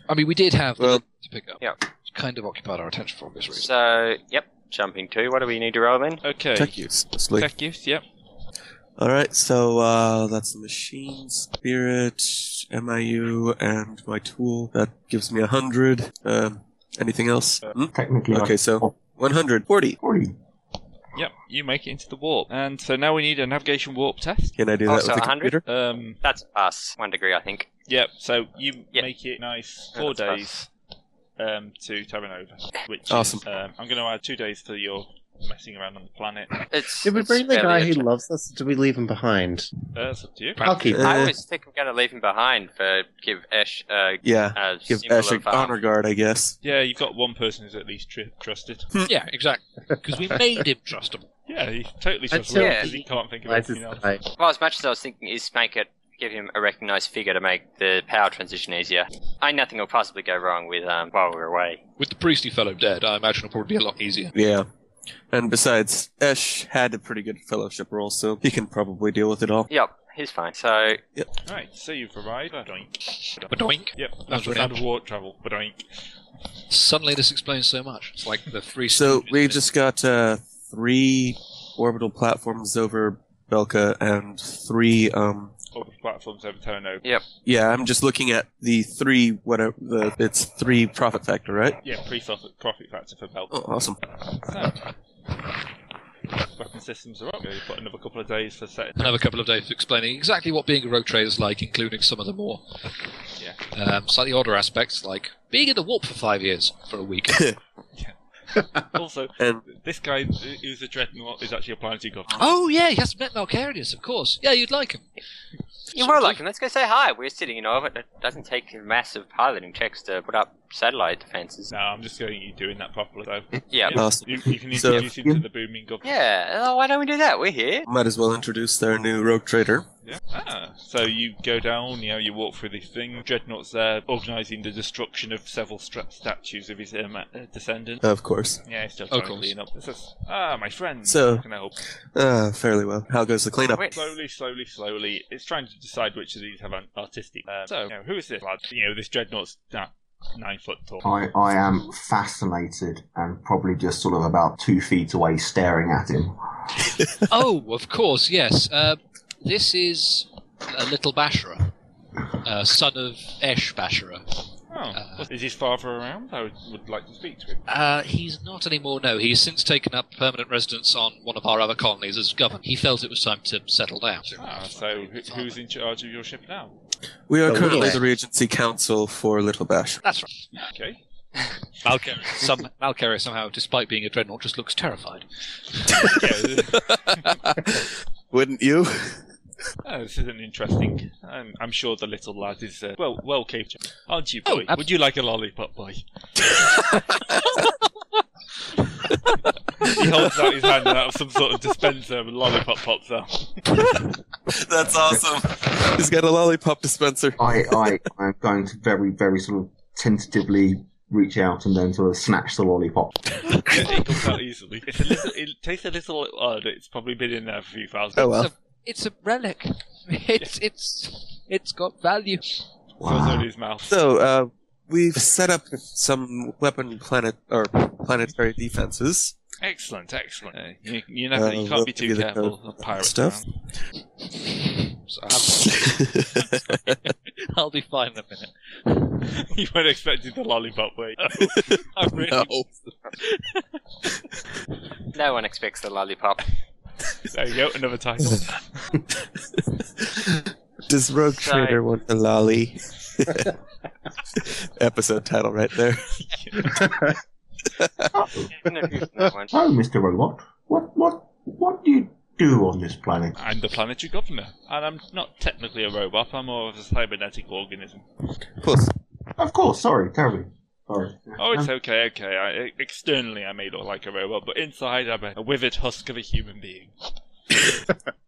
Speaker 7: I mean, we did have the
Speaker 2: Well-
Speaker 7: to pick up.
Speaker 3: Yeah.
Speaker 7: Which Kind of occupied our attention for obvious reasons.
Speaker 3: So, yep, jumping to, what do we need to roll in?
Speaker 1: Okay.
Speaker 2: Tech use mostly.
Speaker 1: Tech use, yep.
Speaker 2: All right, so uh, that's the machine, spirit, MIU, and my tool. That gives me a hundred. Um, anything else? Hmm?
Speaker 4: Technically,
Speaker 2: Okay,
Speaker 4: okay.
Speaker 2: so one hundred forty.
Speaker 1: Yep, you make it into the warp. And so now we need a navigation warp test.
Speaker 2: Can I do that
Speaker 3: Also
Speaker 2: with the
Speaker 3: 100?
Speaker 2: computer?
Speaker 1: Um,
Speaker 3: That's us, one degree, I think.
Speaker 1: yep, so you
Speaker 3: Yep.
Speaker 1: make it nice
Speaker 3: Yeah,
Speaker 1: four
Speaker 3: that's
Speaker 1: days um, to Terranova, which
Speaker 2: Awesome.
Speaker 1: is, um, I'm going to add two days to your messing around on the planet. Uh,
Speaker 3: It's,
Speaker 5: Did we
Speaker 3: it's
Speaker 5: bring the
Speaker 3: fairly
Speaker 5: guy who
Speaker 3: urgent.
Speaker 5: loves us? Or do we leave him behind?
Speaker 1: that's up to you.
Speaker 5: I'll keep.
Speaker 2: Uh,
Speaker 5: him.
Speaker 3: I always think I'm going to leave him behind for give Ash uh,
Speaker 2: Yeah,
Speaker 3: a
Speaker 2: give
Speaker 3: symbol
Speaker 2: Ash an
Speaker 3: of um,
Speaker 2: honor guard, I guess.
Speaker 1: Yeah, you've got one person who's at least tr- trusted.
Speaker 3: Hmm.
Speaker 7: Yeah, exactly. Because we made him trustable.
Speaker 1: Yeah, he's totally
Speaker 5: I'd
Speaker 1: trustworthy
Speaker 3: say-
Speaker 1: because he can't think of
Speaker 5: Lies is
Speaker 1: anything else.
Speaker 5: like,
Speaker 3: Well, as much as I was thinking, is make it give him a recognised figure to make the power transition easier. I nothing will possibly go wrong with um, while we're away.
Speaker 7: With the priestly fellow dead, I imagine it'll probably be a lot easier.
Speaker 2: Yeah. And besides, Ash had a pretty good fellowship role, so he can probably deal with it all.
Speaker 3: Yep, he's fine. So
Speaker 1: Right, so you've arrived. Doink.
Speaker 7: Badoink.
Speaker 1: Yep, that's
Speaker 7: That's
Speaker 1: the sound
Speaker 7: what happened.
Speaker 1: of warp travel. Badoink.
Speaker 7: Suddenly, this explains so much. It's like the three.
Speaker 2: So
Speaker 7: stooges
Speaker 2: we
Speaker 7: in it.
Speaker 2: just got uh, three orbital platforms over Belka and three. Um,
Speaker 1: All the platforms over Terranova.
Speaker 2: yeah, I'm just looking at the three. Whatever the, it's three profit factor, right?
Speaker 1: Yeah, pre-profit profit factor for Belk.
Speaker 2: Oh, awesome.
Speaker 1: Weapon systems are up. We've got another couple of days for set.
Speaker 7: another couple of days explaining exactly what being a rogue trader is like, including some of the more
Speaker 1: Yeah.
Speaker 7: um, slightly odder aspects, like being in the warp for five years for a week.
Speaker 1: also,
Speaker 2: And
Speaker 1: this guy who's a dreadnought is actually a planetary god.
Speaker 7: oh yeah, he hasn't met Malcarius, of course. Yeah, you'd like him.
Speaker 3: you are welcome. Let's go say hi. We're sitting in orbit. It doesn't take massive piloting checks to put up satellite defences.
Speaker 1: No, I'm just going. You doing that properly though.
Speaker 3: Yeah.
Speaker 1: Yeah.
Speaker 2: awesome.
Speaker 1: You, you can
Speaker 2: So-
Speaker 1: introduce him to the booming government.
Speaker 3: Yeah. Oh, why don't we do that? We're here.
Speaker 2: Might as well introduce their new rogue trader.
Speaker 1: Yeah. Ah, so you go down. You know, you walk through this thing. Dreadnought's there, organising the destruction of several stra- statues of his um, uh, descendants.
Speaker 2: Of course.
Speaker 1: Yeah, he's still
Speaker 7: Of
Speaker 1: trying to
Speaker 7: course.
Speaker 1: clean up. It says, ah, my friend.
Speaker 2: So-
Speaker 1: how can I help?
Speaker 2: Uh, fairly well. How goes the cleanup?
Speaker 3: Wait.
Speaker 1: Slowly, slowly, slowly. It's trying to decide which of these have an artistic. Um, so, you know, who is this lad? You know, this dreadnought's nah, nine foot tall.
Speaker 4: I, I am fascinated and probably just sort of about two feet away staring at him.
Speaker 7: oh, of course, yes. Uh, this is a little Bashara, uh, son of Esh Bashara.
Speaker 1: Oh, is his father around? I would, would like to speak to him.
Speaker 7: Uh, he's not anymore, no. He's since taken up permanent residence on one of our other colonies as governor. He felt it was time to settle down.
Speaker 1: Ah, so who- who's in charge of your ship now?
Speaker 2: We are
Speaker 5: The
Speaker 2: currently
Speaker 5: Little
Speaker 2: the Regency Council for Little Bash.
Speaker 7: That's right.
Speaker 1: Okay.
Speaker 7: Malcarius, some, Malcarius somehow, despite being a dreadnought, just looks terrified.
Speaker 1: Yeah,
Speaker 2: Wouldn't you?
Speaker 1: uh, this is an interesting. Um, I'm sure the little lad is uh, well well capable, aren't you,
Speaker 7: Oh,
Speaker 1: boy?
Speaker 7: ab-
Speaker 1: would you like a lollipop, boy? he holds out his hand and out of some sort of dispenser, a lollipop pops out.
Speaker 2: That's awesome. He's got a lollipop dispenser.
Speaker 4: I, I, I'm going to very, very sort of tentatively reach out and then sort of snatch the lollipop.
Speaker 1: it comes out easily. It's a little, it tastes a little odd. It's probably been in there for a few thousand.
Speaker 2: Oh well.
Speaker 7: It's, a, it's a relic. It's it's it's got value.
Speaker 1: Fills out his mouth.
Speaker 2: So, uh, we've set up some weapon planet or planetary defenses.
Speaker 1: excellent, excellent. Uh, you, you never,
Speaker 2: Uh,
Speaker 1: you
Speaker 2: we'll
Speaker 1: can't be
Speaker 2: give you
Speaker 1: too
Speaker 2: the
Speaker 1: careful
Speaker 2: code
Speaker 1: of
Speaker 2: for
Speaker 1: pirates
Speaker 2: stuff.
Speaker 1: around.
Speaker 7: So I'll, I'll be fine in a minute.
Speaker 1: you weren't expecting the lollipop, wait.
Speaker 7: I really-
Speaker 2: No.
Speaker 3: No one expects the lollipop.
Speaker 1: There you go, another title.
Speaker 2: Does Rogue
Speaker 3: Sorry.
Speaker 2: Trader want the lolly? Episode title right there.
Speaker 3: Even if you've that one.
Speaker 4: Oh, Mr. Robot, what, what, what do you do on this planet?
Speaker 1: I'm the planetary governor, and I'm not technically a robot. I'm more of a cybernetic organism.
Speaker 2: Of course.
Speaker 4: Of course, sorry, terribly. Sorry.
Speaker 1: Oh, it's
Speaker 4: Um,
Speaker 1: okay, okay. I, externally, I may look like a robot, but inside, I'm a, a withered husk of a human being.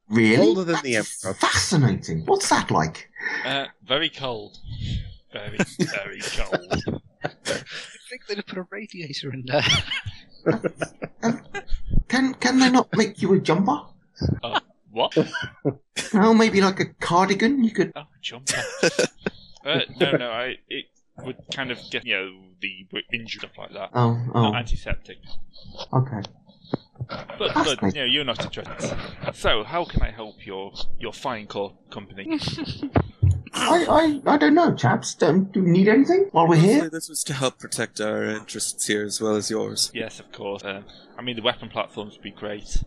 Speaker 4: really?
Speaker 5: Older than the
Speaker 4: That's
Speaker 5: Emperor.
Speaker 4: Fascinating. What's that like?
Speaker 1: Uh, very cold. Very, very cold.
Speaker 7: I think they'd have put a radiator in there.
Speaker 4: Can can they not make you a jumper?
Speaker 1: What?
Speaker 4: No, maybe like a cardigan. You could.
Speaker 1: Oh, jumper. uh, no, no, I it would kind of get you know the injury stuff like that.
Speaker 4: Oh,
Speaker 1: Not
Speaker 4: oh,
Speaker 1: antiseptic.
Speaker 4: okay.
Speaker 1: But, but you know, you're not interested. So, how can I help your your fine co- company?
Speaker 4: I, I, I don't know, chaps. Don't, do we need anything while we're
Speaker 2: Honestly,
Speaker 4: here?
Speaker 2: this was to help protect our interests here as well as yours.
Speaker 1: yes, of course. Um, I mean, the weapon platforms would be great.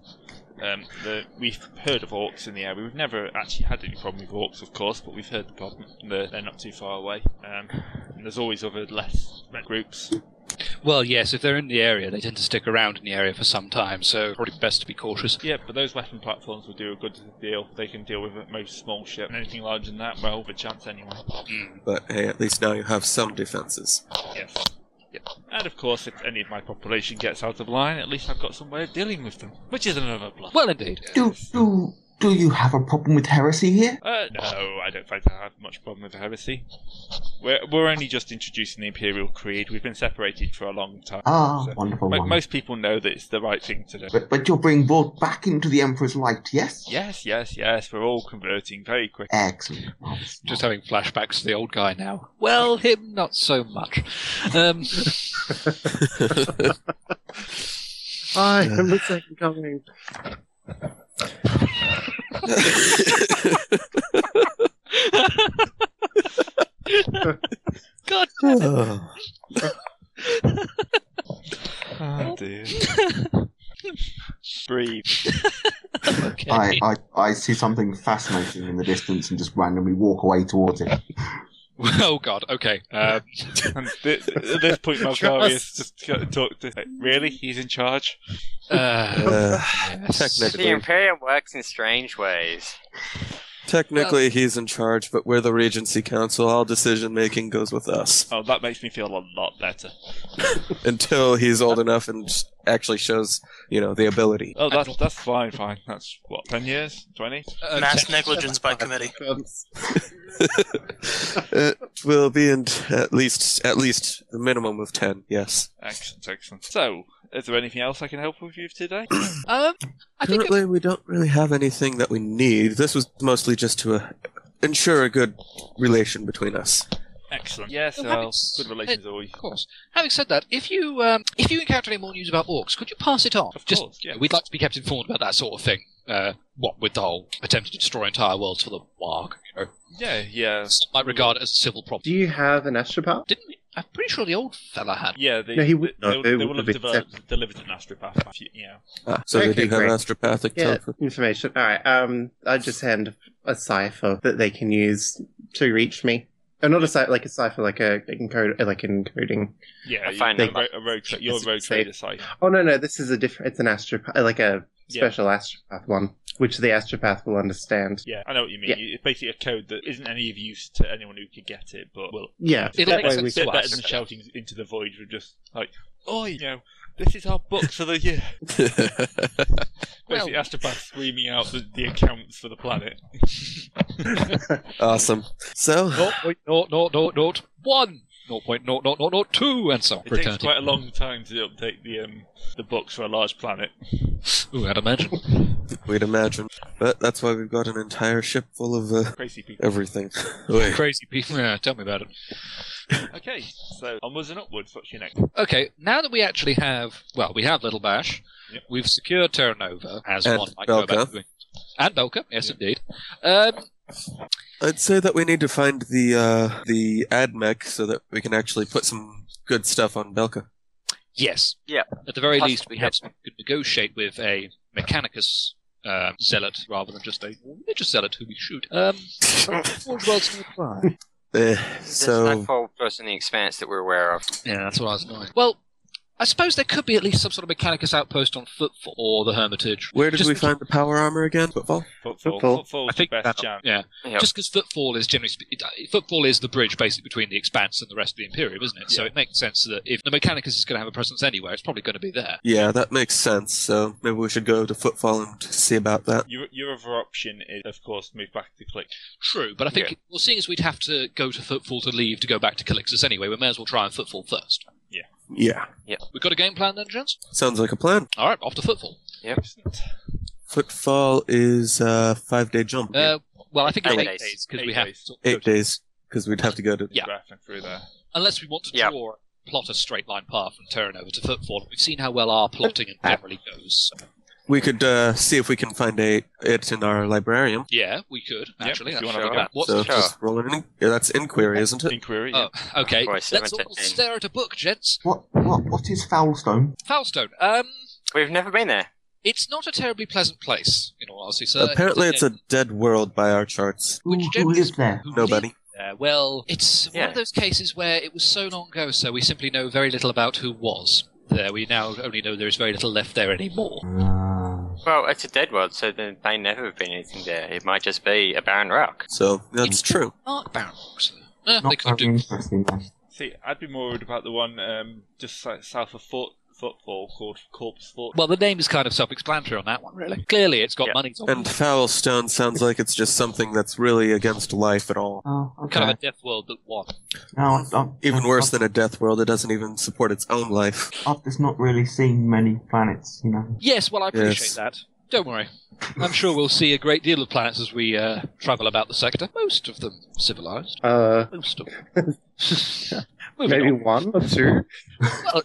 Speaker 1: Um, the, we've heard of orcs in the area. We've never actually had any problem with orcs, of course, but we've heard the problem. They're, they're not too far away. Um, and there's always other less groups.
Speaker 7: Well, yes, if they're in the area, they tend to stick around in the area for some time, so probably best to be cautious.
Speaker 1: Yeah, but those weapon platforms will do a good deal. They can deal with most small ship. Anything larger than that, well, the chance anyway.
Speaker 2: But hey, at least now you have some defenses.
Speaker 1: Yes. And of course, if any of my population gets out of line, at least I've got some way of dealing with them, which is another plus.
Speaker 7: Well, indeed.
Speaker 4: Do, do, do you have a problem with heresy here?
Speaker 1: Uh, no, I don't think I have much problem with heresy. We're, we're only just introducing the Imperial Creed. We've been separated for a long time.
Speaker 4: Ah,
Speaker 1: so-
Speaker 4: wonderful.
Speaker 1: Mo-
Speaker 4: one.
Speaker 1: most people know that it's the right thing to do.
Speaker 4: But, but you're bringing Vought back into the Emperor's light, yes?
Speaker 1: Yes, yes, yes. We're all converting very quick.
Speaker 4: Excellent. Marvellous.
Speaker 7: Just having flashbacks to the old guy now. Well, him, not so much. Um,
Speaker 5: I am the second coming.
Speaker 7: God,
Speaker 1: Oh dear. Breathe.
Speaker 7: okay.
Speaker 4: I, I, I see something fascinating in the distance and just randomly walk away towards it.
Speaker 7: oh, God, okay. Um,
Speaker 1: And th- th- at this point, Malgarius just got- talked to. Like, really? He's in charge?
Speaker 7: uh,
Speaker 2: Uh,
Speaker 7: yes.
Speaker 2: technically,
Speaker 3: The Imperium works in strange ways.
Speaker 2: technically he's in charge, but we're the Regency Council. All decision making goes with us
Speaker 1: Oh, that makes me feel a lot better.
Speaker 2: until he's old enough and actually shows, you know, the ability.
Speaker 1: Oh, that's that's fine, fine. That's what ten years, twenty.
Speaker 7: Uh,
Speaker 6: Mass
Speaker 7: tech-
Speaker 6: negligence by committee.
Speaker 2: it will be in t- at least at least the minimum of ten. Yes.
Speaker 1: Excellent, excellent. So, is there anything else I can help with you today?
Speaker 7: Um, I think
Speaker 2: Currently, we don't really have anything that we need. This was mostly just to uh, ensure a good relation between us.
Speaker 1: excellent. Yes,
Speaker 7: Well,
Speaker 1: well,
Speaker 7: having-
Speaker 1: good relations always.
Speaker 7: Of course. Having said that, if you um, if you encounter any more news about orcs, could you pass it on?
Speaker 1: Of
Speaker 7: Just,
Speaker 1: course, yeah.
Speaker 7: We'd like to be kept informed about that sort of thing. Uh, what with the whole attempt to destroy entire worlds for the Warg. You know,
Speaker 1: Yeah, yeah,
Speaker 7: some might regard it as a civil problem.
Speaker 5: Do you have an astropath?
Speaker 7: Didn't we? I'm pretty sure the old fella had.
Speaker 1: yeah. They,
Speaker 5: No, he would
Speaker 1: they,
Speaker 5: not.
Speaker 1: they
Speaker 5: It
Speaker 1: will
Speaker 5: would
Speaker 1: have
Speaker 5: be
Speaker 1: developed, delivered an astropath. if you- Yeah.
Speaker 2: Ah, so they
Speaker 5: Okay,
Speaker 2: do have
Speaker 5: great.
Speaker 2: astropathic
Speaker 5: Yeah,
Speaker 2: teleport.
Speaker 5: information. All right. Um, I just hand a cipher that they can use to reach me. Oh, not a cipher, like a cipher, like a encode, uh, like encoding.
Speaker 1: Yeah,
Speaker 3: I
Speaker 1: you-
Speaker 3: find
Speaker 1: a,
Speaker 3: that-
Speaker 1: ro- a road tra- you're a
Speaker 5: It's
Speaker 1: road
Speaker 5: safe.
Speaker 1: trader site.
Speaker 5: Oh no, no, this is a different. It's an astropath, like a
Speaker 1: Yeah.
Speaker 5: special astropath one, which the astropath will understand.
Speaker 1: Yeah, I know what you mean.
Speaker 5: Yeah.
Speaker 1: You- It's basically a code that isn't any of use to anyone who could get it, but will
Speaker 5: Yeah,
Speaker 1: It's a
Speaker 7: It'll
Speaker 1: bit
Speaker 7: make
Speaker 1: better,
Speaker 7: sense
Speaker 1: bit
Speaker 7: to
Speaker 1: better
Speaker 7: us.
Speaker 1: than shouting into the void with just like, oh, you know, this is our book for the year.
Speaker 7: Well-
Speaker 1: Basically, astropath screaming out the, the accounts for the planet.
Speaker 2: awesome. So,
Speaker 7: 0.0001, 0.0002, and so on.
Speaker 1: It
Speaker 7: for
Speaker 1: takes
Speaker 7: eternity.
Speaker 1: quite a long time to update the um, the books for a large planet.
Speaker 7: Ooh, I'd imagine.
Speaker 2: we'd imagine, but that's why we've got an entire ship full of uh,
Speaker 1: Crazy people.
Speaker 2: everything. Wait.
Speaker 7: Crazy people. Yeah, tell me about it.
Speaker 1: Okay, so onwards and upwards. What's your next?
Speaker 7: Okay, now that we actually have, well, we have Little Bash,
Speaker 1: Yep.
Speaker 7: we've secured Terra Nova, as
Speaker 2: And
Speaker 7: one might go about
Speaker 2: Belka.
Speaker 7: doing. And Belka, yes, indeed. Um,
Speaker 2: I'd say that we need to find the uh, the ad mech so that we can actually put some good stuff on Belka.
Speaker 7: Yes.
Speaker 3: Yeah.
Speaker 7: At the very
Speaker 3: Plus-
Speaker 7: least, we have someone who could negotiate with a Mechanicus um, zealot rather than just a religious zealot who we shoot. Um, Forge World's no crime.
Speaker 2: Eh,
Speaker 3: There's
Speaker 2: so
Speaker 3: no fault person in the expanse that we're aware of.
Speaker 7: yeah, that's what I was going. Well, I suppose there could be at least some sort of Mechanicus outpost on Footfall or the Hermitage.
Speaker 2: Where did
Speaker 7: Just-
Speaker 2: we find the power armor again? Football?
Speaker 1: Footfall.
Speaker 5: Footfall.
Speaker 1: Footfall's
Speaker 7: I think
Speaker 1: your best chance.
Speaker 7: Yeah,
Speaker 3: Yep.
Speaker 7: just because footfall is generally spe- it- uh, footfall is the bridge basically between the expanse and the rest of the imperium, isn't it? So
Speaker 1: Yeah.
Speaker 7: it makes sense that if the Mechanicus is going to have a presence anywhere, it's probably going to be there.
Speaker 2: Yeah, that makes sense. So maybe we should go to Footfall and see about that.
Speaker 1: Your, your other option is, of course, move back to click.
Speaker 7: True, but I think well, seeing as we'd have to go to footfall to leave to go back to Calixus anyway, we may as well try and footfall first.
Speaker 2: Yeah.
Speaker 7: We've got a game plan then, gents?
Speaker 2: Sounds like a plan.
Speaker 7: All right, off to footfall.
Speaker 1: Excellent.
Speaker 2: Footfall is uh, five day jump.
Speaker 7: Uh, well, I think it's
Speaker 3: Eight
Speaker 7: eight,
Speaker 3: days.
Speaker 7: days because
Speaker 1: Eight
Speaker 7: we have
Speaker 1: days.
Speaker 7: to,
Speaker 2: Eight days, because we'd have to go to.
Speaker 7: Yeah.
Speaker 1: Drafting through there.
Speaker 7: unless we want to
Speaker 3: Yeah.
Speaker 7: draw plot a straight line path from Terran over to Footfall. We've seen how well our plotting generally goes. So,
Speaker 2: We could uh, see if we can find a it in our librarium.
Speaker 7: yeah, we could actually.
Speaker 1: if
Speaker 7: that's
Speaker 1: you wanna
Speaker 7: true.
Speaker 1: look at-
Speaker 7: What's
Speaker 2: so
Speaker 3: sure.
Speaker 2: just roll an in- yeah, that's inquiry, isn't it?
Speaker 1: Inquiry. yeah.
Speaker 7: Oh, okay.
Speaker 3: Roy,
Speaker 7: Let's
Speaker 3: seven to
Speaker 7: all
Speaker 3: ten.
Speaker 7: stare at a book, gents.
Speaker 4: What what what is Foulstone?
Speaker 7: Foulstone. Um,
Speaker 3: We've never been there.
Speaker 7: it's not a terribly pleasant place, in all honesty, sir.
Speaker 2: Apparently, it's a dead world by our charts.
Speaker 4: Who,
Speaker 7: Which
Speaker 4: who
Speaker 7: gem-
Speaker 4: is there?
Speaker 7: who
Speaker 2: Nobody.
Speaker 7: Uh, well, it's one
Speaker 3: Yeah.
Speaker 7: of those cases where it was so long ago, so we simply know very little about who was there. We now only know there is very little left there anymore.
Speaker 4: Ah.
Speaker 3: Well, it's a dead world, so there may never have been anything there. It might just be a barren rock.
Speaker 2: So that's
Speaker 7: It's-
Speaker 2: true.
Speaker 7: Mark Barrowbox. Eh, they
Speaker 4: not
Speaker 7: could
Speaker 4: very
Speaker 7: do.
Speaker 4: interesting. that's-
Speaker 1: See, I'd be more worried about the one um, just si- south of Fort Footfall called Corpse Fort.
Speaker 7: Well, the name is kind of self-explanatory on that one, really. Clearly, it's got
Speaker 3: Yeah.
Speaker 7: money. on
Speaker 2: And
Speaker 7: it.
Speaker 2: foul stone sounds like it's just something that's really against life at all.
Speaker 4: Oh, okay.
Speaker 7: kind of a death world that won.
Speaker 4: no, I- I-
Speaker 2: Even worse
Speaker 4: I've-
Speaker 2: than a death world, it doesn't even support its own life.
Speaker 4: I've just not really seen many planets, you know.
Speaker 7: Yes, well, I appreciate
Speaker 2: Yes.
Speaker 7: that. Don't worry. I'm sure we'll see a great deal of planets as we uh, travel about the sector. Most of them civilized.
Speaker 5: Uh,
Speaker 7: Most of them. Moving
Speaker 5: maybe
Speaker 7: on.
Speaker 5: one or two.
Speaker 7: Well,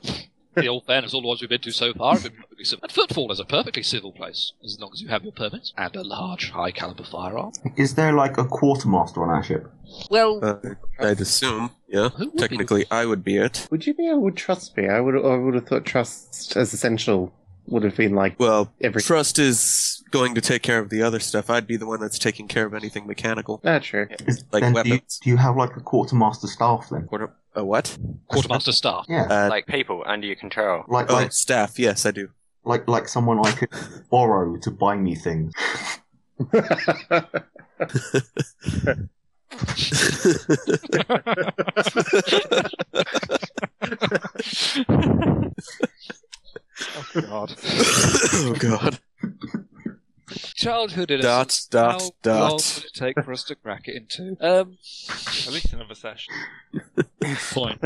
Speaker 7: the old fairness, all the ones we've been to so far have been perfectly civil. And Footfall is a perfectly civil place, as long as you have your permits and a large, high caliber firearm.
Speaker 4: Is there like a quartermaster on our ship?
Speaker 7: Well,
Speaker 2: Uh, I'd assume, yeah.
Speaker 7: who would
Speaker 2: Technically, I would be it.
Speaker 5: Would you be able to trust me? I would. I would have thought trust as essential would have been like
Speaker 2: Well,
Speaker 5: every.
Speaker 2: trust is going to take care of the other stuff. I'd be the one that's taking care of anything mechanical,
Speaker 5: Ah, true.
Speaker 4: Is,
Speaker 2: Like
Speaker 4: then do you,
Speaker 2: weapons.
Speaker 4: do you have like a quartermaster staff then?
Speaker 2: Quarter, a what?
Speaker 7: be quartermaster staff?
Speaker 4: Yeah.
Speaker 2: Uh,
Speaker 3: Like people under your control.
Speaker 4: like
Speaker 2: oh,
Speaker 4: like
Speaker 2: staff. Yes, I do.
Speaker 4: like like someone I could borrow to buy me things.
Speaker 7: God.
Speaker 2: oh God.
Speaker 7: Childhood innocence.
Speaker 2: Dot, dot,
Speaker 7: How
Speaker 2: dot.
Speaker 7: long would it take for us to crack it into? Um,
Speaker 1: At least another session.
Speaker 7: point.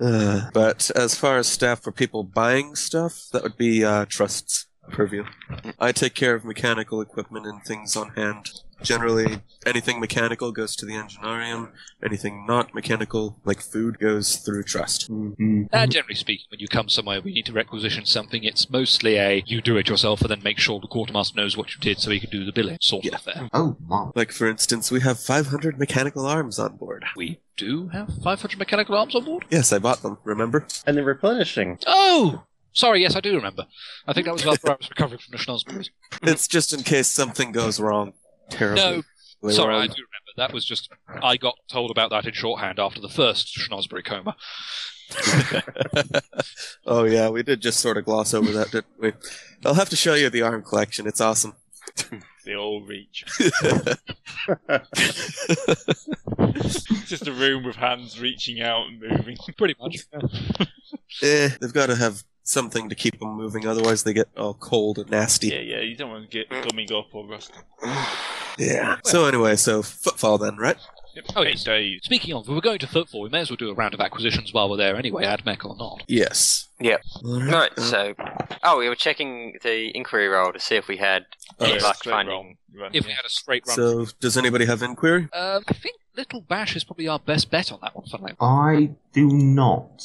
Speaker 2: Uh, but as far as staff for people buying stuff, that would be uh, trusts purview. I take care of mechanical equipment and things on hand. Generally, anything mechanical goes to the enginarium. Anything not mechanical, like food, goes through trust.
Speaker 4: Mm.
Speaker 7: Uh,
Speaker 2: Mm-hmm.
Speaker 7: generally speaking, when you come somewhere we need to requisition something, it's mostly a you do it yourself and then make sure the quartermaster knows what you did so he can do the billing sort
Speaker 2: Yeah.
Speaker 7: of affair.
Speaker 4: Oh, wow.
Speaker 2: Like for instance, we have 500 mechanical arms on board.
Speaker 7: We do have 500 mechanical arms on board?
Speaker 2: Yes, I bought them. Remember?
Speaker 5: and the replenishing.
Speaker 7: Oh! Sorry, yes, I do remember. I think that was after I was recovering from the schnozberries.
Speaker 2: It's just in case something goes wrong. Terribly.
Speaker 7: Hmm. No,
Speaker 2: They
Speaker 7: sorry,
Speaker 2: were
Speaker 7: I
Speaker 2: all-
Speaker 7: do remember. That was just, I got told about that in shorthand after the first schnozberry coma.
Speaker 2: oh yeah, we did just sort of gloss over that, didn't we? I'll have to show you the arm collection. It's awesome.
Speaker 1: They all reach. It's just a room with hands reaching out and moving.
Speaker 7: Pretty much.
Speaker 2: Eh, they've got to have something to keep them moving, otherwise they get all cold and
Speaker 1: Yeah,
Speaker 2: nasty.
Speaker 1: yeah. You don't want to get
Speaker 3: Mm.
Speaker 1: gumming up or rust.
Speaker 2: Yeah. So anyway, so footfall then, right?
Speaker 1: Yep.
Speaker 7: Oh,
Speaker 1: Eight
Speaker 7: yes.
Speaker 1: days.
Speaker 7: Speaking of, if we're going to footfall, we may as well do a round of acquisitions while we're there anyway, ad mech or not.
Speaker 2: Yes.
Speaker 3: Yep.
Speaker 2: All right.
Speaker 3: Right,
Speaker 2: uh,
Speaker 3: so. Oh, we were checking the inquiry roll to see if we had
Speaker 2: Oh,
Speaker 3: any
Speaker 2: yeah,
Speaker 3: luck
Speaker 1: straight
Speaker 3: finding.
Speaker 1: roll. Run,
Speaker 7: If we
Speaker 1: yeah.
Speaker 7: had a straight run.
Speaker 2: so does anybody have inquiry?
Speaker 7: Um, I think Little Bash is probably our best bet on that one, funnily.
Speaker 4: I do not.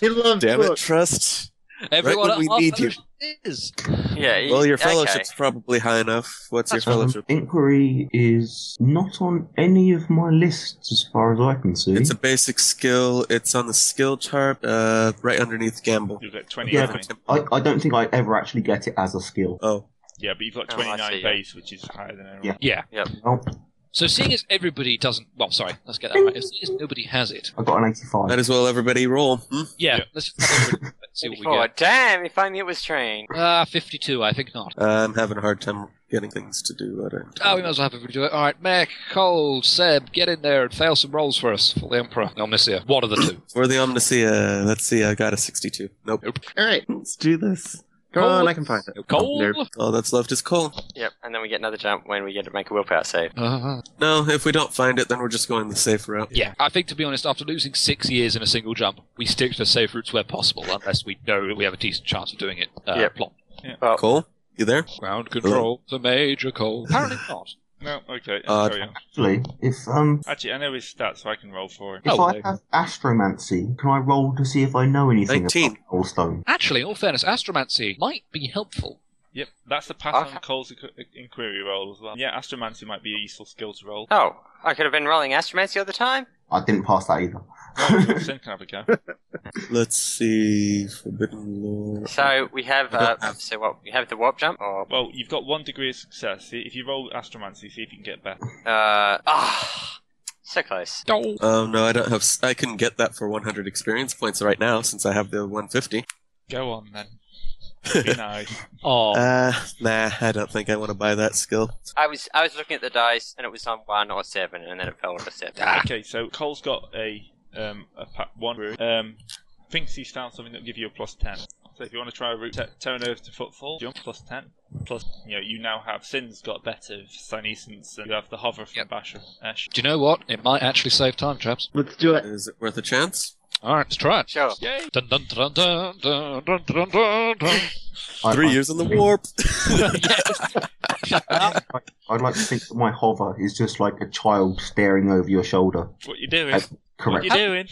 Speaker 5: He loves
Speaker 2: Damn it,
Speaker 5: books.
Speaker 2: trust.
Speaker 7: Everyone
Speaker 2: when we
Speaker 7: our
Speaker 2: need you.
Speaker 7: fellowship is.
Speaker 3: Yeah. y-
Speaker 2: Well, your
Speaker 3: okay.
Speaker 2: fellowship's probably high enough. What's your
Speaker 7: That's
Speaker 4: Um,
Speaker 2: fellowship?
Speaker 4: inquiry is not on any of my lists as far as I can see.
Speaker 2: It's a basic skill. It's on the skill chart, uh, right underneath gamble.
Speaker 1: You've got 29.
Speaker 4: Yeah.
Speaker 1: Yeah,
Speaker 4: I, I don't think I ever actually get it as a skill.
Speaker 2: Oh,
Speaker 1: but you've got
Speaker 3: Oh, I see,
Speaker 1: 29
Speaker 3: yeah.
Speaker 1: base, which is higher than everyone.
Speaker 4: Yeah.
Speaker 7: Yeah.
Speaker 4: Nope.
Speaker 7: So seeing as everybody doesn't, well, sorry, let's get that right. As seeing as nobody has it,
Speaker 4: I got an 85.
Speaker 2: might as well everybody roll. Hmm?
Speaker 7: yeah,
Speaker 1: Yeah.
Speaker 7: let's, just have everybody- let's see what we
Speaker 3: Forward.
Speaker 7: get.
Speaker 3: Damn, if only it was trained.
Speaker 7: Ah, 52, I think not.
Speaker 2: I'm having a hard time getting things to do. I don't.
Speaker 7: Oh, we might as well have everybody do it. All right, Mech, Cole, Seb, get in there and fail some rolls for us for the Emperor. Omnisia. What are the two?
Speaker 2: For the Omnisia, let's see. I got a 62. Nope.
Speaker 5: All right, let's do this. Come
Speaker 7: Cole.
Speaker 5: on, I can find it.
Speaker 7: Cole?
Speaker 5: Oh, nope.
Speaker 2: All that's left is coal.
Speaker 3: Yep, and then we get another jump when we get to make a willpower save.
Speaker 7: Uh,
Speaker 2: No, if we don't find it, then we're just going the safe route.
Speaker 7: yeah, I think to be honest, after losing six years in a single jump, we stick to safe routes where possible, unless we know that we have a decent chance of doing it. Uh,
Speaker 3: Yep.
Speaker 7: Plot
Speaker 2: Coal, you there?
Speaker 7: ground control to Major Cole. Apparently not.
Speaker 1: No, okay.
Speaker 2: Uh,
Speaker 1: carry on.
Speaker 4: Actually, if um,
Speaker 1: Actually, I know his stats, so I can roll for him.
Speaker 4: if
Speaker 7: Oh,
Speaker 4: I
Speaker 7: there-
Speaker 4: have astromancy, can I roll to see if I know anything
Speaker 2: 19.
Speaker 4: about Soulstone?
Speaker 7: Actually, in all fairness, astromancy might be helpful.
Speaker 1: Yep, that's the pass
Speaker 3: Okay.
Speaker 1: on Cole's inqu- uh, inquiry roll as well. Yeah, Astromancy might be a useful skill to roll.
Speaker 3: Oh, I could have been rolling astromancy all the time.
Speaker 4: I didn't pass that either.
Speaker 1: Sin can have a go.
Speaker 2: Let's see. Forbidden lore.
Speaker 3: So we have, uh, so what? We have the warp jump, or
Speaker 1: Well, you've got one degree of success. See, if you roll Astromancy, see if you can get better.
Speaker 3: uh, ah, so close.
Speaker 7: Oh.
Speaker 2: Oh no, I don't have. s- I can get that for 100 experience points right now since I have the 150.
Speaker 1: Go on then. Be nice.
Speaker 7: Oh.
Speaker 2: Uh, nah, I don't think I want to buy that skill.
Speaker 3: I was I was looking at the dice and it was on one or seven, and then it fell to seven.
Speaker 2: Ah.
Speaker 1: Okay, so Cole's got a um a pa- one route. Um, thinks he's found something that'll give you a plus ten. So if you want to try a route, t- turn over to footfall, jump plus ten. Plus, you know, you now have Sin's got better, Sinescence, and you have the hover from
Speaker 7: Yep.
Speaker 1: Bash Ash.
Speaker 7: Do you know what? It might actually save time, chaps.
Speaker 5: Let's do it.
Speaker 2: Is it worth a chance?
Speaker 7: All right, let's try it.
Speaker 3: Sure.
Speaker 1: Yay!
Speaker 7: Dun, dun, dun, dun, dun, dun, dun, dun, dun.
Speaker 4: I'd
Speaker 2: Three
Speaker 4: like-
Speaker 2: years in the warp.
Speaker 4: I'd like to think that my hover is just like a child staring over your shoulder.
Speaker 1: What you doing?
Speaker 4: That's
Speaker 1: What
Speaker 4: Correct.
Speaker 1: you doing?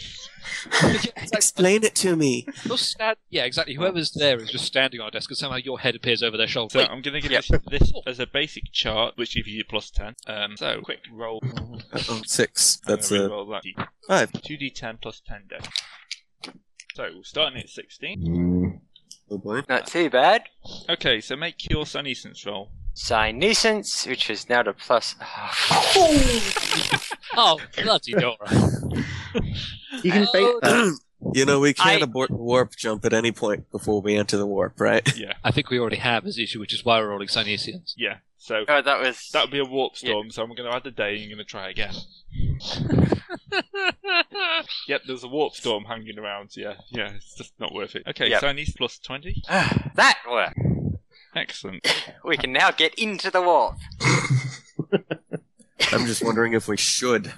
Speaker 2: Explain it to me.
Speaker 7: You're stand- yeah, exactly. Whoever's there is just standing on a desk, and somehow your head appears over their shoulder.
Speaker 1: So
Speaker 7: Wait,
Speaker 1: I'm going to give
Speaker 3: Yep.
Speaker 1: this, this as a basic chart, which gives you plus ten. Um, so quick roll.
Speaker 2: Uh-oh, six. That's
Speaker 1: I'm
Speaker 2: a
Speaker 1: roll that.
Speaker 2: five.
Speaker 1: Two d10 plus ten deck. So starting at sixteen.
Speaker 4: Mm,
Speaker 2: Oh boy.
Speaker 3: Not too bad.
Speaker 1: Okay, so make your Sinescence roll.
Speaker 3: Sinescence, which is now to plus.
Speaker 7: oh, bloody Dora.
Speaker 5: You can fake that.
Speaker 2: you know we can't
Speaker 3: I-
Speaker 2: abort the warp jump at any point before we enter the warp, right?
Speaker 1: Yeah,
Speaker 7: I think we already have his issue, which is why we're rolling Sinesians.
Speaker 1: yeah. So
Speaker 3: oh, that was
Speaker 1: That would be a warp storm, so I'm going to add the day and I'm going to try again. Yep, there's a warp storm hanging around. Yeah, yeah, it's just not worth it. Okay,
Speaker 3: Yep.
Speaker 1: so I need plus 20.
Speaker 3: that worked.
Speaker 1: Excellent.
Speaker 3: We can now get into the warp.
Speaker 2: I'm just wondering if we should.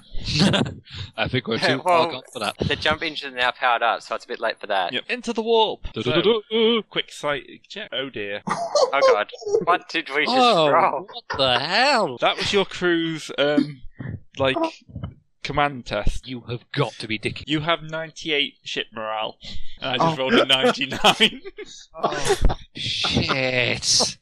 Speaker 7: I think we're too
Speaker 3: Well-
Speaker 7: far gone for that.
Speaker 3: The jump engine is now powered up, so it's a bit late for that.
Speaker 1: Yep. Into the warp!
Speaker 7: Du- du-
Speaker 1: So,
Speaker 7: du- du.
Speaker 1: quick sight check. Oh dear.
Speaker 3: Oh god, what did we just
Speaker 7: Oh,
Speaker 3: roll?
Speaker 7: what the hell?
Speaker 1: That was your crew's, um, like, command test.
Speaker 7: You have got to be dicky.
Speaker 1: You have 98 ship morale. And I just rolled a 99.
Speaker 7: Shit.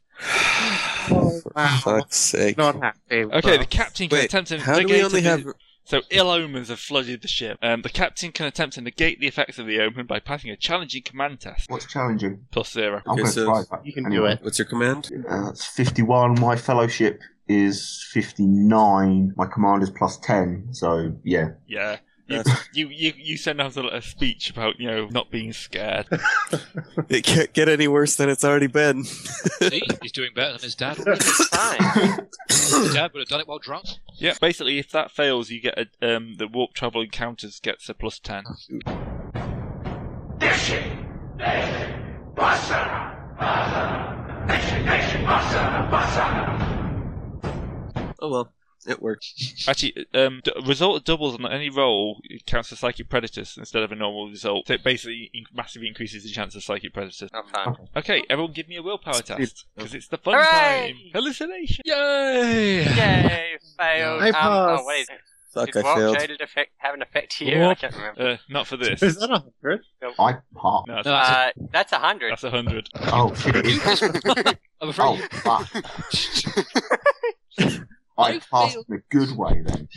Speaker 5: Oh,
Speaker 2: For fuck's sake.
Speaker 5: Not happy.
Speaker 1: okay, the captain can
Speaker 2: Wait,
Speaker 1: attempt to
Speaker 2: How do we
Speaker 1: negate
Speaker 2: only
Speaker 1: the-
Speaker 2: have?
Speaker 1: So ill omens have flooded the ship. Um, the captain can attempt to negate the effects of the omen by passing a challenging command test.
Speaker 4: what's challenging?
Speaker 1: Plus zero.
Speaker 4: I'm
Speaker 2: Okay,
Speaker 4: going to
Speaker 2: so-
Speaker 4: try that.
Speaker 5: You can do it.
Speaker 2: What's your command?
Speaker 4: Uh, it's 51. My fellowship is 59. My command is plus 10. So, yeah.
Speaker 1: Yeah. You,
Speaker 2: That's-
Speaker 1: you, you, you send out a, a speech about, you know, not being scared.
Speaker 2: It can't get any worse than it's already been.
Speaker 7: See, he's doing better than his dad. would.
Speaker 3: It's fine.
Speaker 7: His dad would have done it while drunk.
Speaker 1: yeah, basically, if that fails, you get a, um, the warp travel encounters gets a plus 10.
Speaker 2: Oh well, it worked.
Speaker 1: Actually, um, d- result of doubles on any roll counts for psychic predators instead of a normal result. So it basically in- massively increases the chance of psychic predators.
Speaker 3: Oh, fine.
Speaker 1: Okay, everyone give me a willpower test. Because it's the fun
Speaker 3: Hooray!
Speaker 1: time. Hallucination.
Speaker 7: Yay!
Speaker 3: Yay, failed. Um,
Speaker 5: I
Speaker 3: oh
Speaker 5: passed.
Speaker 3: wait,
Speaker 2: Fuck,
Speaker 3: did
Speaker 2: I
Speaker 3: warp
Speaker 2: failed.
Speaker 3: jaded effect have an effect here?
Speaker 7: Warp.
Speaker 3: I can't remember.
Speaker 1: Uh, not for this.
Speaker 5: Is that a hundred?
Speaker 4: I part.
Speaker 1: No,
Speaker 7: No,
Speaker 1: that's,
Speaker 7: that's
Speaker 3: Uh, that's a hundred.
Speaker 1: that's a hundred.
Speaker 4: Oh, shit. It is.
Speaker 7: I'm afraid.
Speaker 4: Oh, fuck. I
Speaker 7: You
Speaker 4: passed
Speaker 7: failed.
Speaker 4: in a good way then.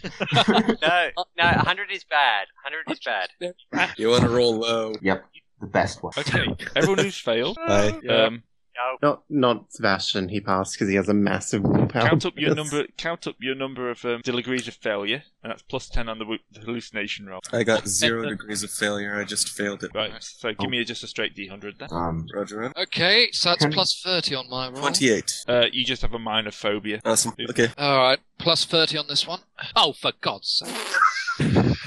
Speaker 3: No, no, a hundred is bad. A Hundred is bad.
Speaker 2: You want to roll low?
Speaker 4: Yep. The best way.
Speaker 1: Okay, everyone who's failed,
Speaker 2: I
Speaker 1: um,
Speaker 3: No,
Speaker 5: Not not Sebastian. He passed because he has a massive willpower.
Speaker 1: count up your
Speaker 5: Yes.
Speaker 1: number. Count up your number of um, degrees of failure, and that's plus ten on the, wo- the hallucination roll.
Speaker 2: I got zero degrees of failure. I just failed it.
Speaker 1: Right. So give me just a straight d100 then.
Speaker 4: Um,
Speaker 2: Roger. Roger.
Speaker 7: Okay, so that's
Speaker 4: Can-
Speaker 7: plus 30 on
Speaker 5: Oh.
Speaker 7: my roll.
Speaker 2: Twenty-eight.
Speaker 1: Uh, you just have a minor phobia.
Speaker 2: Awesome. Okay.
Speaker 7: Alright, plus 30 on this one. Oh, for God's sake.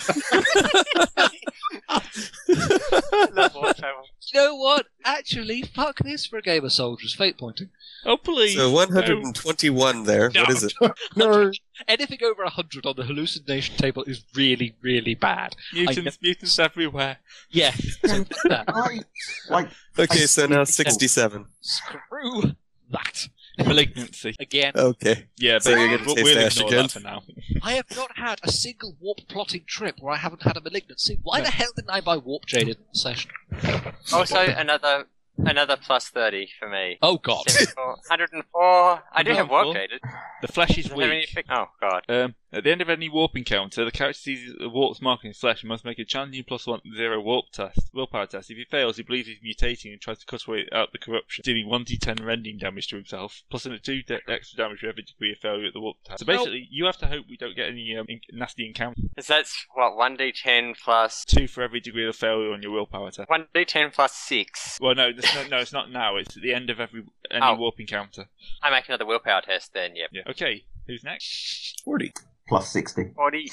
Speaker 3: the warp travel.
Speaker 7: You know what? Actually, fuck this for a game of Soldier's Fate Pointing.
Speaker 1: Oh please.
Speaker 2: So 121 there. What is it?
Speaker 5: No,
Speaker 7: Anything over 100 on the hallucination table is really, really bad.
Speaker 1: mutants, mutants everywhere.
Speaker 7: Yeah. so fuck that.
Speaker 4: I, like,
Speaker 2: Okay, so now 67.
Speaker 7: Screw that.
Speaker 1: Malignancy.
Speaker 7: Again,
Speaker 2: Okay.
Speaker 1: Yeah,
Speaker 2: So
Speaker 1: but
Speaker 2: you're gonna
Speaker 1: we'll,
Speaker 2: taste
Speaker 1: we'll
Speaker 2: ash
Speaker 1: ignore
Speaker 2: again?
Speaker 1: that for now.
Speaker 7: I have not had a single warp plotting trip where I haven't had a malignancy. Why the hell didn't I buy warp jade in the session?
Speaker 3: Also, another another plus 30 for me.
Speaker 7: Oh god.
Speaker 3: 74, 104. I do have warp
Speaker 1: 104.
Speaker 3: jaded.
Speaker 1: The flesh is
Speaker 3: Does it have any
Speaker 1: weak.
Speaker 3: effect? Oh, God.
Speaker 1: Um, at the end of any warp encounter, the character sees the warp's mark in his flesh and must make a challenging plus one zero warp test, willpower test. If he fails, he believes he's mutating and tries to cut away out the corruption, dealing one d10 rending damage to himself, plus an two de- extra damage for every degree of failure at the warp test. So basically, you have to hope we don't get any um, in- nasty encounters.
Speaker 3: Because that's, what, 1d10 plus.
Speaker 1: Two for every degree of failure on your willpower test.
Speaker 3: 1d10 plus 6.
Speaker 1: Well, no, this, no, no, it's not now. It's at the end of every any
Speaker 3: Oh.
Speaker 1: warp encounter.
Speaker 3: I make another willpower test then, yep.
Speaker 1: Yeah. Okay. Who's next?
Speaker 2: Forty.
Speaker 4: Plus 60.
Speaker 3: 40.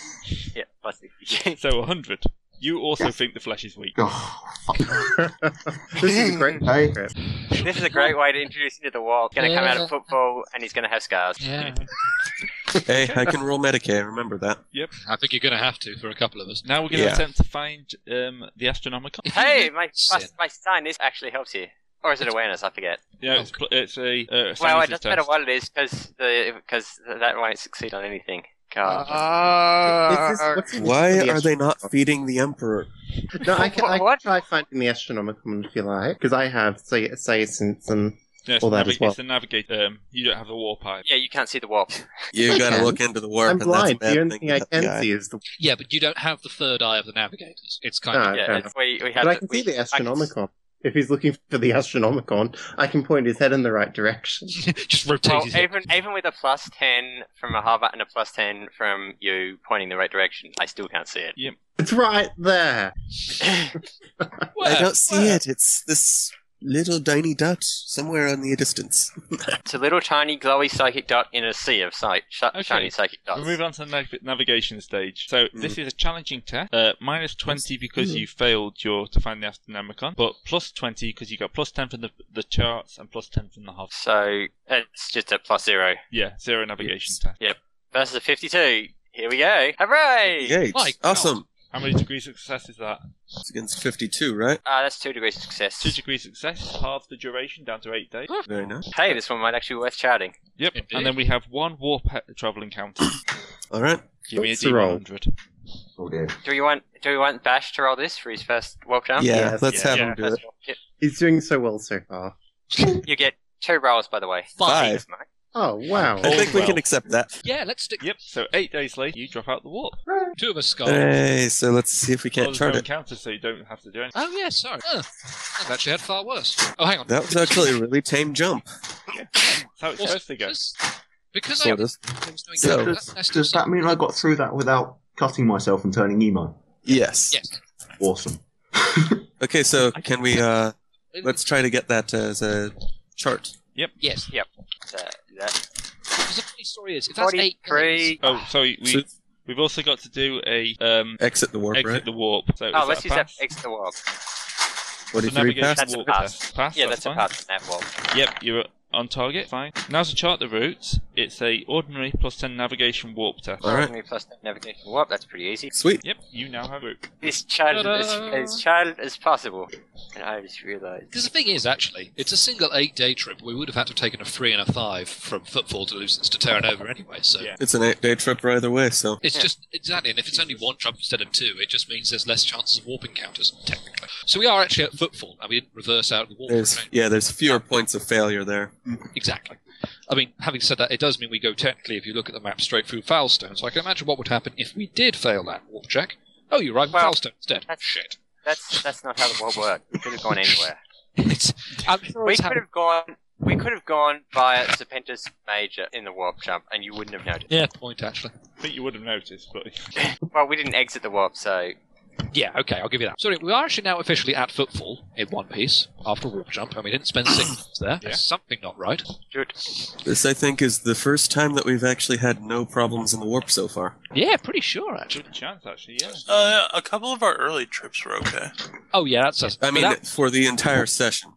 Speaker 3: Yeah, plus 60.
Speaker 1: So 100. You also think the flesh is weak.
Speaker 4: Oh, fuck.
Speaker 5: this is a great
Speaker 4: Hey.
Speaker 5: trip.
Speaker 3: this is a great way to introduce him to the wall. He's going to come out of football and he's going to have scars.
Speaker 7: Yeah.
Speaker 2: Hey, I can roll Medicaid. Remember that.
Speaker 7: I think you're going to have to for a couple of us.
Speaker 1: Now we're going to
Speaker 2: Yeah.
Speaker 1: attempt to find um, the Astronomicon.
Speaker 3: Hey, my, my,
Speaker 7: Sin.
Speaker 3: my sign, this actually helps you. Or is it awareness? I forget.
Speaker 1: Yeah, it's, pl- it's a uh, a
Speaker 3: Well,
Speaker 1: sanity
Speaker 3: it doesn't
Speaker 1: test.
Speaker 3: matter what it is because because that won't succeed on anything. God.
Speaker 5: Uh, Is this- what's in this
Speaker 2: Why
Speaker 5: for the
Speaker 2: are they not feeding the emperor?
Speaker 5: astro- No, I can, I can
Speaker 3: What?
Speaker 5: try finding the astronomicon if you like, because I have say since and
Speaker 1: No, it's,
Speaker 5: All
Speaker 1: a
Speaker 5: that
Speaker 1: navi-
Speaker 5: as well.
Speaker 1: it's a navigator. Um, you don't have the warp pipe.
Speaker 3: yeah, you can't see the warp.
Speaker 2: You gotta
Speaker 5: can.
Speaker 2: look into the warp.
Speaker 5: I'm blind.
Speaker 2: And that's a
Speaker 5: The
Speaker 2: bad
Speaker 5: only thing I
Speaker 2: about the
Speaker 5: can
Speaker 2: eye.
Speaker 5: see is the
Speaker 7: Yeah, but you don't have the third eye of the navigators. It's kind
Speaker 5: Ah,
Speaker 7: of
Speaker 3: Yeah,
Speaker 5: fair
Speaker 3: that's where you- we have
Speaker 5: But I
Speaker 3: to-
Speaker 5: can
Speaker 3: we-
Speaker 5: see the
Speaker 3: I can-
Speaker 5: Astronomicon. If he's looking for the Astronomicon, I can point his head in the right direction.
Speaker 7: just rotates.
Speaker 3: Well,
Speaker 7: his head.
Speaker 3: even even with a plus ten from a Harvard and a plus ten from you pointing the right direction, I still can't see it.
Speaker 5: It's right there.
Speaker 2: I don't see it. It's this little tiny dot somewhere on the distance.
Speaker 3: It's a little tiny glowy psychic dot in a sea of si- sh-
Speaker 1: Okay.
Speaker 3: shiny psychic dots.
Speaker 1: We'll move on to the nav- navigation stage. So
Speaker 5: Mm-hmm.
Speaker 1: this is a challenging test. Uh, minus 20 because you failed your to find the Astronomicon, but plus 20 because you got plus 10 from the, the charts and plus 10 from the half.
Speaker 3: So it's just a plus zero
Speaker 1: Yeah, zero navigation test.
Speaker 3: versus a fifty-two. Here we go! Hooray!
Speaker 2: Great.
Speaker 7: my God.
Speaker 2: Awesome.
Speaker 1: How many degrees of success is that?
Speaker 2: It's against 52, right?
Speaker 3: Ah, that's two degrees of success.
Speaker 1: Two degrees success, halves the duration down to eight days.
Speaker 2: Very nice.
Speaker 3: Hey, this one might actually be worth charting.
Speaker 1: Yep.
Speaker 7: Indeed.
Speaker 1: And then we have one warp he- travel encounter.
Speaker 2: All right.
Speaker 1: Give me a
Speaker 5: Let's roll.
Speaker 1: D100.
Speaker 4: Oh dear.
Speaker 3: Do we want Do we want Bash to roll this for his first warp
Speaker 2: Yeah,
Speaker 3: jump?
Speaker 5: yes,
Speaker 2: let's
Speaker 1: yeah,
Speaker 2: have
Speaker 1: yeah,
Speaker 2: him do
Speaker 3: First
Speaker 2: it.
Speaker 3: warp. Yep.
Speaker 5: He's doing so well so far.
Speaker 3: You get two rolls, by the way.
Speaker 2: Five.
Speaker 3: Thanks, Mike.
Speaker 5: Oh wow!
Speaker 2: I think we
Speaker 1: Well.
Speaker 2: can accept that.
Speaker 7: Yeah, let's stick
Speaker 1: Yep. So eight days later, you drop out the warp.
Speaker 7: two of us, Scott.
Speaker 2: Hey, so let's see if we
Speaker 1: Well,
Speaker 2: can't
Speaker 1: there's
Speaker 2: chart
Speaker 1: no
Speaker 2: it.
Speaker 1: encounter, so you don't have to do anything.
Speaker 7: Oh yeah, sorry. Ugh. I've actually had far worse. Oh, hang on.
Speaker 2: That was actually a really tame jump.
Speaker 1: That's how it's
Speaker 7: Also,
Speaker 1: supposed to go.
Speaker 7: Because, because I
Speaker 2: Sort of.
Speaker 7: was doing
Speaker 2: So-
Speaker 7: that,
Speaker 4: does,
Speaker 7: that's
Speaker 4: does that mean I got through that without cutting myself and turning emo?
Speaker 2: Yes.
Speaker 7: Yes.
Speaker 4: Awesome.
Speaker 2: Okay, so can we, uh, let's
Speaker 7: Let's.
Speaker 2: try to get that as a chart.
Speaker 7: Yes.
Speaker 3: Uh, that-
Speaker 7: Because the funny story is, if that's eight
Speaker 3: Forty-three.
Speaker 1: Oh, sorry.
Speaker 2: So
Speaker 1: We we've also got to do a um,
Speaker 2: exit the warp,
Speaker 1: exit
Speaker 2: right?
Speaker 1: the warp. So
Speaker 3: Oh,
Speaker 1: is
Speaker 3: let's
Speaker 1: that a
Speaker 3: use that
Speaker 1: pass?
Speaker 3: exit the warp.
Speaker 2: 43
Speaker 1: navigation
Speaker 2: pass.
Speaker 3: That's a
Speaker 1: warp
Speaker 3: pass.
Speaker 1: test. Pass,
Speaker 3: Yeah,
Speaker 1: that's,
Speaker 3: that's, a
Speaker 1: fine.
Speaker 3: pass from that warp.
Speaker 1: Yep, you're on target. Fine. Now to chart the route, it's a ordinary plus ten navigation warp test.
Speaker 2: All right.
Speaker 3: Ordinary plus navigation warp. That's pretty easy.
Speaker 2: Sweet.
Speaker 1: Yep, you now have route.
Speaker 3: This child as,
Speaker 7: Ta-da.
Speaker 3: as child as possible. And I just realised.
Speaker 7: Because the thing is, actually, it's a single eight-day trip. We would have had to have taken a three and a five from Footfall to Lucens to Terranova anyway. So
Speaker 1: Yeah.
Speaker 2: It's an eight day trip either way, so.
Speaker 7: it's
Speaker 3: Yeah.
Speaker 7: just exactly. And if it's only one trip instead of two, it just means there's less chances of warp encounters technically. So we are actually at Footfall, and we didn't reverse out of the warp.
Speaker 2: There's,
Speaker 7: route.
Speaker 2: yeah, there's fewer points of failure there.
Speaker 7: Exactly. I mean, having said that, it does mean we go technically, if you look at the map, straight through Foulstone. So I can imagine what would happen if we did fail that warp check. Oh, you're right,
Speaker 3: Well,
Speaker 7: Foulstone instead.
Speaker 3: that's-
Speaker 7: Shit.
Speaker 3: That's that's not how the warp worked. We could have gone anywhere.
Speaker 7: It's, I'm sure
Speaker 3: We
Speaker 7: it's
Speaker 3: could
Speaker 7: happened.
Speaker 3: have gone. We could have gone via Serpentis Major in the warp jump, and you wouldn't have noticed.
Speaker 7: Yeah, point actually.
Speaker 1: I think you would have noticed, but
Speaker 3: Well, we didn't exit the warp, so
Speaker 7: Yeah, okay, I'll give you that. Sorry, we are actually now officially at Footfall in one piece after a warp jump, and we didn't spend six minutes there.
Speaker 1: Yeah.
Speaker 7: There's something not right.
Speaker 3: good.
Speaker 2: This, I think, is the first time that we've actually had no problems in the warp so far.
Speaker 7: Yeah, pretty sure actually.
Speaker 1: good chance actually. Yeah.
Speaker 6: Uh, a couple of our early trips were okay.
Speaker 7: Oh yeah, that's us.
Speaker 2: I mean,
Speaker 7: That-
Speaker 2: for the entire session.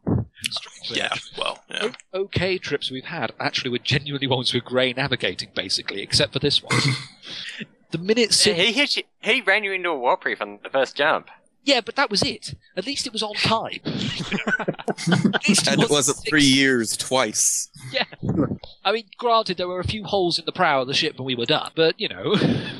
Speaker 6: Yeah, well, yeah.
Speaker 7: o- okay trips we've had actually were genuinely ones with grey navigating basically, except for this one. the minute Sid
Speaker 3: He hit you, he ran you into a warp reef on the first jump.
Speaker 7: Yeah, but that was it. At least it was on time. At least
Speaker 2: And it wasn't three
Speaker 7: six-
Speaker 2: years twice.
Speaker 7: I mean, granted, there were a few holes in the prow of the ship when we were done, but you know.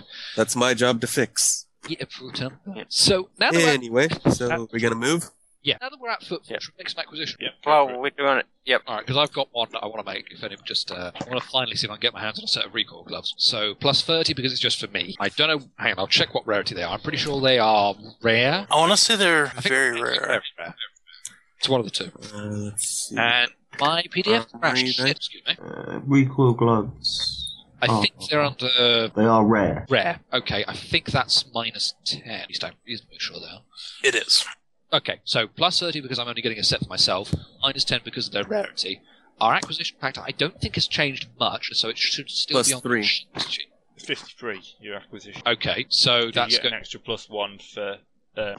Speaker 2: That's my job to fix.
Speaker 7: Yeah, well done. So now that, we're at,
Speaker 2: Anyway, so we're gonna move.
Speaker 7: yeah, now that we're at foot for
Speaker 3: Yeah.
Speaker 7: next acquisition.
Speaker 1: Yep. go for
Speaker 3: Well,
Speaker 1: it.
Speaker 3: we're doing it. Yep.
Speaker 7: All right, because I've got one that I want to make. If any, just uh, I want to finally see if I can get my hands on a set of recoil gloves. So plus thirty because it's just for me. I don't know. Hang on, I'll check what rarity they are. I'm pretty sure they are rare.
Speaker 6: I want to say they're
Speaker 7: I think
Speaker 6: very
Speaker 7: they're
Speaker 6: rare.
Speaker 7: rare. It's one of the two.
Speaker 2: Uh, let's see.
Speaker 7: And my PDF
Speaker 4: Uh,
Speaker 7: crashed.
Speaker 4: read
Speaker 7: Shit,
Speaker 4: it.
Speaker 7: excuse me.
Speaker 4: Uh, recoil gloves.
Speaker 7: I
Speaker 4: Oh.
Speaker 7: think they're under
Speaker 4: They are rare.
Speaker 7: rare. Okay, I think that's minus ten. At least I'm reasonably sure they are.
Speaker 6: It is.
Speaker 7: Okay, so plus 30 because I'm only getting a set for myself, minus 10 because of their rarity. Our acquisition factor, I don't think, has changed much, so it should still
Speaker 2: Plus
Speaker 7: be on
Speaker 2: three.
Speaker 7: The cheat sheet.
Speaker 1: 53, your acquisition.
Speaker 7: Okay, so
Speaker 1: So
Speaker 7: that's
Speaker 1: you get
Speaker 7: good.
Speaker 1: an extra plus one for uh, uh,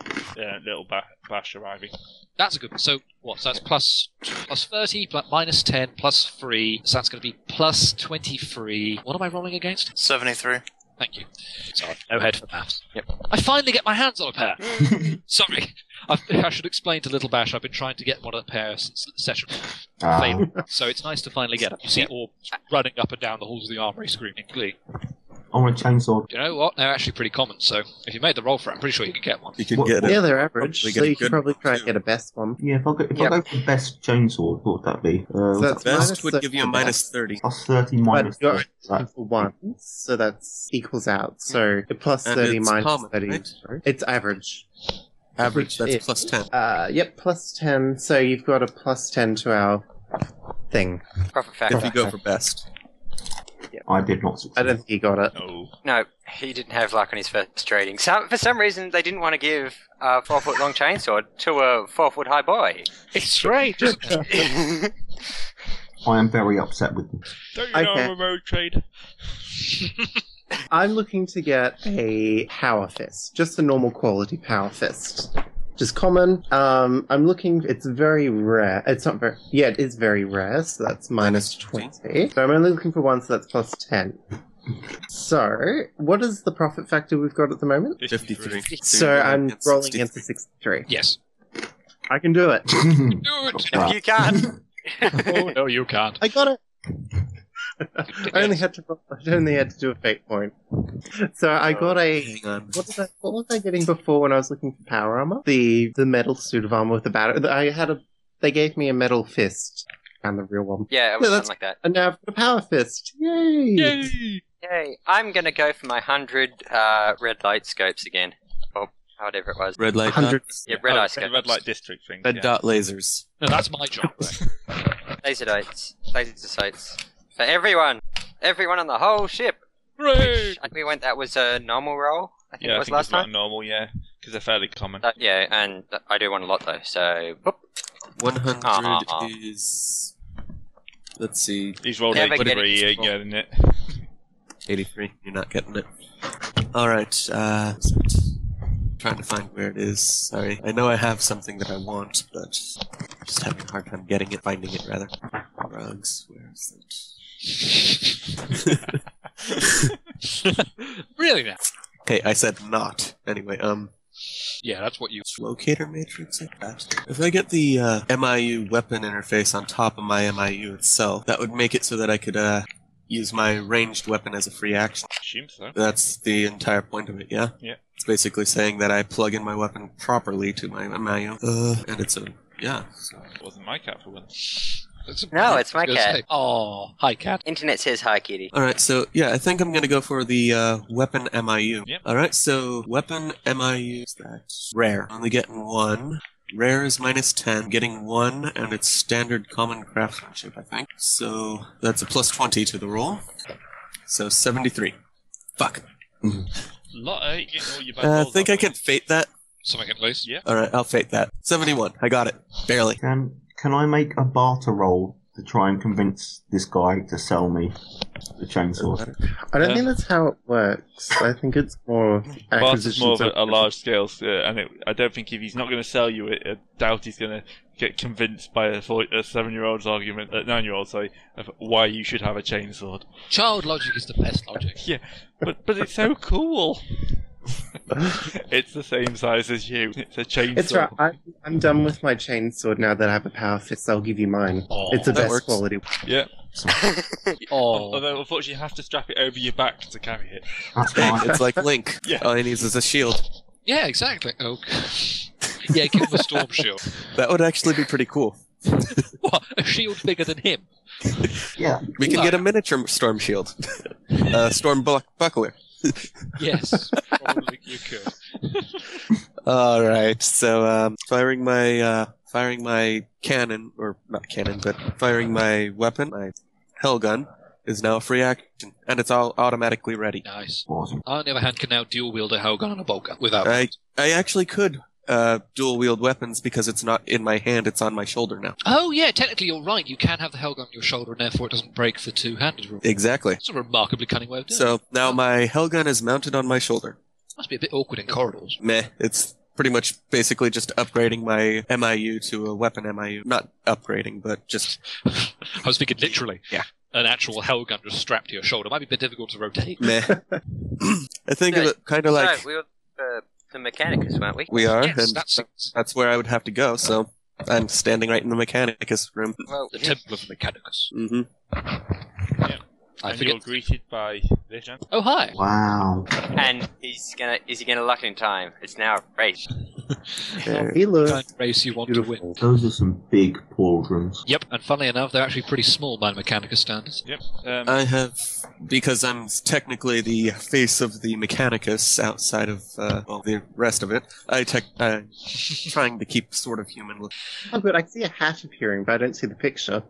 Speaker 1: little ba- Bash arriving.
Speaker 7: That's a good. So what? So that's plus plus 30, plus, minus 10, plus 3. So that's going to be plus 23. What am I rolling against?
Speaker 6: 73.
Speaker 7: Thank you. Sorry, no head for maths. I finally get my hands on a pair. Sorry, I, I should explain to Little Bash. I've been trying to get one of the pair since the session.
Speaker 4: Ah,
Speaker 7: Fail. So it's nice to finally get it. You see Orb running up and down the halls of the armory screaming glee.
Speaker 4: I want a chainsaw.
Speaker 7: You know what? They're actually pretty common, so if you made the roll for it, I'm pretty sure you could get one.
Speaker 2: you can
Speaker 4: What-
Speaker 2: get
Speaker 4: what-
Speaker 2: it.
Speaker 5: Yeah, they're average,
Speaker 2: Probably
Speaker 5: so
Speaker 2: get a
Speaker 5: you could
Speaker 2: good
Speaker 5: probably
Speaker 2: one,
Speaker 5: try
Speaker 2: too.
Speaker 5: and get a best one.
Speaker 4: Yeah, if I go, if
Speaker 3: Yeah.
Speaker 4: I go for best chainsaw, what would that be? Uh,
Speaker 5: So
Speaker 4: was
Speaker 5: that's minus
Speaker 2: Best would give you a
Speaker 5: thirty.
Speaker 2: minus thirty.
Speaker 4: Plus 30
Speaker 5: But
Speaker 4: minus
Speaker 5: you're only
Speaker 4: 30. That-
Speaker 5: looking for one, so that's equals out. So plus
Speaker 2: And
Speaker 5: thirty
Speaker 2: it's
Speaker 5: minus
Speaker 2: Hmm. common,
Speaker 5: thirty.
Speaker 2: right?
Speaker 5: It's average.
Speaker 2: Average. That's
Speaker 5: Yeah.
Speaker 2: plus ten.
Speaker 5: Uh, yep, plus ten. So you've got a plus ten to our thing.
Speaker 3: Profit factor.
Speaker 2: If you go for best.
Speaker 4: I did not
Speaker 5: I
Speaker 4: succeed.
Speaker 5: don't think you got it.
Speaker 1: No.
Speaker 3: No, he didn't have luck on his first trading. Some, for some reason, they didn't want to give a four foot long chainsword to a four foot high boy.
Speaker 7: It's great.
Speaker 4: I am very upset with them.
Speaker 1: Don't you know
Speaker 5: Okay.
Speaker 1: I'm a road trade?
Speaker 5: I'm looking to get a power fist, just a normal quality power fist, just common. Um, I'm looking. It's very rare. It's not very. Yeah, it is very rare. So that's minus
Speaker 2: Minus
Speaker 5: twenty. So I'm only looking for one. So that's plus ten. So what is the profit factor we've got at the moment?
Speaker 2: 53.
Speaker 5: So
Speaker 2: you're
Speaker 5: I'm
Speaker 2: against
Speaker 5: rolling
Speaker 2: 63.
Speaker 5: against a sixty-three.
Speaker 7: yes.
Speaker 5: I can do it.
Speaker 7: Do it.
Speaker 4: Crap.
Speaker 3: you can't.
Speaker 7: Oh no, you can't.
Speaker 5: I got it. I only had to. I only had to do a fate point. So I got a.
Speaker 2: Oh, Hang on.
Speaker 5: What, did I, what was I getting before when I was looking for power armor? The the metal suit of armor with the battery. I had a. They gave me a metal fist and the real one,
Speaker 3: Yeah, it was
Speaker 5: No, that's-
Speaker 3: something like that.
Speaker 5: and now I've got a power fist. Yay!
Speaker 1: Yay!
Speaker 3: Yay. I'm going to go for my 100 uh, red light scopes again. Or whatever it was.
Speaker 2: Red light. Dot,
Speaker 5: Hundred.
Speaker 3: Yeah, red
Speaker 1: oh,
Speaker 3: eye
Speaker 1: it's the
Speaker 3: scopes.
Speaker 1: Red light district thing.
Speaker 2: red
Speaker 1: yeah.
Speaker 2: dot lasers.
Speaker 7: No, that's my job.
Speaker 3: Laser lights. Laser sights. For everyone. Everyone on the whole ship.
Speaker 7: Hooray!
Speaker 3: I think we went, that was a normal roll, I think
Speaker 1: Yeah,
Speaker 3: it
Speaker 1: I
Speaker 3: was
Speaker 1: think
Speaker 3: last
Speaker 1: it's not
Speaker 3: time.
Speaker 1: normal, yeah, because they're fairly common.
Speaker 3: That- Uh, yeah, and that- I do want a lot though, so. Whoop.
Speaker 2: One hundred
Speaker 3: Ah, ah, ah.
Speaker 2: is. Let's see,
Speaker 1: He's rolled
Speaker 3: Never
Speaker 1: 83,
Speaker 3: get
Speaker 1: he
Speaker 3: it.
Speaker 1: ain't getting it.
Speaker 2: eighty-three. You're not getting it. All right. Uh, trying to find where it is. Sorry, I know I have something that I want, but just having a hard time getting it, finding it rather. Rugs. Where is it?
Speaker 7: really now?
Speaker 2: Okay, I said not. Anyway, um,
Speaker 7: Yeah, that's what you.
Speaker 2: locator matrix. like that. If I get the uh, MIU weapon interface on top of my MIU itself, that would make it so that I could uh, use my ranged weapon as a free action.
Speaker 1: assume so.
Speaker 2: That's the entire point of it, yeah?
Speaker 1: Yeah.
Speaker 2: It's basically saying that I plug in my weapon properly to my MIU. Uh, and it's a. Yeah.
Speaker 1: It wasn't my cat for once.
Speaker 7: That's a-
Speaker 3: No, it's my
Speaker 7: Good
Speaker 3: cat.
Speaker 7: save. Oh, hi cat.
Speaker 3: Internet says hi, kitty.
Speaker 2: Alright, so yeah, I think I'm gonna go for the uh, weapon MIU.
Speaker 1: Yep.
Speaker 2: Alright, so weapon MIU is that rare. Only getting one. Rare is minus 10, getting 1, and it's standard common craftsmanship, I think. So that's a plus 20 to the roll. So 73. Fuck.
Speaker 1: Lot, I ain't getting all your bad
Speaker 2: Uh, I
Speaker 1: rolls,
Speaker 2: think
Speaker 1: are
Speaker 2: I
Speaker 1: we?
Speaker 2: can fate that.
Speaker 7: Something at least.
Speaker 1: Yeah.
Speaker 2: Alright, I'll fate that. 71. I got it. Barely.
Speaker 4: Can, can I make a barter roll to try and convince this guy to sell me the chainsaw?
Speaker 5: I don't
Speaker 1: Yeah.
Speaker 5: think that's how it works. I think it's more
Speaker 1: Bart is
Speaker 5: acquisition.
Speaker 1: more of a, a large scale, uh, and it, I don't think if he's not going to sell you it, I doubt he's going to get convinced by a, four, a seven-year-old's argument, a nine-year-old, sorry, of why you should have a chainsword.
Speaker 7: Child logic is the best logic.
Speaker 1: But but it's so cool. It's the same size as you. It's a chainsaw.
Speaker 5: It's right. I, I'm done with my chainsword now that I have a power fist. I'll give you mine.
Speaker 7: Oh,
Speaker 5: it's the
Speaker 2: that
Speaker 5: best
Speaker 2: works.
Speaker 5: quality.
Speaker 1: Yeah.
Speaker 7: Oh,
Speaker 1: Although, unfortunately, you have to strap it over your back to carry it.
Speaker 4: That's fine.
Speaker 2: It's like Link.
Speaker 1: Yeah.
Speaker 2: All he needs is a shield.
Speaker 7: yeah, exactly. Oh, yeah, give him a storm shield.
Speaker 2: That would actually be pretty cool.
Speaker 7: What? A shield bigger than him?
Speaker 4: yeah,
Speaker 2: We can get a miniature storm shield, uh, storm buck- buckler.
Speaker 7: Yes, probably you could.
Speaker 2: All right. So um, firing my uh, firing my cannon or not cannon, but firing my weapon, my hell gun, is now a free action, and it's all automatically ready.
Speaker 7: Nice.
Speaker 4: awesome.
Speaker 7: I, on the other hand, can now dual wield a Helgun and a Bolgun without.
Speaker 2: I I actually could uh, dual wield weapons because it's not in my hand; it's on my shoulder now.
Speaker 7: Oh, yeah, technically you're right. You can have the Helgun on your shoulder, and therefore it doesn't break the two handed rule.
Speaker 2: Exactly.
Speaker 7: It's a remarkably cunning way of doing it.
Speaker 2: So now my hell gun is mounted on my shoulder.
Speaker 7: Must be a bit awkward in corridors.
Speaker 2: meh. It's pretty much basically just upgrading my MIU to a weapon MIU. Not upgrading, but just
Speaker 7: I was thinking literally.
Speaker 2: Yeah.
Speaker 7: An actual Helgun just strapped to your shoulder. Might be a bit difficult to rotate.
Speaker 2: meh. I think of it kind of like
Speaker 3: so, we were uh, the Mechanicus, weren't we?
Speaker 2: we are,
Speaker 7: Yes,
Speaker 2: and
Speaker 7: that's
Speaker 2: that's where I would have to go. So I'm standing right in the mechanicus room.
Speaker 3: Well,
Speaker 7: the Temple of Mechanicus.
Speaker 2: hmm
Speaker 7: I
Speaker 1: and you're
Speaker 7: forget.
Speaker 1: greeted by this. man.
Speaker 7: Oh, hi.
Speaker 4: Wow.
Speaker 3: and he's gonna is he gonna luck it in time? It's now a race.
Speaker 5: He
Speaker 7: Kind
Speaker 5: looks
Speaker 7: of race you want to win.
Speaker 5: beautiful.
Speaker 4: Those are some big pauldrons.
Speaker 7: Yep, and funnily enough, they're actually pretty small by Mechanicus standards.
Speaker 1: Yep. Um,
Speaker 2: I have because I'm technically the face of the mechanicus outside of uh, well the rest of it. I tech I'm trying to keep sort of human. look.
Speaker 5: Oh, good. I see a hat appearing, but I don't see the picture.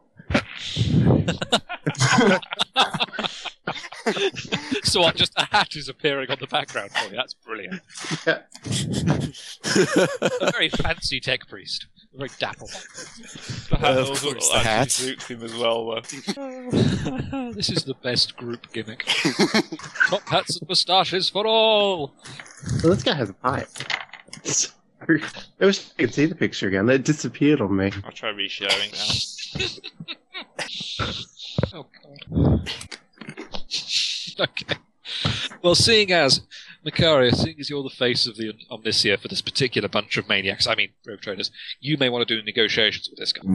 Speaker 7: so I'm just a hat is appearing on the background for you. That's brilliant. A very fancy tech priest. A very dapper
Speaker 1: the hat
Speaker 2: of
Speaker 1: also
Speaker 2: course, the hat.
Speaker 1: suits him as well, uh, though.
Speaker 7: one. this is the best group gimmick. Top hats and moustaches for all.
Speaker 5: Well, this guy has a pipe. I wish I could see the picture again. It disappeared on me.
Speaker 1: I'll try resharing now.
Speaker 7: Oh god. okay. Well, seeing as Macaria, seeing as you're the face of the Omnisia for this particular bunch of maniacs, I mean rogue traders, you may want to do negotiations with this guy.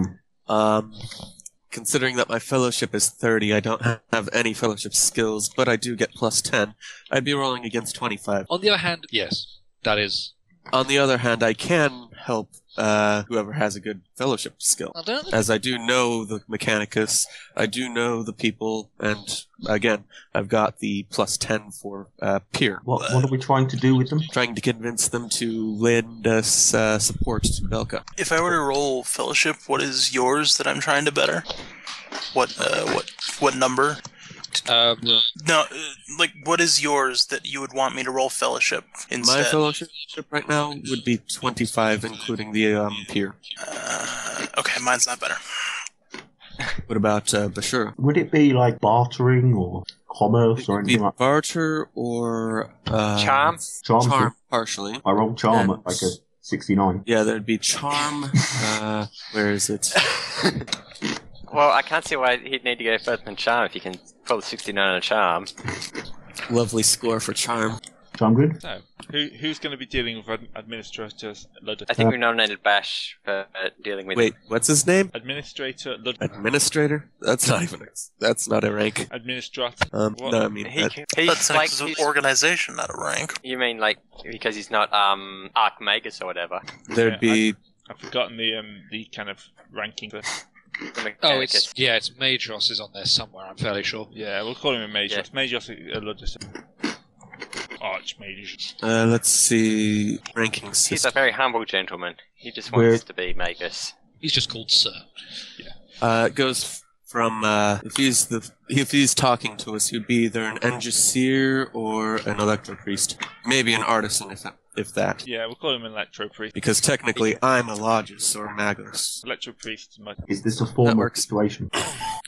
Speaker 2: Um, considering that my fellowship is 30, I don't have any fellowship skills, but I do get plus 10. I'd be rolling against 25.
Speaker 7: On the other hand, yes, that is.
Speaker 2: On the other hand, I can help uh, whoever has a good fellowship skill.
Speaker 7: I don't
Speaker 2: As I do know the Mechanicus, I do know the people, and again, I've got the plus 10 for uh, peer.
Speaker 4: What, what are we trying to do with them?
Speaker 2: Trying to convince them to lend us uh, support to Belka.
Speaker 6: If I were to roll fellowship, what is yours that I'm trying to better? What uh, what what number?
Speaker 7: Um,
Speaker 6: No, uh, like what is yours that you would want me to roll fellowship
Speaker 2: My
Speaker 6: instead?
Speaker 2: fellowship right now would be 25, including the um, peer.
Speaker 6: uh, okay, mine's not better.
Speaker 2: What about uh, Bashura?
Speaker 4: Would it be like bartering or commerce or
Speaker 2: It'd be
Speaker 4: anything like
Speaker 2: barter or uh,
Speaker 3: Charm.
Speaker 4: charm?
Speaker 2: Charm, partially.
Speaker 4: I rolled charm
Speaker 2: And-
Speaker 4: at like a 69.
Speaker 2: Yeah, there'd be charm. uh, where is it?
Speaker 3: Well, I can't see why he'd need to go further than charm if he can pull a 69 on a charm.
Speaker 2: Lovely score for charm.
Speaker 4: Charm good?
Speaker 1: So, who, who's going to be dealing with ad- administrators? Lud-
Speaker 3: I think we nominated Bash for uh, dealing with.
Speaker 2: Wait, what's his name?
Speaker 1: administrator, Lud-
Speaker 2: Administrator? That's not even. a- That's not a rank.
Speaker 1: administrator.
Speaker 2: Um,
Speaker 1: What?
Speaker 2: no, I mean,
Speaker 3: He,
Speaker 2: that-
Speaker 3: can- he's
Speaker 6: That's
Speaker 3: like
Speaker 6: like an
Speaker 3: he's-
Speaker 6: organization, not a rank.
Speaker 3: You mean like because he's not um Archmagus or whatever?
Speaker 2: there'd be
Speaker 1: I've forgotten the um the kind of ranking. For,
Speaker 3: The
Speaker 7: oh,
Speaker 3: Mechanicus.
Speaker 7: it's yeah, it's Majros is on there somewhere. I'm fairly sure.
Speaker 1: yeah, we'll call him a major.
Speaker 3: Yeah.
Speaker 1: Major a Ludus. Archmage.
Speaker 2: uh, let's see ranking
Speaker 3: he's a
Speaker 2: system.
Speaker 3: very humble gentleman. He just wants to be Magus.
Speaker 7: He's just called Sir.
Speaker 2: Uh, it goes from uh, if he's the if he's talking to us, he'd be either an engineer or an electro priest, maybe an artisan if that, if that.
Speaker 1: Yeah, we'll call him an electro priest.
Speaker 2: because technically I'm a Logis or Magus.
Speaker 1: Electro priest is my-
Speaker 4: Is this a form of
Speaker 2: works.
Speaker 4: situation?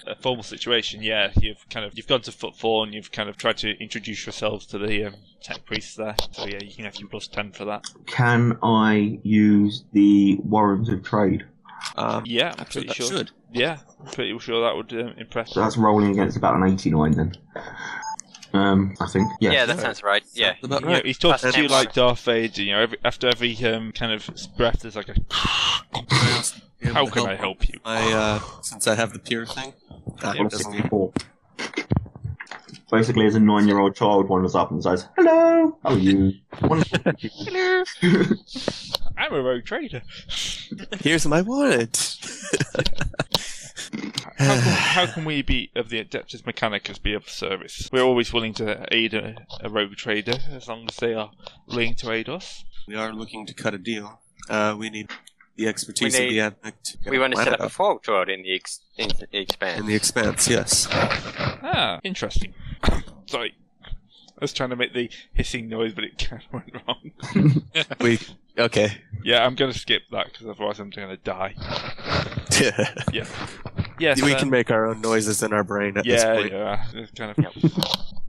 Speaker 1: a formal situation, yeah, you've kind of you've gone to foot four and you've kind of tried to introduce yourselves to the um, tech priests there. So yeah, you can have your plus ten for that.
Speaker 4: Can I use the warrants of trade?
Speaker 2: Um,
Speaker 1: Yeah, I'm
Speaker 2: actually,
Speaker 1: pretty
Speaker 2: that
Speaker 1: sure.
Speaker 2: should.
Speaker 1: Yeah, I'm pretty sure that would um, impress.
Speaker 4: So that's rolling against about an 89 then. Um, I think. Yeah.
Speaker 3: yeah, that sounds right. Yeah.
Speaker 2: Sounds about
Speaker 1: You know,
Speaker 2: right.
Speaker 1: he's talking
Speaker 3: That's
Speaker 1: to you
Speaker 3: nice.
Speaker 1: like Darth Vader. You know, every, after every um, kind of breath, there's like a. How can I help you?
Speaker 2: My, uh, since I have the pure thing, that
Speaker 4: One
Speaker 2: doesn't.
Speaker 4: sixty-four. Basically, as a nine-year-old child wanders up and says, "Hello, how are you?" Wonderful.
Speaker 1: I'm a rogue trader.
Speaker 2: Here's my wallet.
Speaker 1: How can, how can we be of the Adeptus Mechanicus be of service? We're always willing to aid a, a rogue trader as long as they are willing to aid us.
Speaker 2: we are looking to cut a deal. Uh, we need the expertise
Speaker 3: We need-
Speaker 2: of the addict. to get
Speaker 3: We
Speaker 2: a
Speaker 3: want to
Speaker 2: planet
Speaker 3: set up a fort world in the ex- in the
Speaker 2: in
Speaker 3: expanse.
Speaker 2: the expanse. Yes.
Speaker 1: Ah, interesting. Sorry. I was trying to make the hissing noise, but it kind of went wrong.
Speaker 2: We okay.
Speaker 1: Yeah, I'm going to skip that because otherwise I'm going to die. Yeah. Yes.
Speaker 2: we
Speaker 1: uh,
Speaker 2: can make our own noises in our brain at this
Speaker 1: Yeah,
Speaker 2: point.
Speaker 1: yeah. it's Kind of.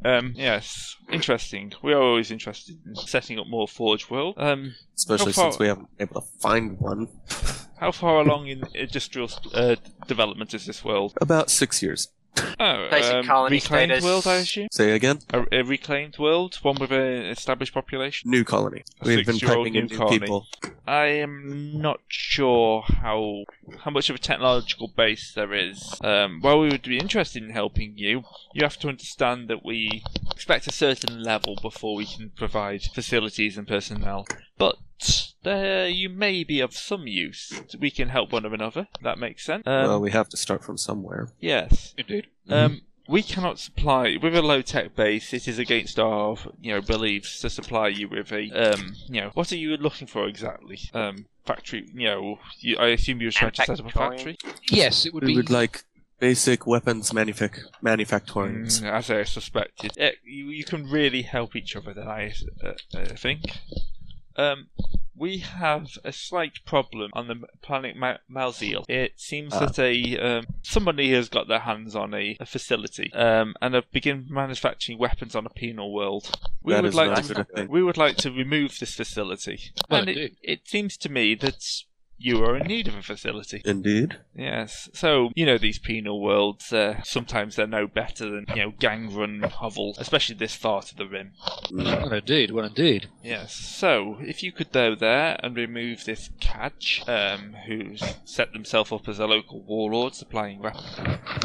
Speaker 1: um, yes. Interesting. We are always interested in setting up more Forge World. Um,
Speaker 2: Especially
Speaker 1: How far-
Speaker 2: since we haven't been able to find one.
Speaker 1: how far along in industrial uh, development is this world?
Speaker 2: About six years.
Speaker 1: Oh,
Speaker 3: Basic colony
Speaker 1: reclaimed
Speaker 3: status.
Speaker 1: world, I assume.
Speaker 2: Say again.
Speaker 1: A, a reclaimed world, one with an established population.
Speaker 2: New colony.
Speaker 1: A
Speaker 2: We've been
Speaker 1: six-year-old
Speaker 2: piping in
Speaker 1: new
Speaker 2: new
Speaker 1: colony.
Speaker 2: people.
Speaker 1: I am not sure how how much of a technological base there is. Um, while we would be interested in helping you, you have to understand that we expect a certain level before we can provide facilities and personnel. But there, you may be of some use. We can help one another. That makes sense. Um,
Speaker 2: well, we have to start from somewhere.
Speaker 1: yes.
Speaker 7: Indeed.
Speaker 1: Um, we cannot supply with a low tech base. It is against our you know beliefs to supply you with a um you know what are you looking for exactly um factory you know you, I assume you were trying to set up a factory
Speaker 7: Yes, it would
Speaker 2: We
Speaker 7: be.
Speaker 2: would like basic weapons manufac- manufacturings.
Speaker 1: Mm, as I suspected. Yeah, you, you can really help each other then I uh, uh, think. Um, we have a slight problem on the m- planet Ma- Malzeal. It seems
Speaker 2: Ah.
Speaker 1: that a um, somebody has got their hands on a, a facility um, and have begun manufacturing weapons on a penal world. We
Speaker 2: That
Speaker 1: would
Speaker 2: is
Speaker 1: like
Speaker 2: not
Speaker 1: to
Speaker 2: a good thing.
Speaker 1: we would like to remove this facility.
Speaker 7: Well,
Speaker 1: and it,
Speaker 7: indeed.
Speaker 1: it seems to me that you are in need of a facility.
Speaker 2: Indeed.
Speaker 1: Yes. So you know these penal worlds. Uh, sometimes they're no better than you know gang-run hovel, especially this far to the rim.
Speaker 7: Well, indeed. Well, indeed.
Speaker 1: Yes. So if you could go there and remove this catch, um, who's set themselves up as a local warlord supplying weapons,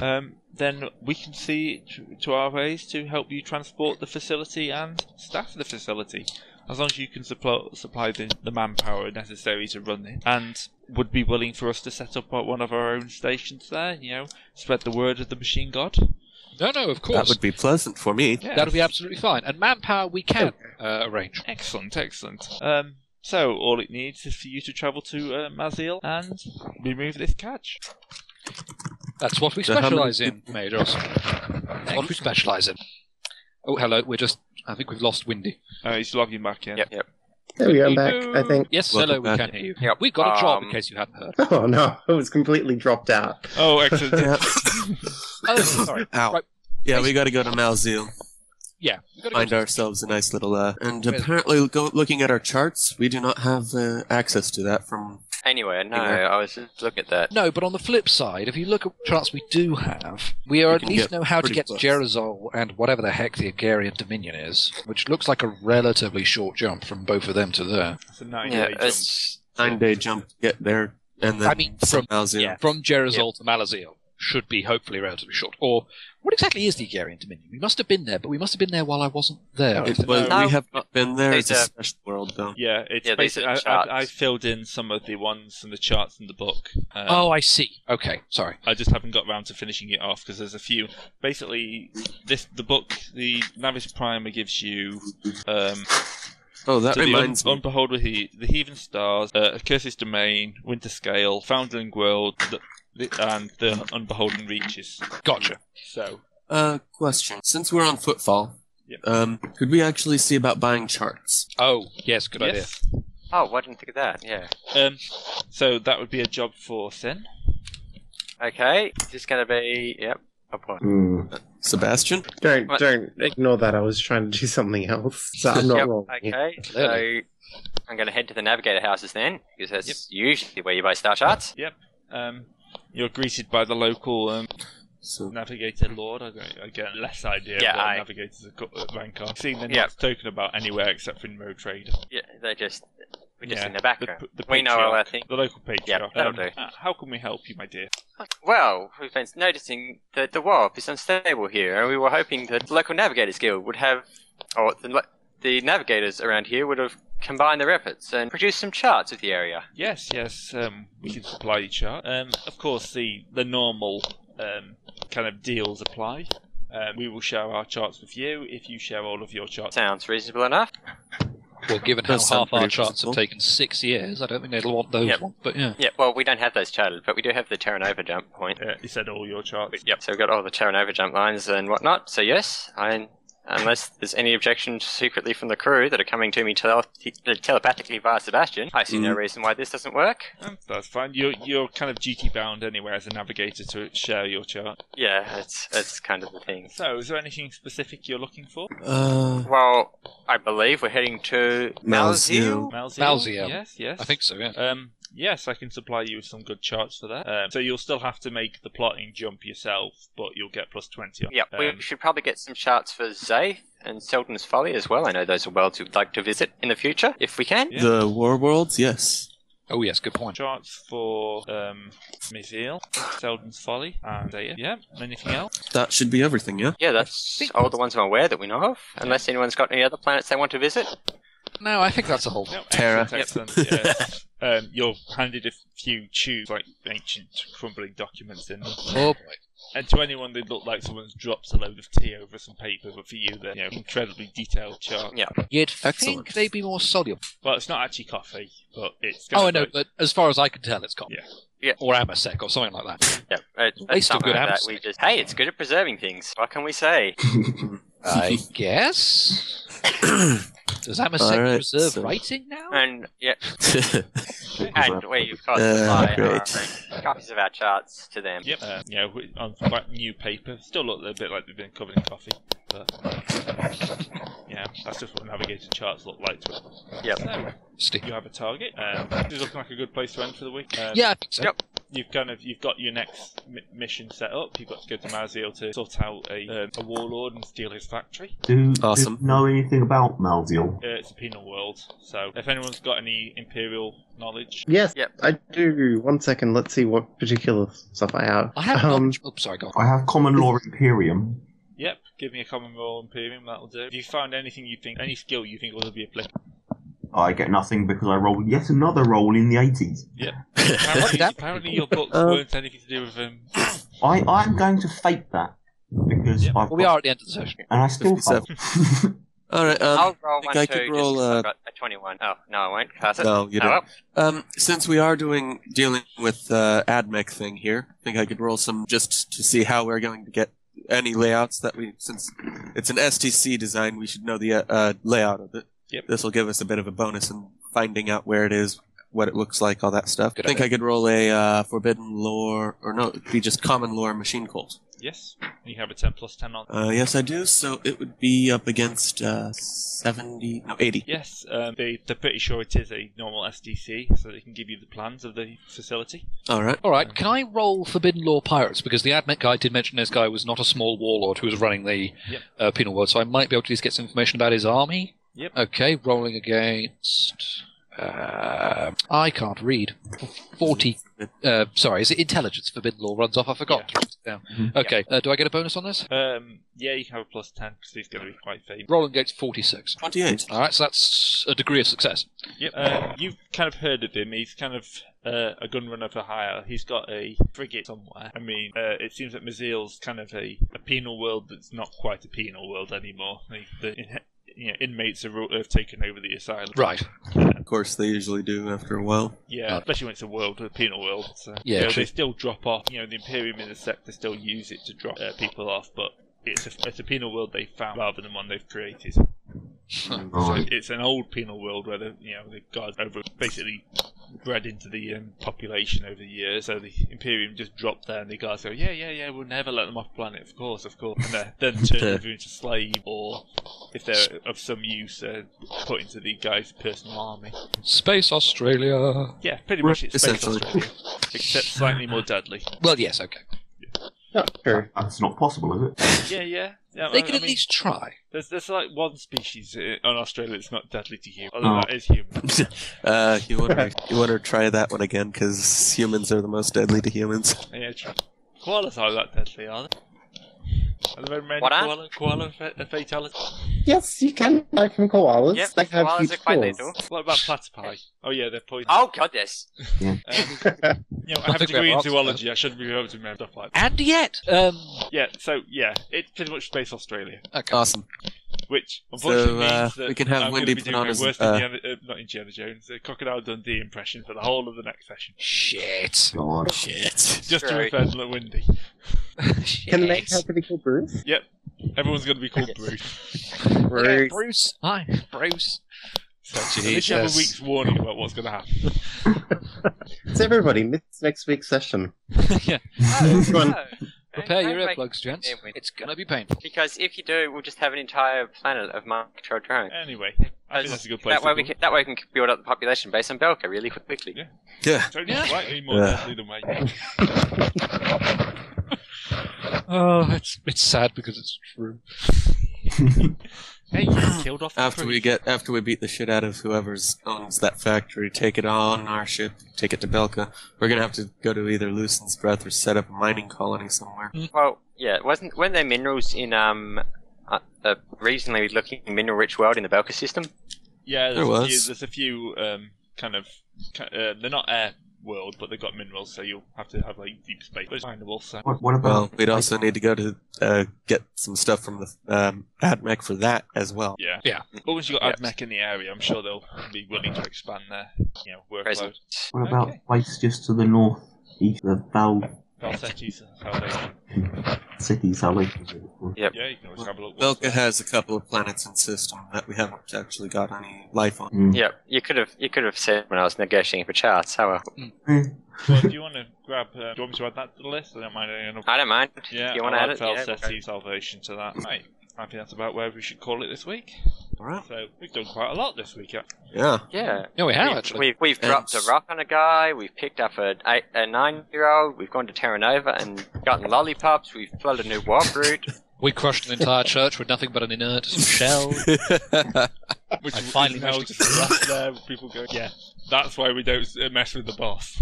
Speaker 1: um, then we can see t- to our ways to help you transport the facility and staff the facility. As long as you can supply, supply the, the manpower necessary to run it, and would be willing for us to set up one of our own stations there, you know, spread the word of the machine god.
Speaker 7: No, no, of course.
Speaker 2: That would be pleasant for me.
Speaker 1: Yeah.
Speaker 7: That'll be absolutely fine. And manpower we can
Speaker 2: Oh.
Speaker 7: uh, arrange.
Speaker 1: Excellent, excellent. Um, so all it needs is for you to travel to uh, Mazil and remove this catch.
Speaker 7: That's what we
Speaker 2: So how many
Speaker 7: specialise in, Majors. That's what we specialise in. Oh, hello. We're just. I think we've lost Windy.
Speaker 1: Uh, he's logging back in.
Speaker 3: Yep, yep.
Speaker 5: There we go, I'm back, I think.
Speaker 7: Yes,
Speaker 2: Welcome
Speaker 7: hello. We
Speaker 2: back.
Speaker 7: can hear you.
Speaker 3: Yep,
Speaker 7: We've got a job, in
Speaker 3: um,
Speaker 7: case you hadn't heard.
Speaker 5: Oh no, I was completely dropped out.
Speaker 1: Oh, excellent.
Speaker 2: Yeah.
Speaker 7: Oh, sorry.
Speaker 2: Ow.
Speaker 7: Right.
Speaker 2: Yeah, we got to go to Malzeal.
Speaker 7: Yeah. We've got to go
Speaker 2: find
Speaker 7: to-
Speaker 2: ourselves a nice little uh, and
Speaker 7: Well-
Speaker 2: apparently go, looking at our charts we do not have uh, access to that from
Speaker 3: Anyway, no,
Speaker 2: Yeah.
Speaker 3: I was just looking at that.
Speaker 7: No, but on the flip side, if you look at charts we do have, we are
Speaker 2: We
Speaker 7: at
Speaker 2: can
Speaker 7: least
Speaker 2: get
Speaker 7: know how to
Speaker 2: pretty
Speaker 7: get
Speaker 2: close.
Speaker 7: to Jerizol and whatever the heck the Agarian Dominion is, which looks like a relatively short jump from both of them to there.
Speaker 1: That's a nine
Speaker 3: Yeah,
Speaker 1: day jump.
Speaker 3: it's
Speaker 2: nine day jump to get there and then
Speaker 7: I mean,
Speaker 2: from
Speaker 7: from- From Jerizol to Malazil should be hopefully relatively short. Or what exactly is the Agarian Dominion? We must have been there, but we must have been there while I wasn't there.
Speaker 2: It, well,
Speaker 1: No.
Speaker 2: we have not been there. It's a
Speaker 3: Data.
Speaker 2: special world, though.
Speaker 1: Yeah, it's
Speaker 3: Yeah, these
Speaker 1: basically.
Speaker 3: are the
Speaker 1: I,
Speaker 3: charts.
Speaker 1: I, I filled in some of the ones and the charts in the book. Um,
Speaker 7: oh, I see. Okay, sorry.
Speaker 1: I just haven't got round to finishing it off because there's a few. Basically, this the book, the Navis Primer gives you um,
Speaker 2: Oh, that
Speaker 1: So the
Speaker 2: reminds
Speaker 1: un-
Speaker 2: me.
Speaker 1: Unbehold with he- the Heathen Stars, uh, Curses Domain, Winter Scale, Foundling World, the, the, and the Unbeholden Reaches.
Speaker 7: Gotcha.
Speaker 1: So
Speaker 2: Uh, question. Since we're on footfall,
Speaker 1: Yeah.
Speaker 2: um, could we actually see about buying charts?
Speaker 7: Oh, yes, good idea.
Speaker 1: yes,
Speaker 3: oh, why didn't I think of that? Yeah.
Speaker 1: um, so that would be a job for Sin.
Speaker 3: Okay, just gonna be yep. Oh, A point.
Speaker 4: Hmm.
Speaker 2: Sebastian,
Speaker 5: Don't
Speaker 3: What?
Speaker 5: don't ignore that. I was trying to do something else. So I'm not
Speaker 3: Yep.
Speaker 5: wrong.
Speaker 3: Okay, so
Speaker 7: Clearly.
Speaker 3: I'm gonna head to the navigator houses then, because that's usually where you buy star charts.
Speaker 1: Um, you're greeted by the local um,
Speaker 2: So
Speaker 1: Navigator Lord. I, don't- I get less idea
Speaker 3: Yeah,
Speaker 1: of what
Speaker 3: I-
Speaker 1: navigators are co- uh, rank are. Seen they're
Speaker 3: Yeah.
Speaker 1: not spoken about anywhere except for in Road Trade.
Speaker 3: Yeah, they're just we're just
Speaker 1: Yeah,
Speaker 3: in the
Speaker 1: The,
Speaker 3: background.
Speaker 1: p- the
Speaker 3: we know all
Speaker 1: patriarch,
Speaker 3: our things.
Speaker 1: The local patriarch.
Speaker 3: that'll do.
Speaker 1: uh, How can we help you, my dear?
Speaker 3: Well, we've been noticing that the warp is unstable here, and we were hoping that the local navigators guild would have, or the, lo- the navigators around here would have combined their efforts and produced some charts of the area.
Speaker 1: Yes, yes, um, we can supply you chart. Um, of course, the the normal um, kind of deals apply. Um, we will share our charts with you if you share all of your charts. uh,
Speaker 3: Sounds reasonable enough.
Speaker 7: Well, given how
Speaker 2: Does sound
Speaker 7: half our
Speaker 2: pretty
Speaker 7: charts
Speaker 2: reasonable.
Speaker 7: have taken six years, I don't think they'll want those
Speaker 3: Yep.
Speaker 7: ones. But yeah.
Speaker 3: Yeah, well, we don't have those charted, but we do have the Terra Nova jump point.
Speaker 1: Uh, you said all your charts.
Speaker 3: Yep, so we've got all the Terra Nova jump lines and whatnot, so yes, I, unless there's any objections secretly from the crew that are coming to me tele- telepathically via Sebastian, I see no reason why this doesn't work.
Speaker 1: Um, that's fine. You're you're kind of duty bound anyway as a navigator to share your chart.
Speaker 3: Yeah, it's, it's kind of the thing.
Speaker 1: So, is there anything specific you're looking for?
Speaker 2: uh,
Speaker 3: Well, I believe we're heading to
Speaker 2: Malzieu.
Speaker 3: Malzieu.
Speaker 1: Malziel?
Speaker 7: Malziel.
Speaker 1: Yes, yes.
Speaker 7: I think so, yeah.
Speaker 1: Um, yes, I can supply you with some good charts for that. Um, so you'll still have to make the plotting jump yourself, but you'll get plus twenty. on-
Speaker 3: Yeah,
Speaker 1: um,
Speaker 3: we should probably get some charts for Zaith and Selden's Folly as well. I know those are worlds we'd like to visit in the future, if we can.
Speaker 1: Yeah.
Speaker 2: the War Worlds, yes.
Speaker 7: Oh yes, good point.
Speaker 1: charts for um, Mizil, Selden's Folly, and uh, yeah, anything else?
Speaker 2: That should be everything, yeah.
Speaker 3: Yeah, that's all the ones I'm aware that we know of. Unless anyone's got any other planets they want to visit.
Speaker 7: No, I think that's a whole.
Speaker 1: No,
Speaker 2: Terra.
Speaker 1: excellent, excellent, yeah. um, you're handed a few tubes like ancient crumbling documents in them.
Speaker 7: Oh boy.
Speaker 1: And to anyone, they look like someone's dropped a load of tea over some paper, but for you, they're you know, incredibly detailed chart.
Speaker 7: You'd
Speaker 2: Excellent.
Speaker 7: think they'd be more soluble.
Speaker 1: Well, it's not actually coffee, but it's. kind
Speaker 7: Oh, I
Speaker 1: of
Speaker 7: know,
Speaker 1: like-
Speaker 7: but as far as I can tell, it's got
Speaker 1: Yeah.
Speaker 3: Yeah.
Speaker 7: or Amasec or something like that.
Speaker 3: Yeah, it,
Speaker 7: least a
Speaker 3: Uh, something
Speaker 7: good
Speaker 3: like that.
Speaker 7: atmosphere.
Speaker 3: We just, hey, it's good at preserving things. What can we say?
Speaker 7: I guess. Does Amasec
Speaker 2: All right,
Speaker 7: preserve
Speaker 2: so-
Speaker 7: writing now?
Speaker 3: And yeah, and
Speaker 4: Right.
Speaker 3: we of course
Speaker 2: Uh,
Speaker 3: supply our
Speaker 2: great.
Speaker 3: own copies of our charts to them.
Speaker 1: Yep. Uh, you know, wi- on quite new paper. Still look a bit like they've been covered in coffee, but yeah, that's just what navigator charts look like. To it.
Speaker 3: Yep.
Speaker 1: So,
Speaker 7: Steve.
Speaker 1: you have a target. Um, this is looking like a good place to end for the week. Um,
Speaker 7: Yeah, I think so.
Speaker 3: Yep.
Speaker 1: You've kind of you've got your next mi- mission set up. You've got to go to Marziel to sort out a, um, a warlord and steal his factory.
Speaker 4: Do, do
Speaker 2: Awesome.
Speaker 4: you know anything about Maldiel?
Speaker 1: Uh, it's a penal world, so if anyone's got any imperial knowledge,
Speaker 5: Yes,
Speaker 3: Yep.
Speaker 5: I do. One second, let's see what particular stuff I have.
Speaker 7: I have.
Speaker 5: um,
Speaker 7: knowledge- Oh, sorry, go on.
Speaker 4: I have common law Imperium.
Speaker 1: yep, give me a common roll imperium. That'll do. If you found anything you think any skill you think will be applicable,
Speaker 4: I get nothing because I rolled yet another roll in the 80s.
Speaker 1: apparently, apparently your books
Speaker 2: Um,
Speaker 1: weren't anything to do with um,
Speaker 4: I, I'm going to fake that because
Speaker 1: Yep.
Speaker 2: oh.
Speaker 4: I've
Speaker 7: Well, we
Speaker 4: got-
Speaker 7: are at the end of the session.
Speaker 4: and I still
Speaker 2: 57.
Speaker 4: fail.
Speaker 2: All right. Um,
Speaker 3: I'll roll
Speaker 2: think
Speaker 3: one
Speaker 2: I
Speaker 3: too.
Speaker 2: could
Speaker 3: just
Speaker 2: roll,
Speaker 3: 'cause I've
Speaker 2: uh,
Speaker 3: got a twenty-one. Oh no, I won't pass it.
Speaker 2: no, you
Speaker 3: oh,
Speaker 2: don't.
Speaker 3: well.
Speaker 2: Um, since we are doing dealing with uh, AdMech thing here, I think I could roll some just to see how we're going to get any layouts that we. Since it's an STC design, we should know the uh, uh, layout of it.
Speaker 1: Yep.
Speaker 2: This will give us a bit of a bonus in finding out where it is, what it looks like, all that stuff.
Speaker 7: Good
Speaker 2: I think I could roll a uh, Forbidden Lore, or no, it'd be just Common Lore Machine Cult.
Speaker 1: yes. You have a ten plus ten on.
Speaker 2: Uh, yes, I do. So it would be up against uh, seventy, no, eighty.
Speaker 1: Yes, um, they, they're pretty sure it is a normal SDC, so they can give you the plans of the facility.
Speaker 2: All right.
Speaker 7: All right, can I roll Forbidden Law Pirates? Because the AdMech guy did mention this guy was not a small warlord who was running the
Speaker 1: Yep.
Speaker 7: uh, penal world, so I might be able to at least get some information about his army.
Speaker 1: Yep.
Speaker 7: Okay, rolling against. Uh, I can't read. 40. Uh, sorry, is it intelligence Forbidden Law runs off? I forgot. Yeah.
Speaker 1: Mm-hmm.
Speaker 4: Mhm.
Speaker 7: Okay, uh, do I get a bonus on this?
Speaker 1: Um, yeah, you can have a plus ten because he's going to be quite famous.
Speaker 7: Rolling against 46.
Speaker 2: Twenty-eight.
Speaker 7: All right, so that's a degree of success.
Speaker 1: Yep. Um, you've kind of heard of him. He's kind of uh, a gunrunner for hire. He's got a frigate somewhere. I mean, uh, it seems that Maziel's kind of a, a penal world that's not quite a penal world anymore. The, the you know, inmates have, ru- have taken over the asylum.
Speaker 7: Right.
Speaker 2: Of course, they usually do after a while.
Speaker 1: Yeah, especially when it's a world, a penal world. So,
Speaker 7: Yeah,
Speaker 1: you know,
Speaker 7: true.
Speaker 1: they still drop off. You know, the Imperium and the Scepter still use it to drop uh, people off, but it's a, it's a penal world they found rather than one they've created.
Speaker 4: Right.
Speaker 1: It's an old penal world where the you know the guards over basically bred into the um, population over the years. So the Imperium just dropped there, and the guards go, yeah, yeah, yeah, we'll never let them off planet, of course, of course. And they're then turned over into slave, or if they're of some use, uh, put into the guy's personal army.
Speaker 7: Space Australia.
Speaker 1: Yeah, pretty much it's Space
Speaker 2: Essentially.
Speaker 1: Australia, except slightly more deadly.
Speaker 7: Well, yes, okay.
Speaker 5: No, true.
Speaker 4: That's not possible, is it?
Speaker 1: Yeah, yeah. yeah
Speaker 7: They
Speaker 1: I-
Speaker 7: could
Speaker 1: Uh, I
Speaker 7: at
Speaker 1: mean,
Speaker 7: least try.
Speaker 1: There's, there's like one species i- on Australia that's not deadly to humans.
Speaker 4: Oh.
Speaker 1: Although that is human.
Speaker 2: Uh, you want to you want to try that one again because humans are the most deadly to humans.
Speaker 1: Yeah, true. Koalas are that deadly, are they? Are there many
Speaker 3: What are-
Speaker 1: koala, koala fa- fatalities?
Speaker 5: Yes, you can die from koalas.
Speaker 3: Yep,
Speaker 5: they have
Speaker 3: koalas
Speaker 5: huge
Speaker 3: are quite
Speaker 5: claws.
Speaker 3: lethal.
Speaker 1: What about platypi? Oh yeah, they're poisonous.
Speaker 3: Oh god, yes.
Speaker 1: Um, you know,
Speaker 7: I
Speaker 1: I have a
Speaker 7: think we
Speaker 1: degree
Speaker 7: have
Speaker 1: in
Speaker 7: answers,
Speaker 1: zoology. I shouldn't be able to remember stuff like that.
Speaker 7: And yet, um,
Speaker 1: Yeah, so yeah, it's pretty much Space Australia,
Speaker 7: okay.
Speaker 2: Awesome.
Speaker 1: which unfortunately
Speaker 2: uh,
Speaker 1: means that
Speaker 2: we can have
Speaker 1: I'm going
Speaker 2: Wendy
Speaker 1: to be
Speaker 2: put
Speaker 1: doing
Speaker 2: on
Speaker 1: my
Speaker 2: as,
Speaker 1: worst
Speaker 2: uh,
Speaker 1: Indiana, uh, not Indiana Jones, uh, Crocodile Dundee impression for the whole of the next session.
Speaker 7: Shit.
Speaker 4: God.
Speaker 2: Shit.
Speaker 1: Just to
Speaker 3: Sorry.
Speaker 1: refer to Wendy.
Speaker 5: Can they
Speaker 7: Shit.
Speaker 5: have pretty cool Bruce?
Speaker 1: Everyone's going to be called Bruce.
Speaker 7: Look at
Speaker 5: Bruce.
Speaker 7: Bruce. Hi, Bruce.
Speaker 1: So at least you have a
Speaker 7: Jesus.
Speaker 1: week's warning about what's going to happen.
Speaker 5: It's everybody. Miss next week's session.
Speaker 7: yeah.
Speaker 3: No,
Speaker 5: Go on.
Speaker 3: Oh, no.
Speaker 7: Prepare
Speaker 3: Don't
Speaker 7: your
Speaker 3: make-
Speaker 7: earplugs, gents.
Speaker 3: Yeah, wait.
Speaker 7: It's gonna be painful.
Speaker 3: Because if you do, we'll just have an entire planet of mind-controlled drones.
Speaker 1: Anyway, I think that's a good place.
Speaker 3: That way
Speaker 1: to
Speaker 3: we
Speaker 1: call
Speaker 3: can, that way we can build up the population based on Belka really quickly.
Speaker 1: Yeah.
Speaker 2: Yeah.
Speaker 1: it. Tony's slightly more
Speaker 2: Yeah.
Speaker 1: deadly than Wayne.
Speaker 7: Oh, it's it's sad because it's true.
Speaker 1: Hey, you killed off the
Speaker 2: After we
Speaker 1: priest.
Speaker 2: get after we beat the shit out of whoever's owns that factory, take it on our ship, take it to Belka. We're gonna have to go to either Lucen's Breath or set up a mining colony somewhere.
Speaker 3: Well, yeah, wasn't weren't there minerals in um uh, a reasonably looking mineral rich world in the Belka system?
Speaker 1: Yeah, there's
Speaker 2: There
Speaker 1: a few,
Speaker 2: was.
Speaker 1: there's a few um, kind of ki- uh, they're not air world, but they've got minerals, so you'll have to have like deep space. But it's findable, so
Speaker 4: What, what
Speaker 2: Well,
Speaker 4: about
Speaker 2: we'd also need to go to uh, get some stuff from the um, ADMEC for that as well.
Speaker 1: yeah,
Speaker 7: Yeah.
Speaker 1: But once you
Speaker 3: Yes.
Speaker 1: got ADMEC in the area, I'm sure they'll be willing to expand their you know workload.
Speaker 3: Present.
Speaker 4: what about
Speaker 1: okay.
Speaker 4: place just to the north, east of Val
Speaker 1: Valsetis, how they-
Speaker 4: City, Sally?
Speaker 1: Yeah, you can always have a look.
Speaker 2: Belka has a couple of planets in system that we haven't actually got any life on.
Speaker 4: Mm.
Speaker 3: Yeah, you could have you could have said when I was negotiating for charts. How well.
Speaker 4: Mm.
Speaker 1: Well, do you want to grab? Uh, do you want me to add that to the list? I don't mind adding another.
Speaker 3: I don't mind.
Speaker 1: Yeah,
Speaker 3: you
Speaker 1: I'll
Speaker 3: want to add it? Yeah,
Speaker 1: Valsetti
Speaker 3: okay.
Speaker 1: Salvation to that. Right. I think that's about where we should call it this week.
Speaker 2: All right.
Speaker 1: So we've done quite a lot this week. yeah.
Speaker 2: Yeah.
Speaker 3: yeah.
Speaker 7: No, we have
Speaker 3: we've,
Speaker 7: actually.
Speaker 3: We've, we've
Speaker 2: And-
Speaker 3: dropped a rock on a guy. We've picked up a, eight, a nine-year-old. We've gone to Terra Nova and gotten lollipops. We've flooded a new warp route.
Speaker 7: We crushed an entire church with nothing but an inert shell.
Speaker 1: Which
Speaker 7: I
Speaker 1: is
Speaker 7: finally
Speaker 1: now
Speaker 7: managed to
Speaker 1: just left there. with People go, yeah. That's why we don't uh, mess with the boss.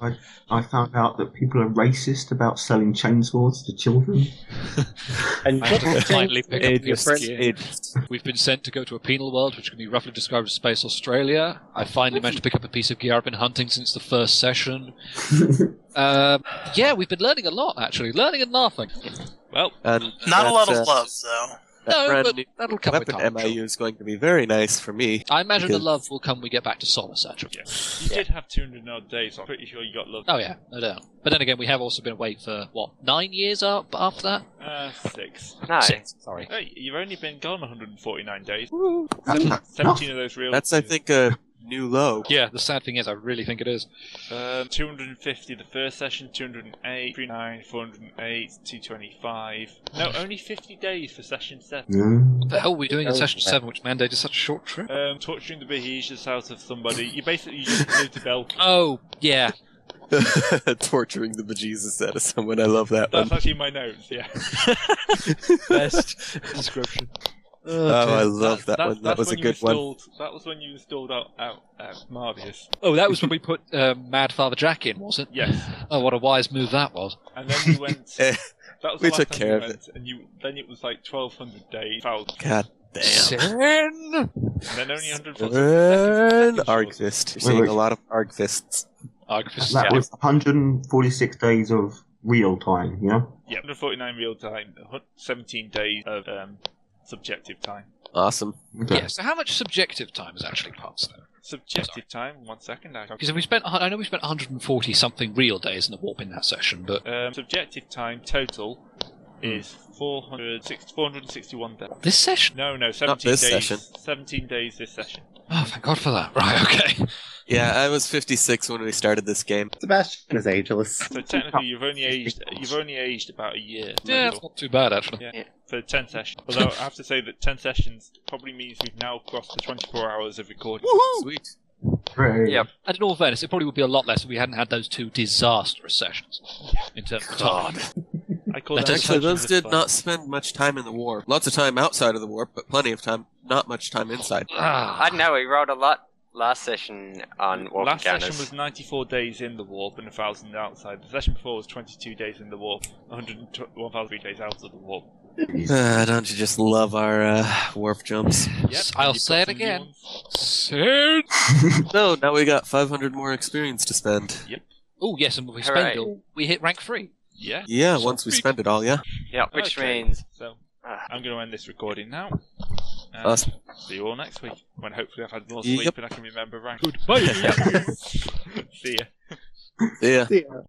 Speaker 4: I, I found out that people are racist about selling chainsaws to children.
Speaker 5: And
Speaker 7: Managed to finally pick up the
Speaker 5: Ages.
Speaker 7: gear. We've been sent to go to a penal world, which can be roughly described as Space Australia. I finally managed to pick up a piece of gear I've been hunting since the first session. Um, yeah, we've been learning a lot, actually. Learning and laughing.
Speaker 1: Well,
Speaker 2: And
Speaker 6: Not a lot
Speaker 2: that,
Speaker 6: of
Speaker 2: uh,
Speaker 6: love, though.
Speaker 2: that
Speaker 7: No,
Speaker 2: brand
Speaker 7: but
Speaker 2: new
Speaker 7: that'll come with
Speaker 2: weapon
Speaker 7: time,
Speaker 2: MIU is going to be very nice for me.
Speaker 7: I imagine the
Speaker 2: Because-
Speaker 7: love will come when we get back to Solace, actually.
Speaker 1: yeah. You did have 200 and odd days. So I'm pretty sure you got love.
Speaker 7: Oh, yeah, no doubt. But then again, we have also been away for, what, nine years up after that?
Speaker 1: Uh, six.
Speaker 3: No,
Speaker 7: Six, sorry.
Speaker 1: Hey, you've only been gone 149 days.
Speaker 4: That's not enough.
Speaker 1: 17 of those real.
Speaker 2: That's, I think, a new low.
Speaker 7: Yeah, the sad thing is, I really think it is.
Speaker 1: Um, 250 the first session, 208, 39, 408, 225. No, only 50 days for session 7.
Speaker 4: Yeah.
Speaker 7: What the hell were we doing in
Speaker 5: Oh,
Speaker 7: Session
Speaker 5: yeah.
Speaker 7: 7, which mandated such a short trip?
Speaker 1: Um, torturing the Bahesians out of somebody. You basically just moved to Belk.
Speaker 7: Oh, yeah.
Speaker 2: Torturing the bejesus out of someone. I love that
Speaker 1: That's
Speaker 2: one.
Speaker 1: actually my notes, yeah.
Speaker 7: Best description.
Speaker 2: Oh, I love that
Speaker 1: That's-
Speaker 2: one. That
Speaker 1: that's
Speaker 2: was a
Speaker 1: when you
Speaker 2: good one.
Speaker 1: installed, That was when you installed out, out, out Marvius.
Speaker 7: Oh, that was when we put um, Mad Father Jack in, was it?
Speaker 1: Yes.
Speaker 7: Oh, what a wise move that was.
Speaker 1: And then we went.
Speaker 2: Eh,
Speaker 1: that was
Speaker 2: we
Speaker 1: the last
Speaker 2: took
Speaker 1: time
Speaker 2: care
Speaker 1: we
Speaker 2: of
Speaker 1: went, And you, then it was like 1200 days. Fouled.
Speaker 2: God damn.
Speaker 7: Sin!
Speaker 1: And then only 140.
Speaker 2: Burn
Speaker 1: Second
Speaker 2: Argfist. You're
Speaker 4: Wait,
Speaker 2: seeing
Speaker 4: wait.
Speaker 2: a lot of Argfists.
Speaker 7: Argus,
Speaker 4: That
Speaker 7: yeah.
Speaker 4: was 146 days of real time, you know?
Speaker 1: Yeah, 149 real time, 17 days of um, subjective time.
Speaker 2: Awesome.
Speaker 4: Okay.
Speaker 7: yeah, so how much subjective time has actually passed though?
Speaker 1: Subjective time, one second. I
Speaker 7: Because we spent, I know we spent 140 something real days in the warp in that session, but
Speaker 1: um, subjective time total is
Speaker 2: Hmm.
Speaker 1: 460 461 days.
Speaker 7: this session.
Speaker 1: No, no, 17
Speaker 2: this
Speaker 1: days.
Speaker 2: session.
Speaker 1: 17 days this session.
Speaker 7: Oh, thank God for that. Right, okay.
Speaker 2: Yeah, I was 56 when we started this game.
Speaker 5: Sebastian is ageless.
Speaker 1: So technically, you've only
Speaker 2: Oh
Speaker 1: aged you've only aged about a year.
Speaker 7: Yeah, that's not too bad actually.
Speaker 1: for 10 sessions. Although I have to say that 10 sessions probably means we've now crossed the 24 hours of recording.
Speaker 2: Sweet.
Speaker 4: Hooray.
Speaker 3: Yep.
Speaker 7: And in all fairness, it probably would be a lot less if we hadn't had those two disastrous sessions in terms of time.
Speaker 1: I call that
Speaker 2: Actually,
Speaker 1: Ascension
Speaker 2: those
Speaker 1: of
Speaker 2: did
Speaker 1: Fire.
Speaker 2: not spend much time in the warp. Lots of time outside of the warp, but plenty of time, not much time inside.
Speaker 7: Ah.
Speaker 3: I don't know. We rolled a lot last session on walk
Speaker 1: Last
Speaker 3: encounters.
Speaker 1: session was 94 days in the warp and 1,000 outside. The session before was 22 days in the warp, 1,003 days out of the warp.
Speaker 2: Uh, don't you just love our uh, warp jumps?
Speaker 1: Yep,
Speaker 7: I'll
Speaker 1: and you've
Speaker 7: say
Speaker 1: got some
Speaker 7: it
Speaker 1: new
Speaker 7: again.
Speaker 1: ones.
Speaker 7: Sir-
Speaker 2: No, now we got 500 more experience to spend.
Speaker 7: Oh yes, and we
Speaker 3: Hooray.
Speaker 7: spend it. all. We hit rank three.
Speaker 1: Yeah.
Speaker 2: Yeah, once we spend it all, yeah.
Speaker 3: Yeah, which
Speaker 1: Okay.
Speaker 3: means
Speaker 1: So
Speaker 3: Ah.
Speaker 1: I'm going to end this recording now. And
Speaker 2: Awesome.
Speaker 1: See you all next week when hopefully I've had more
Speaker 2: Yep.
Speaker 1: sleep and I can remember rank. Goodbye. See ya.
Speaker 2: Yeah.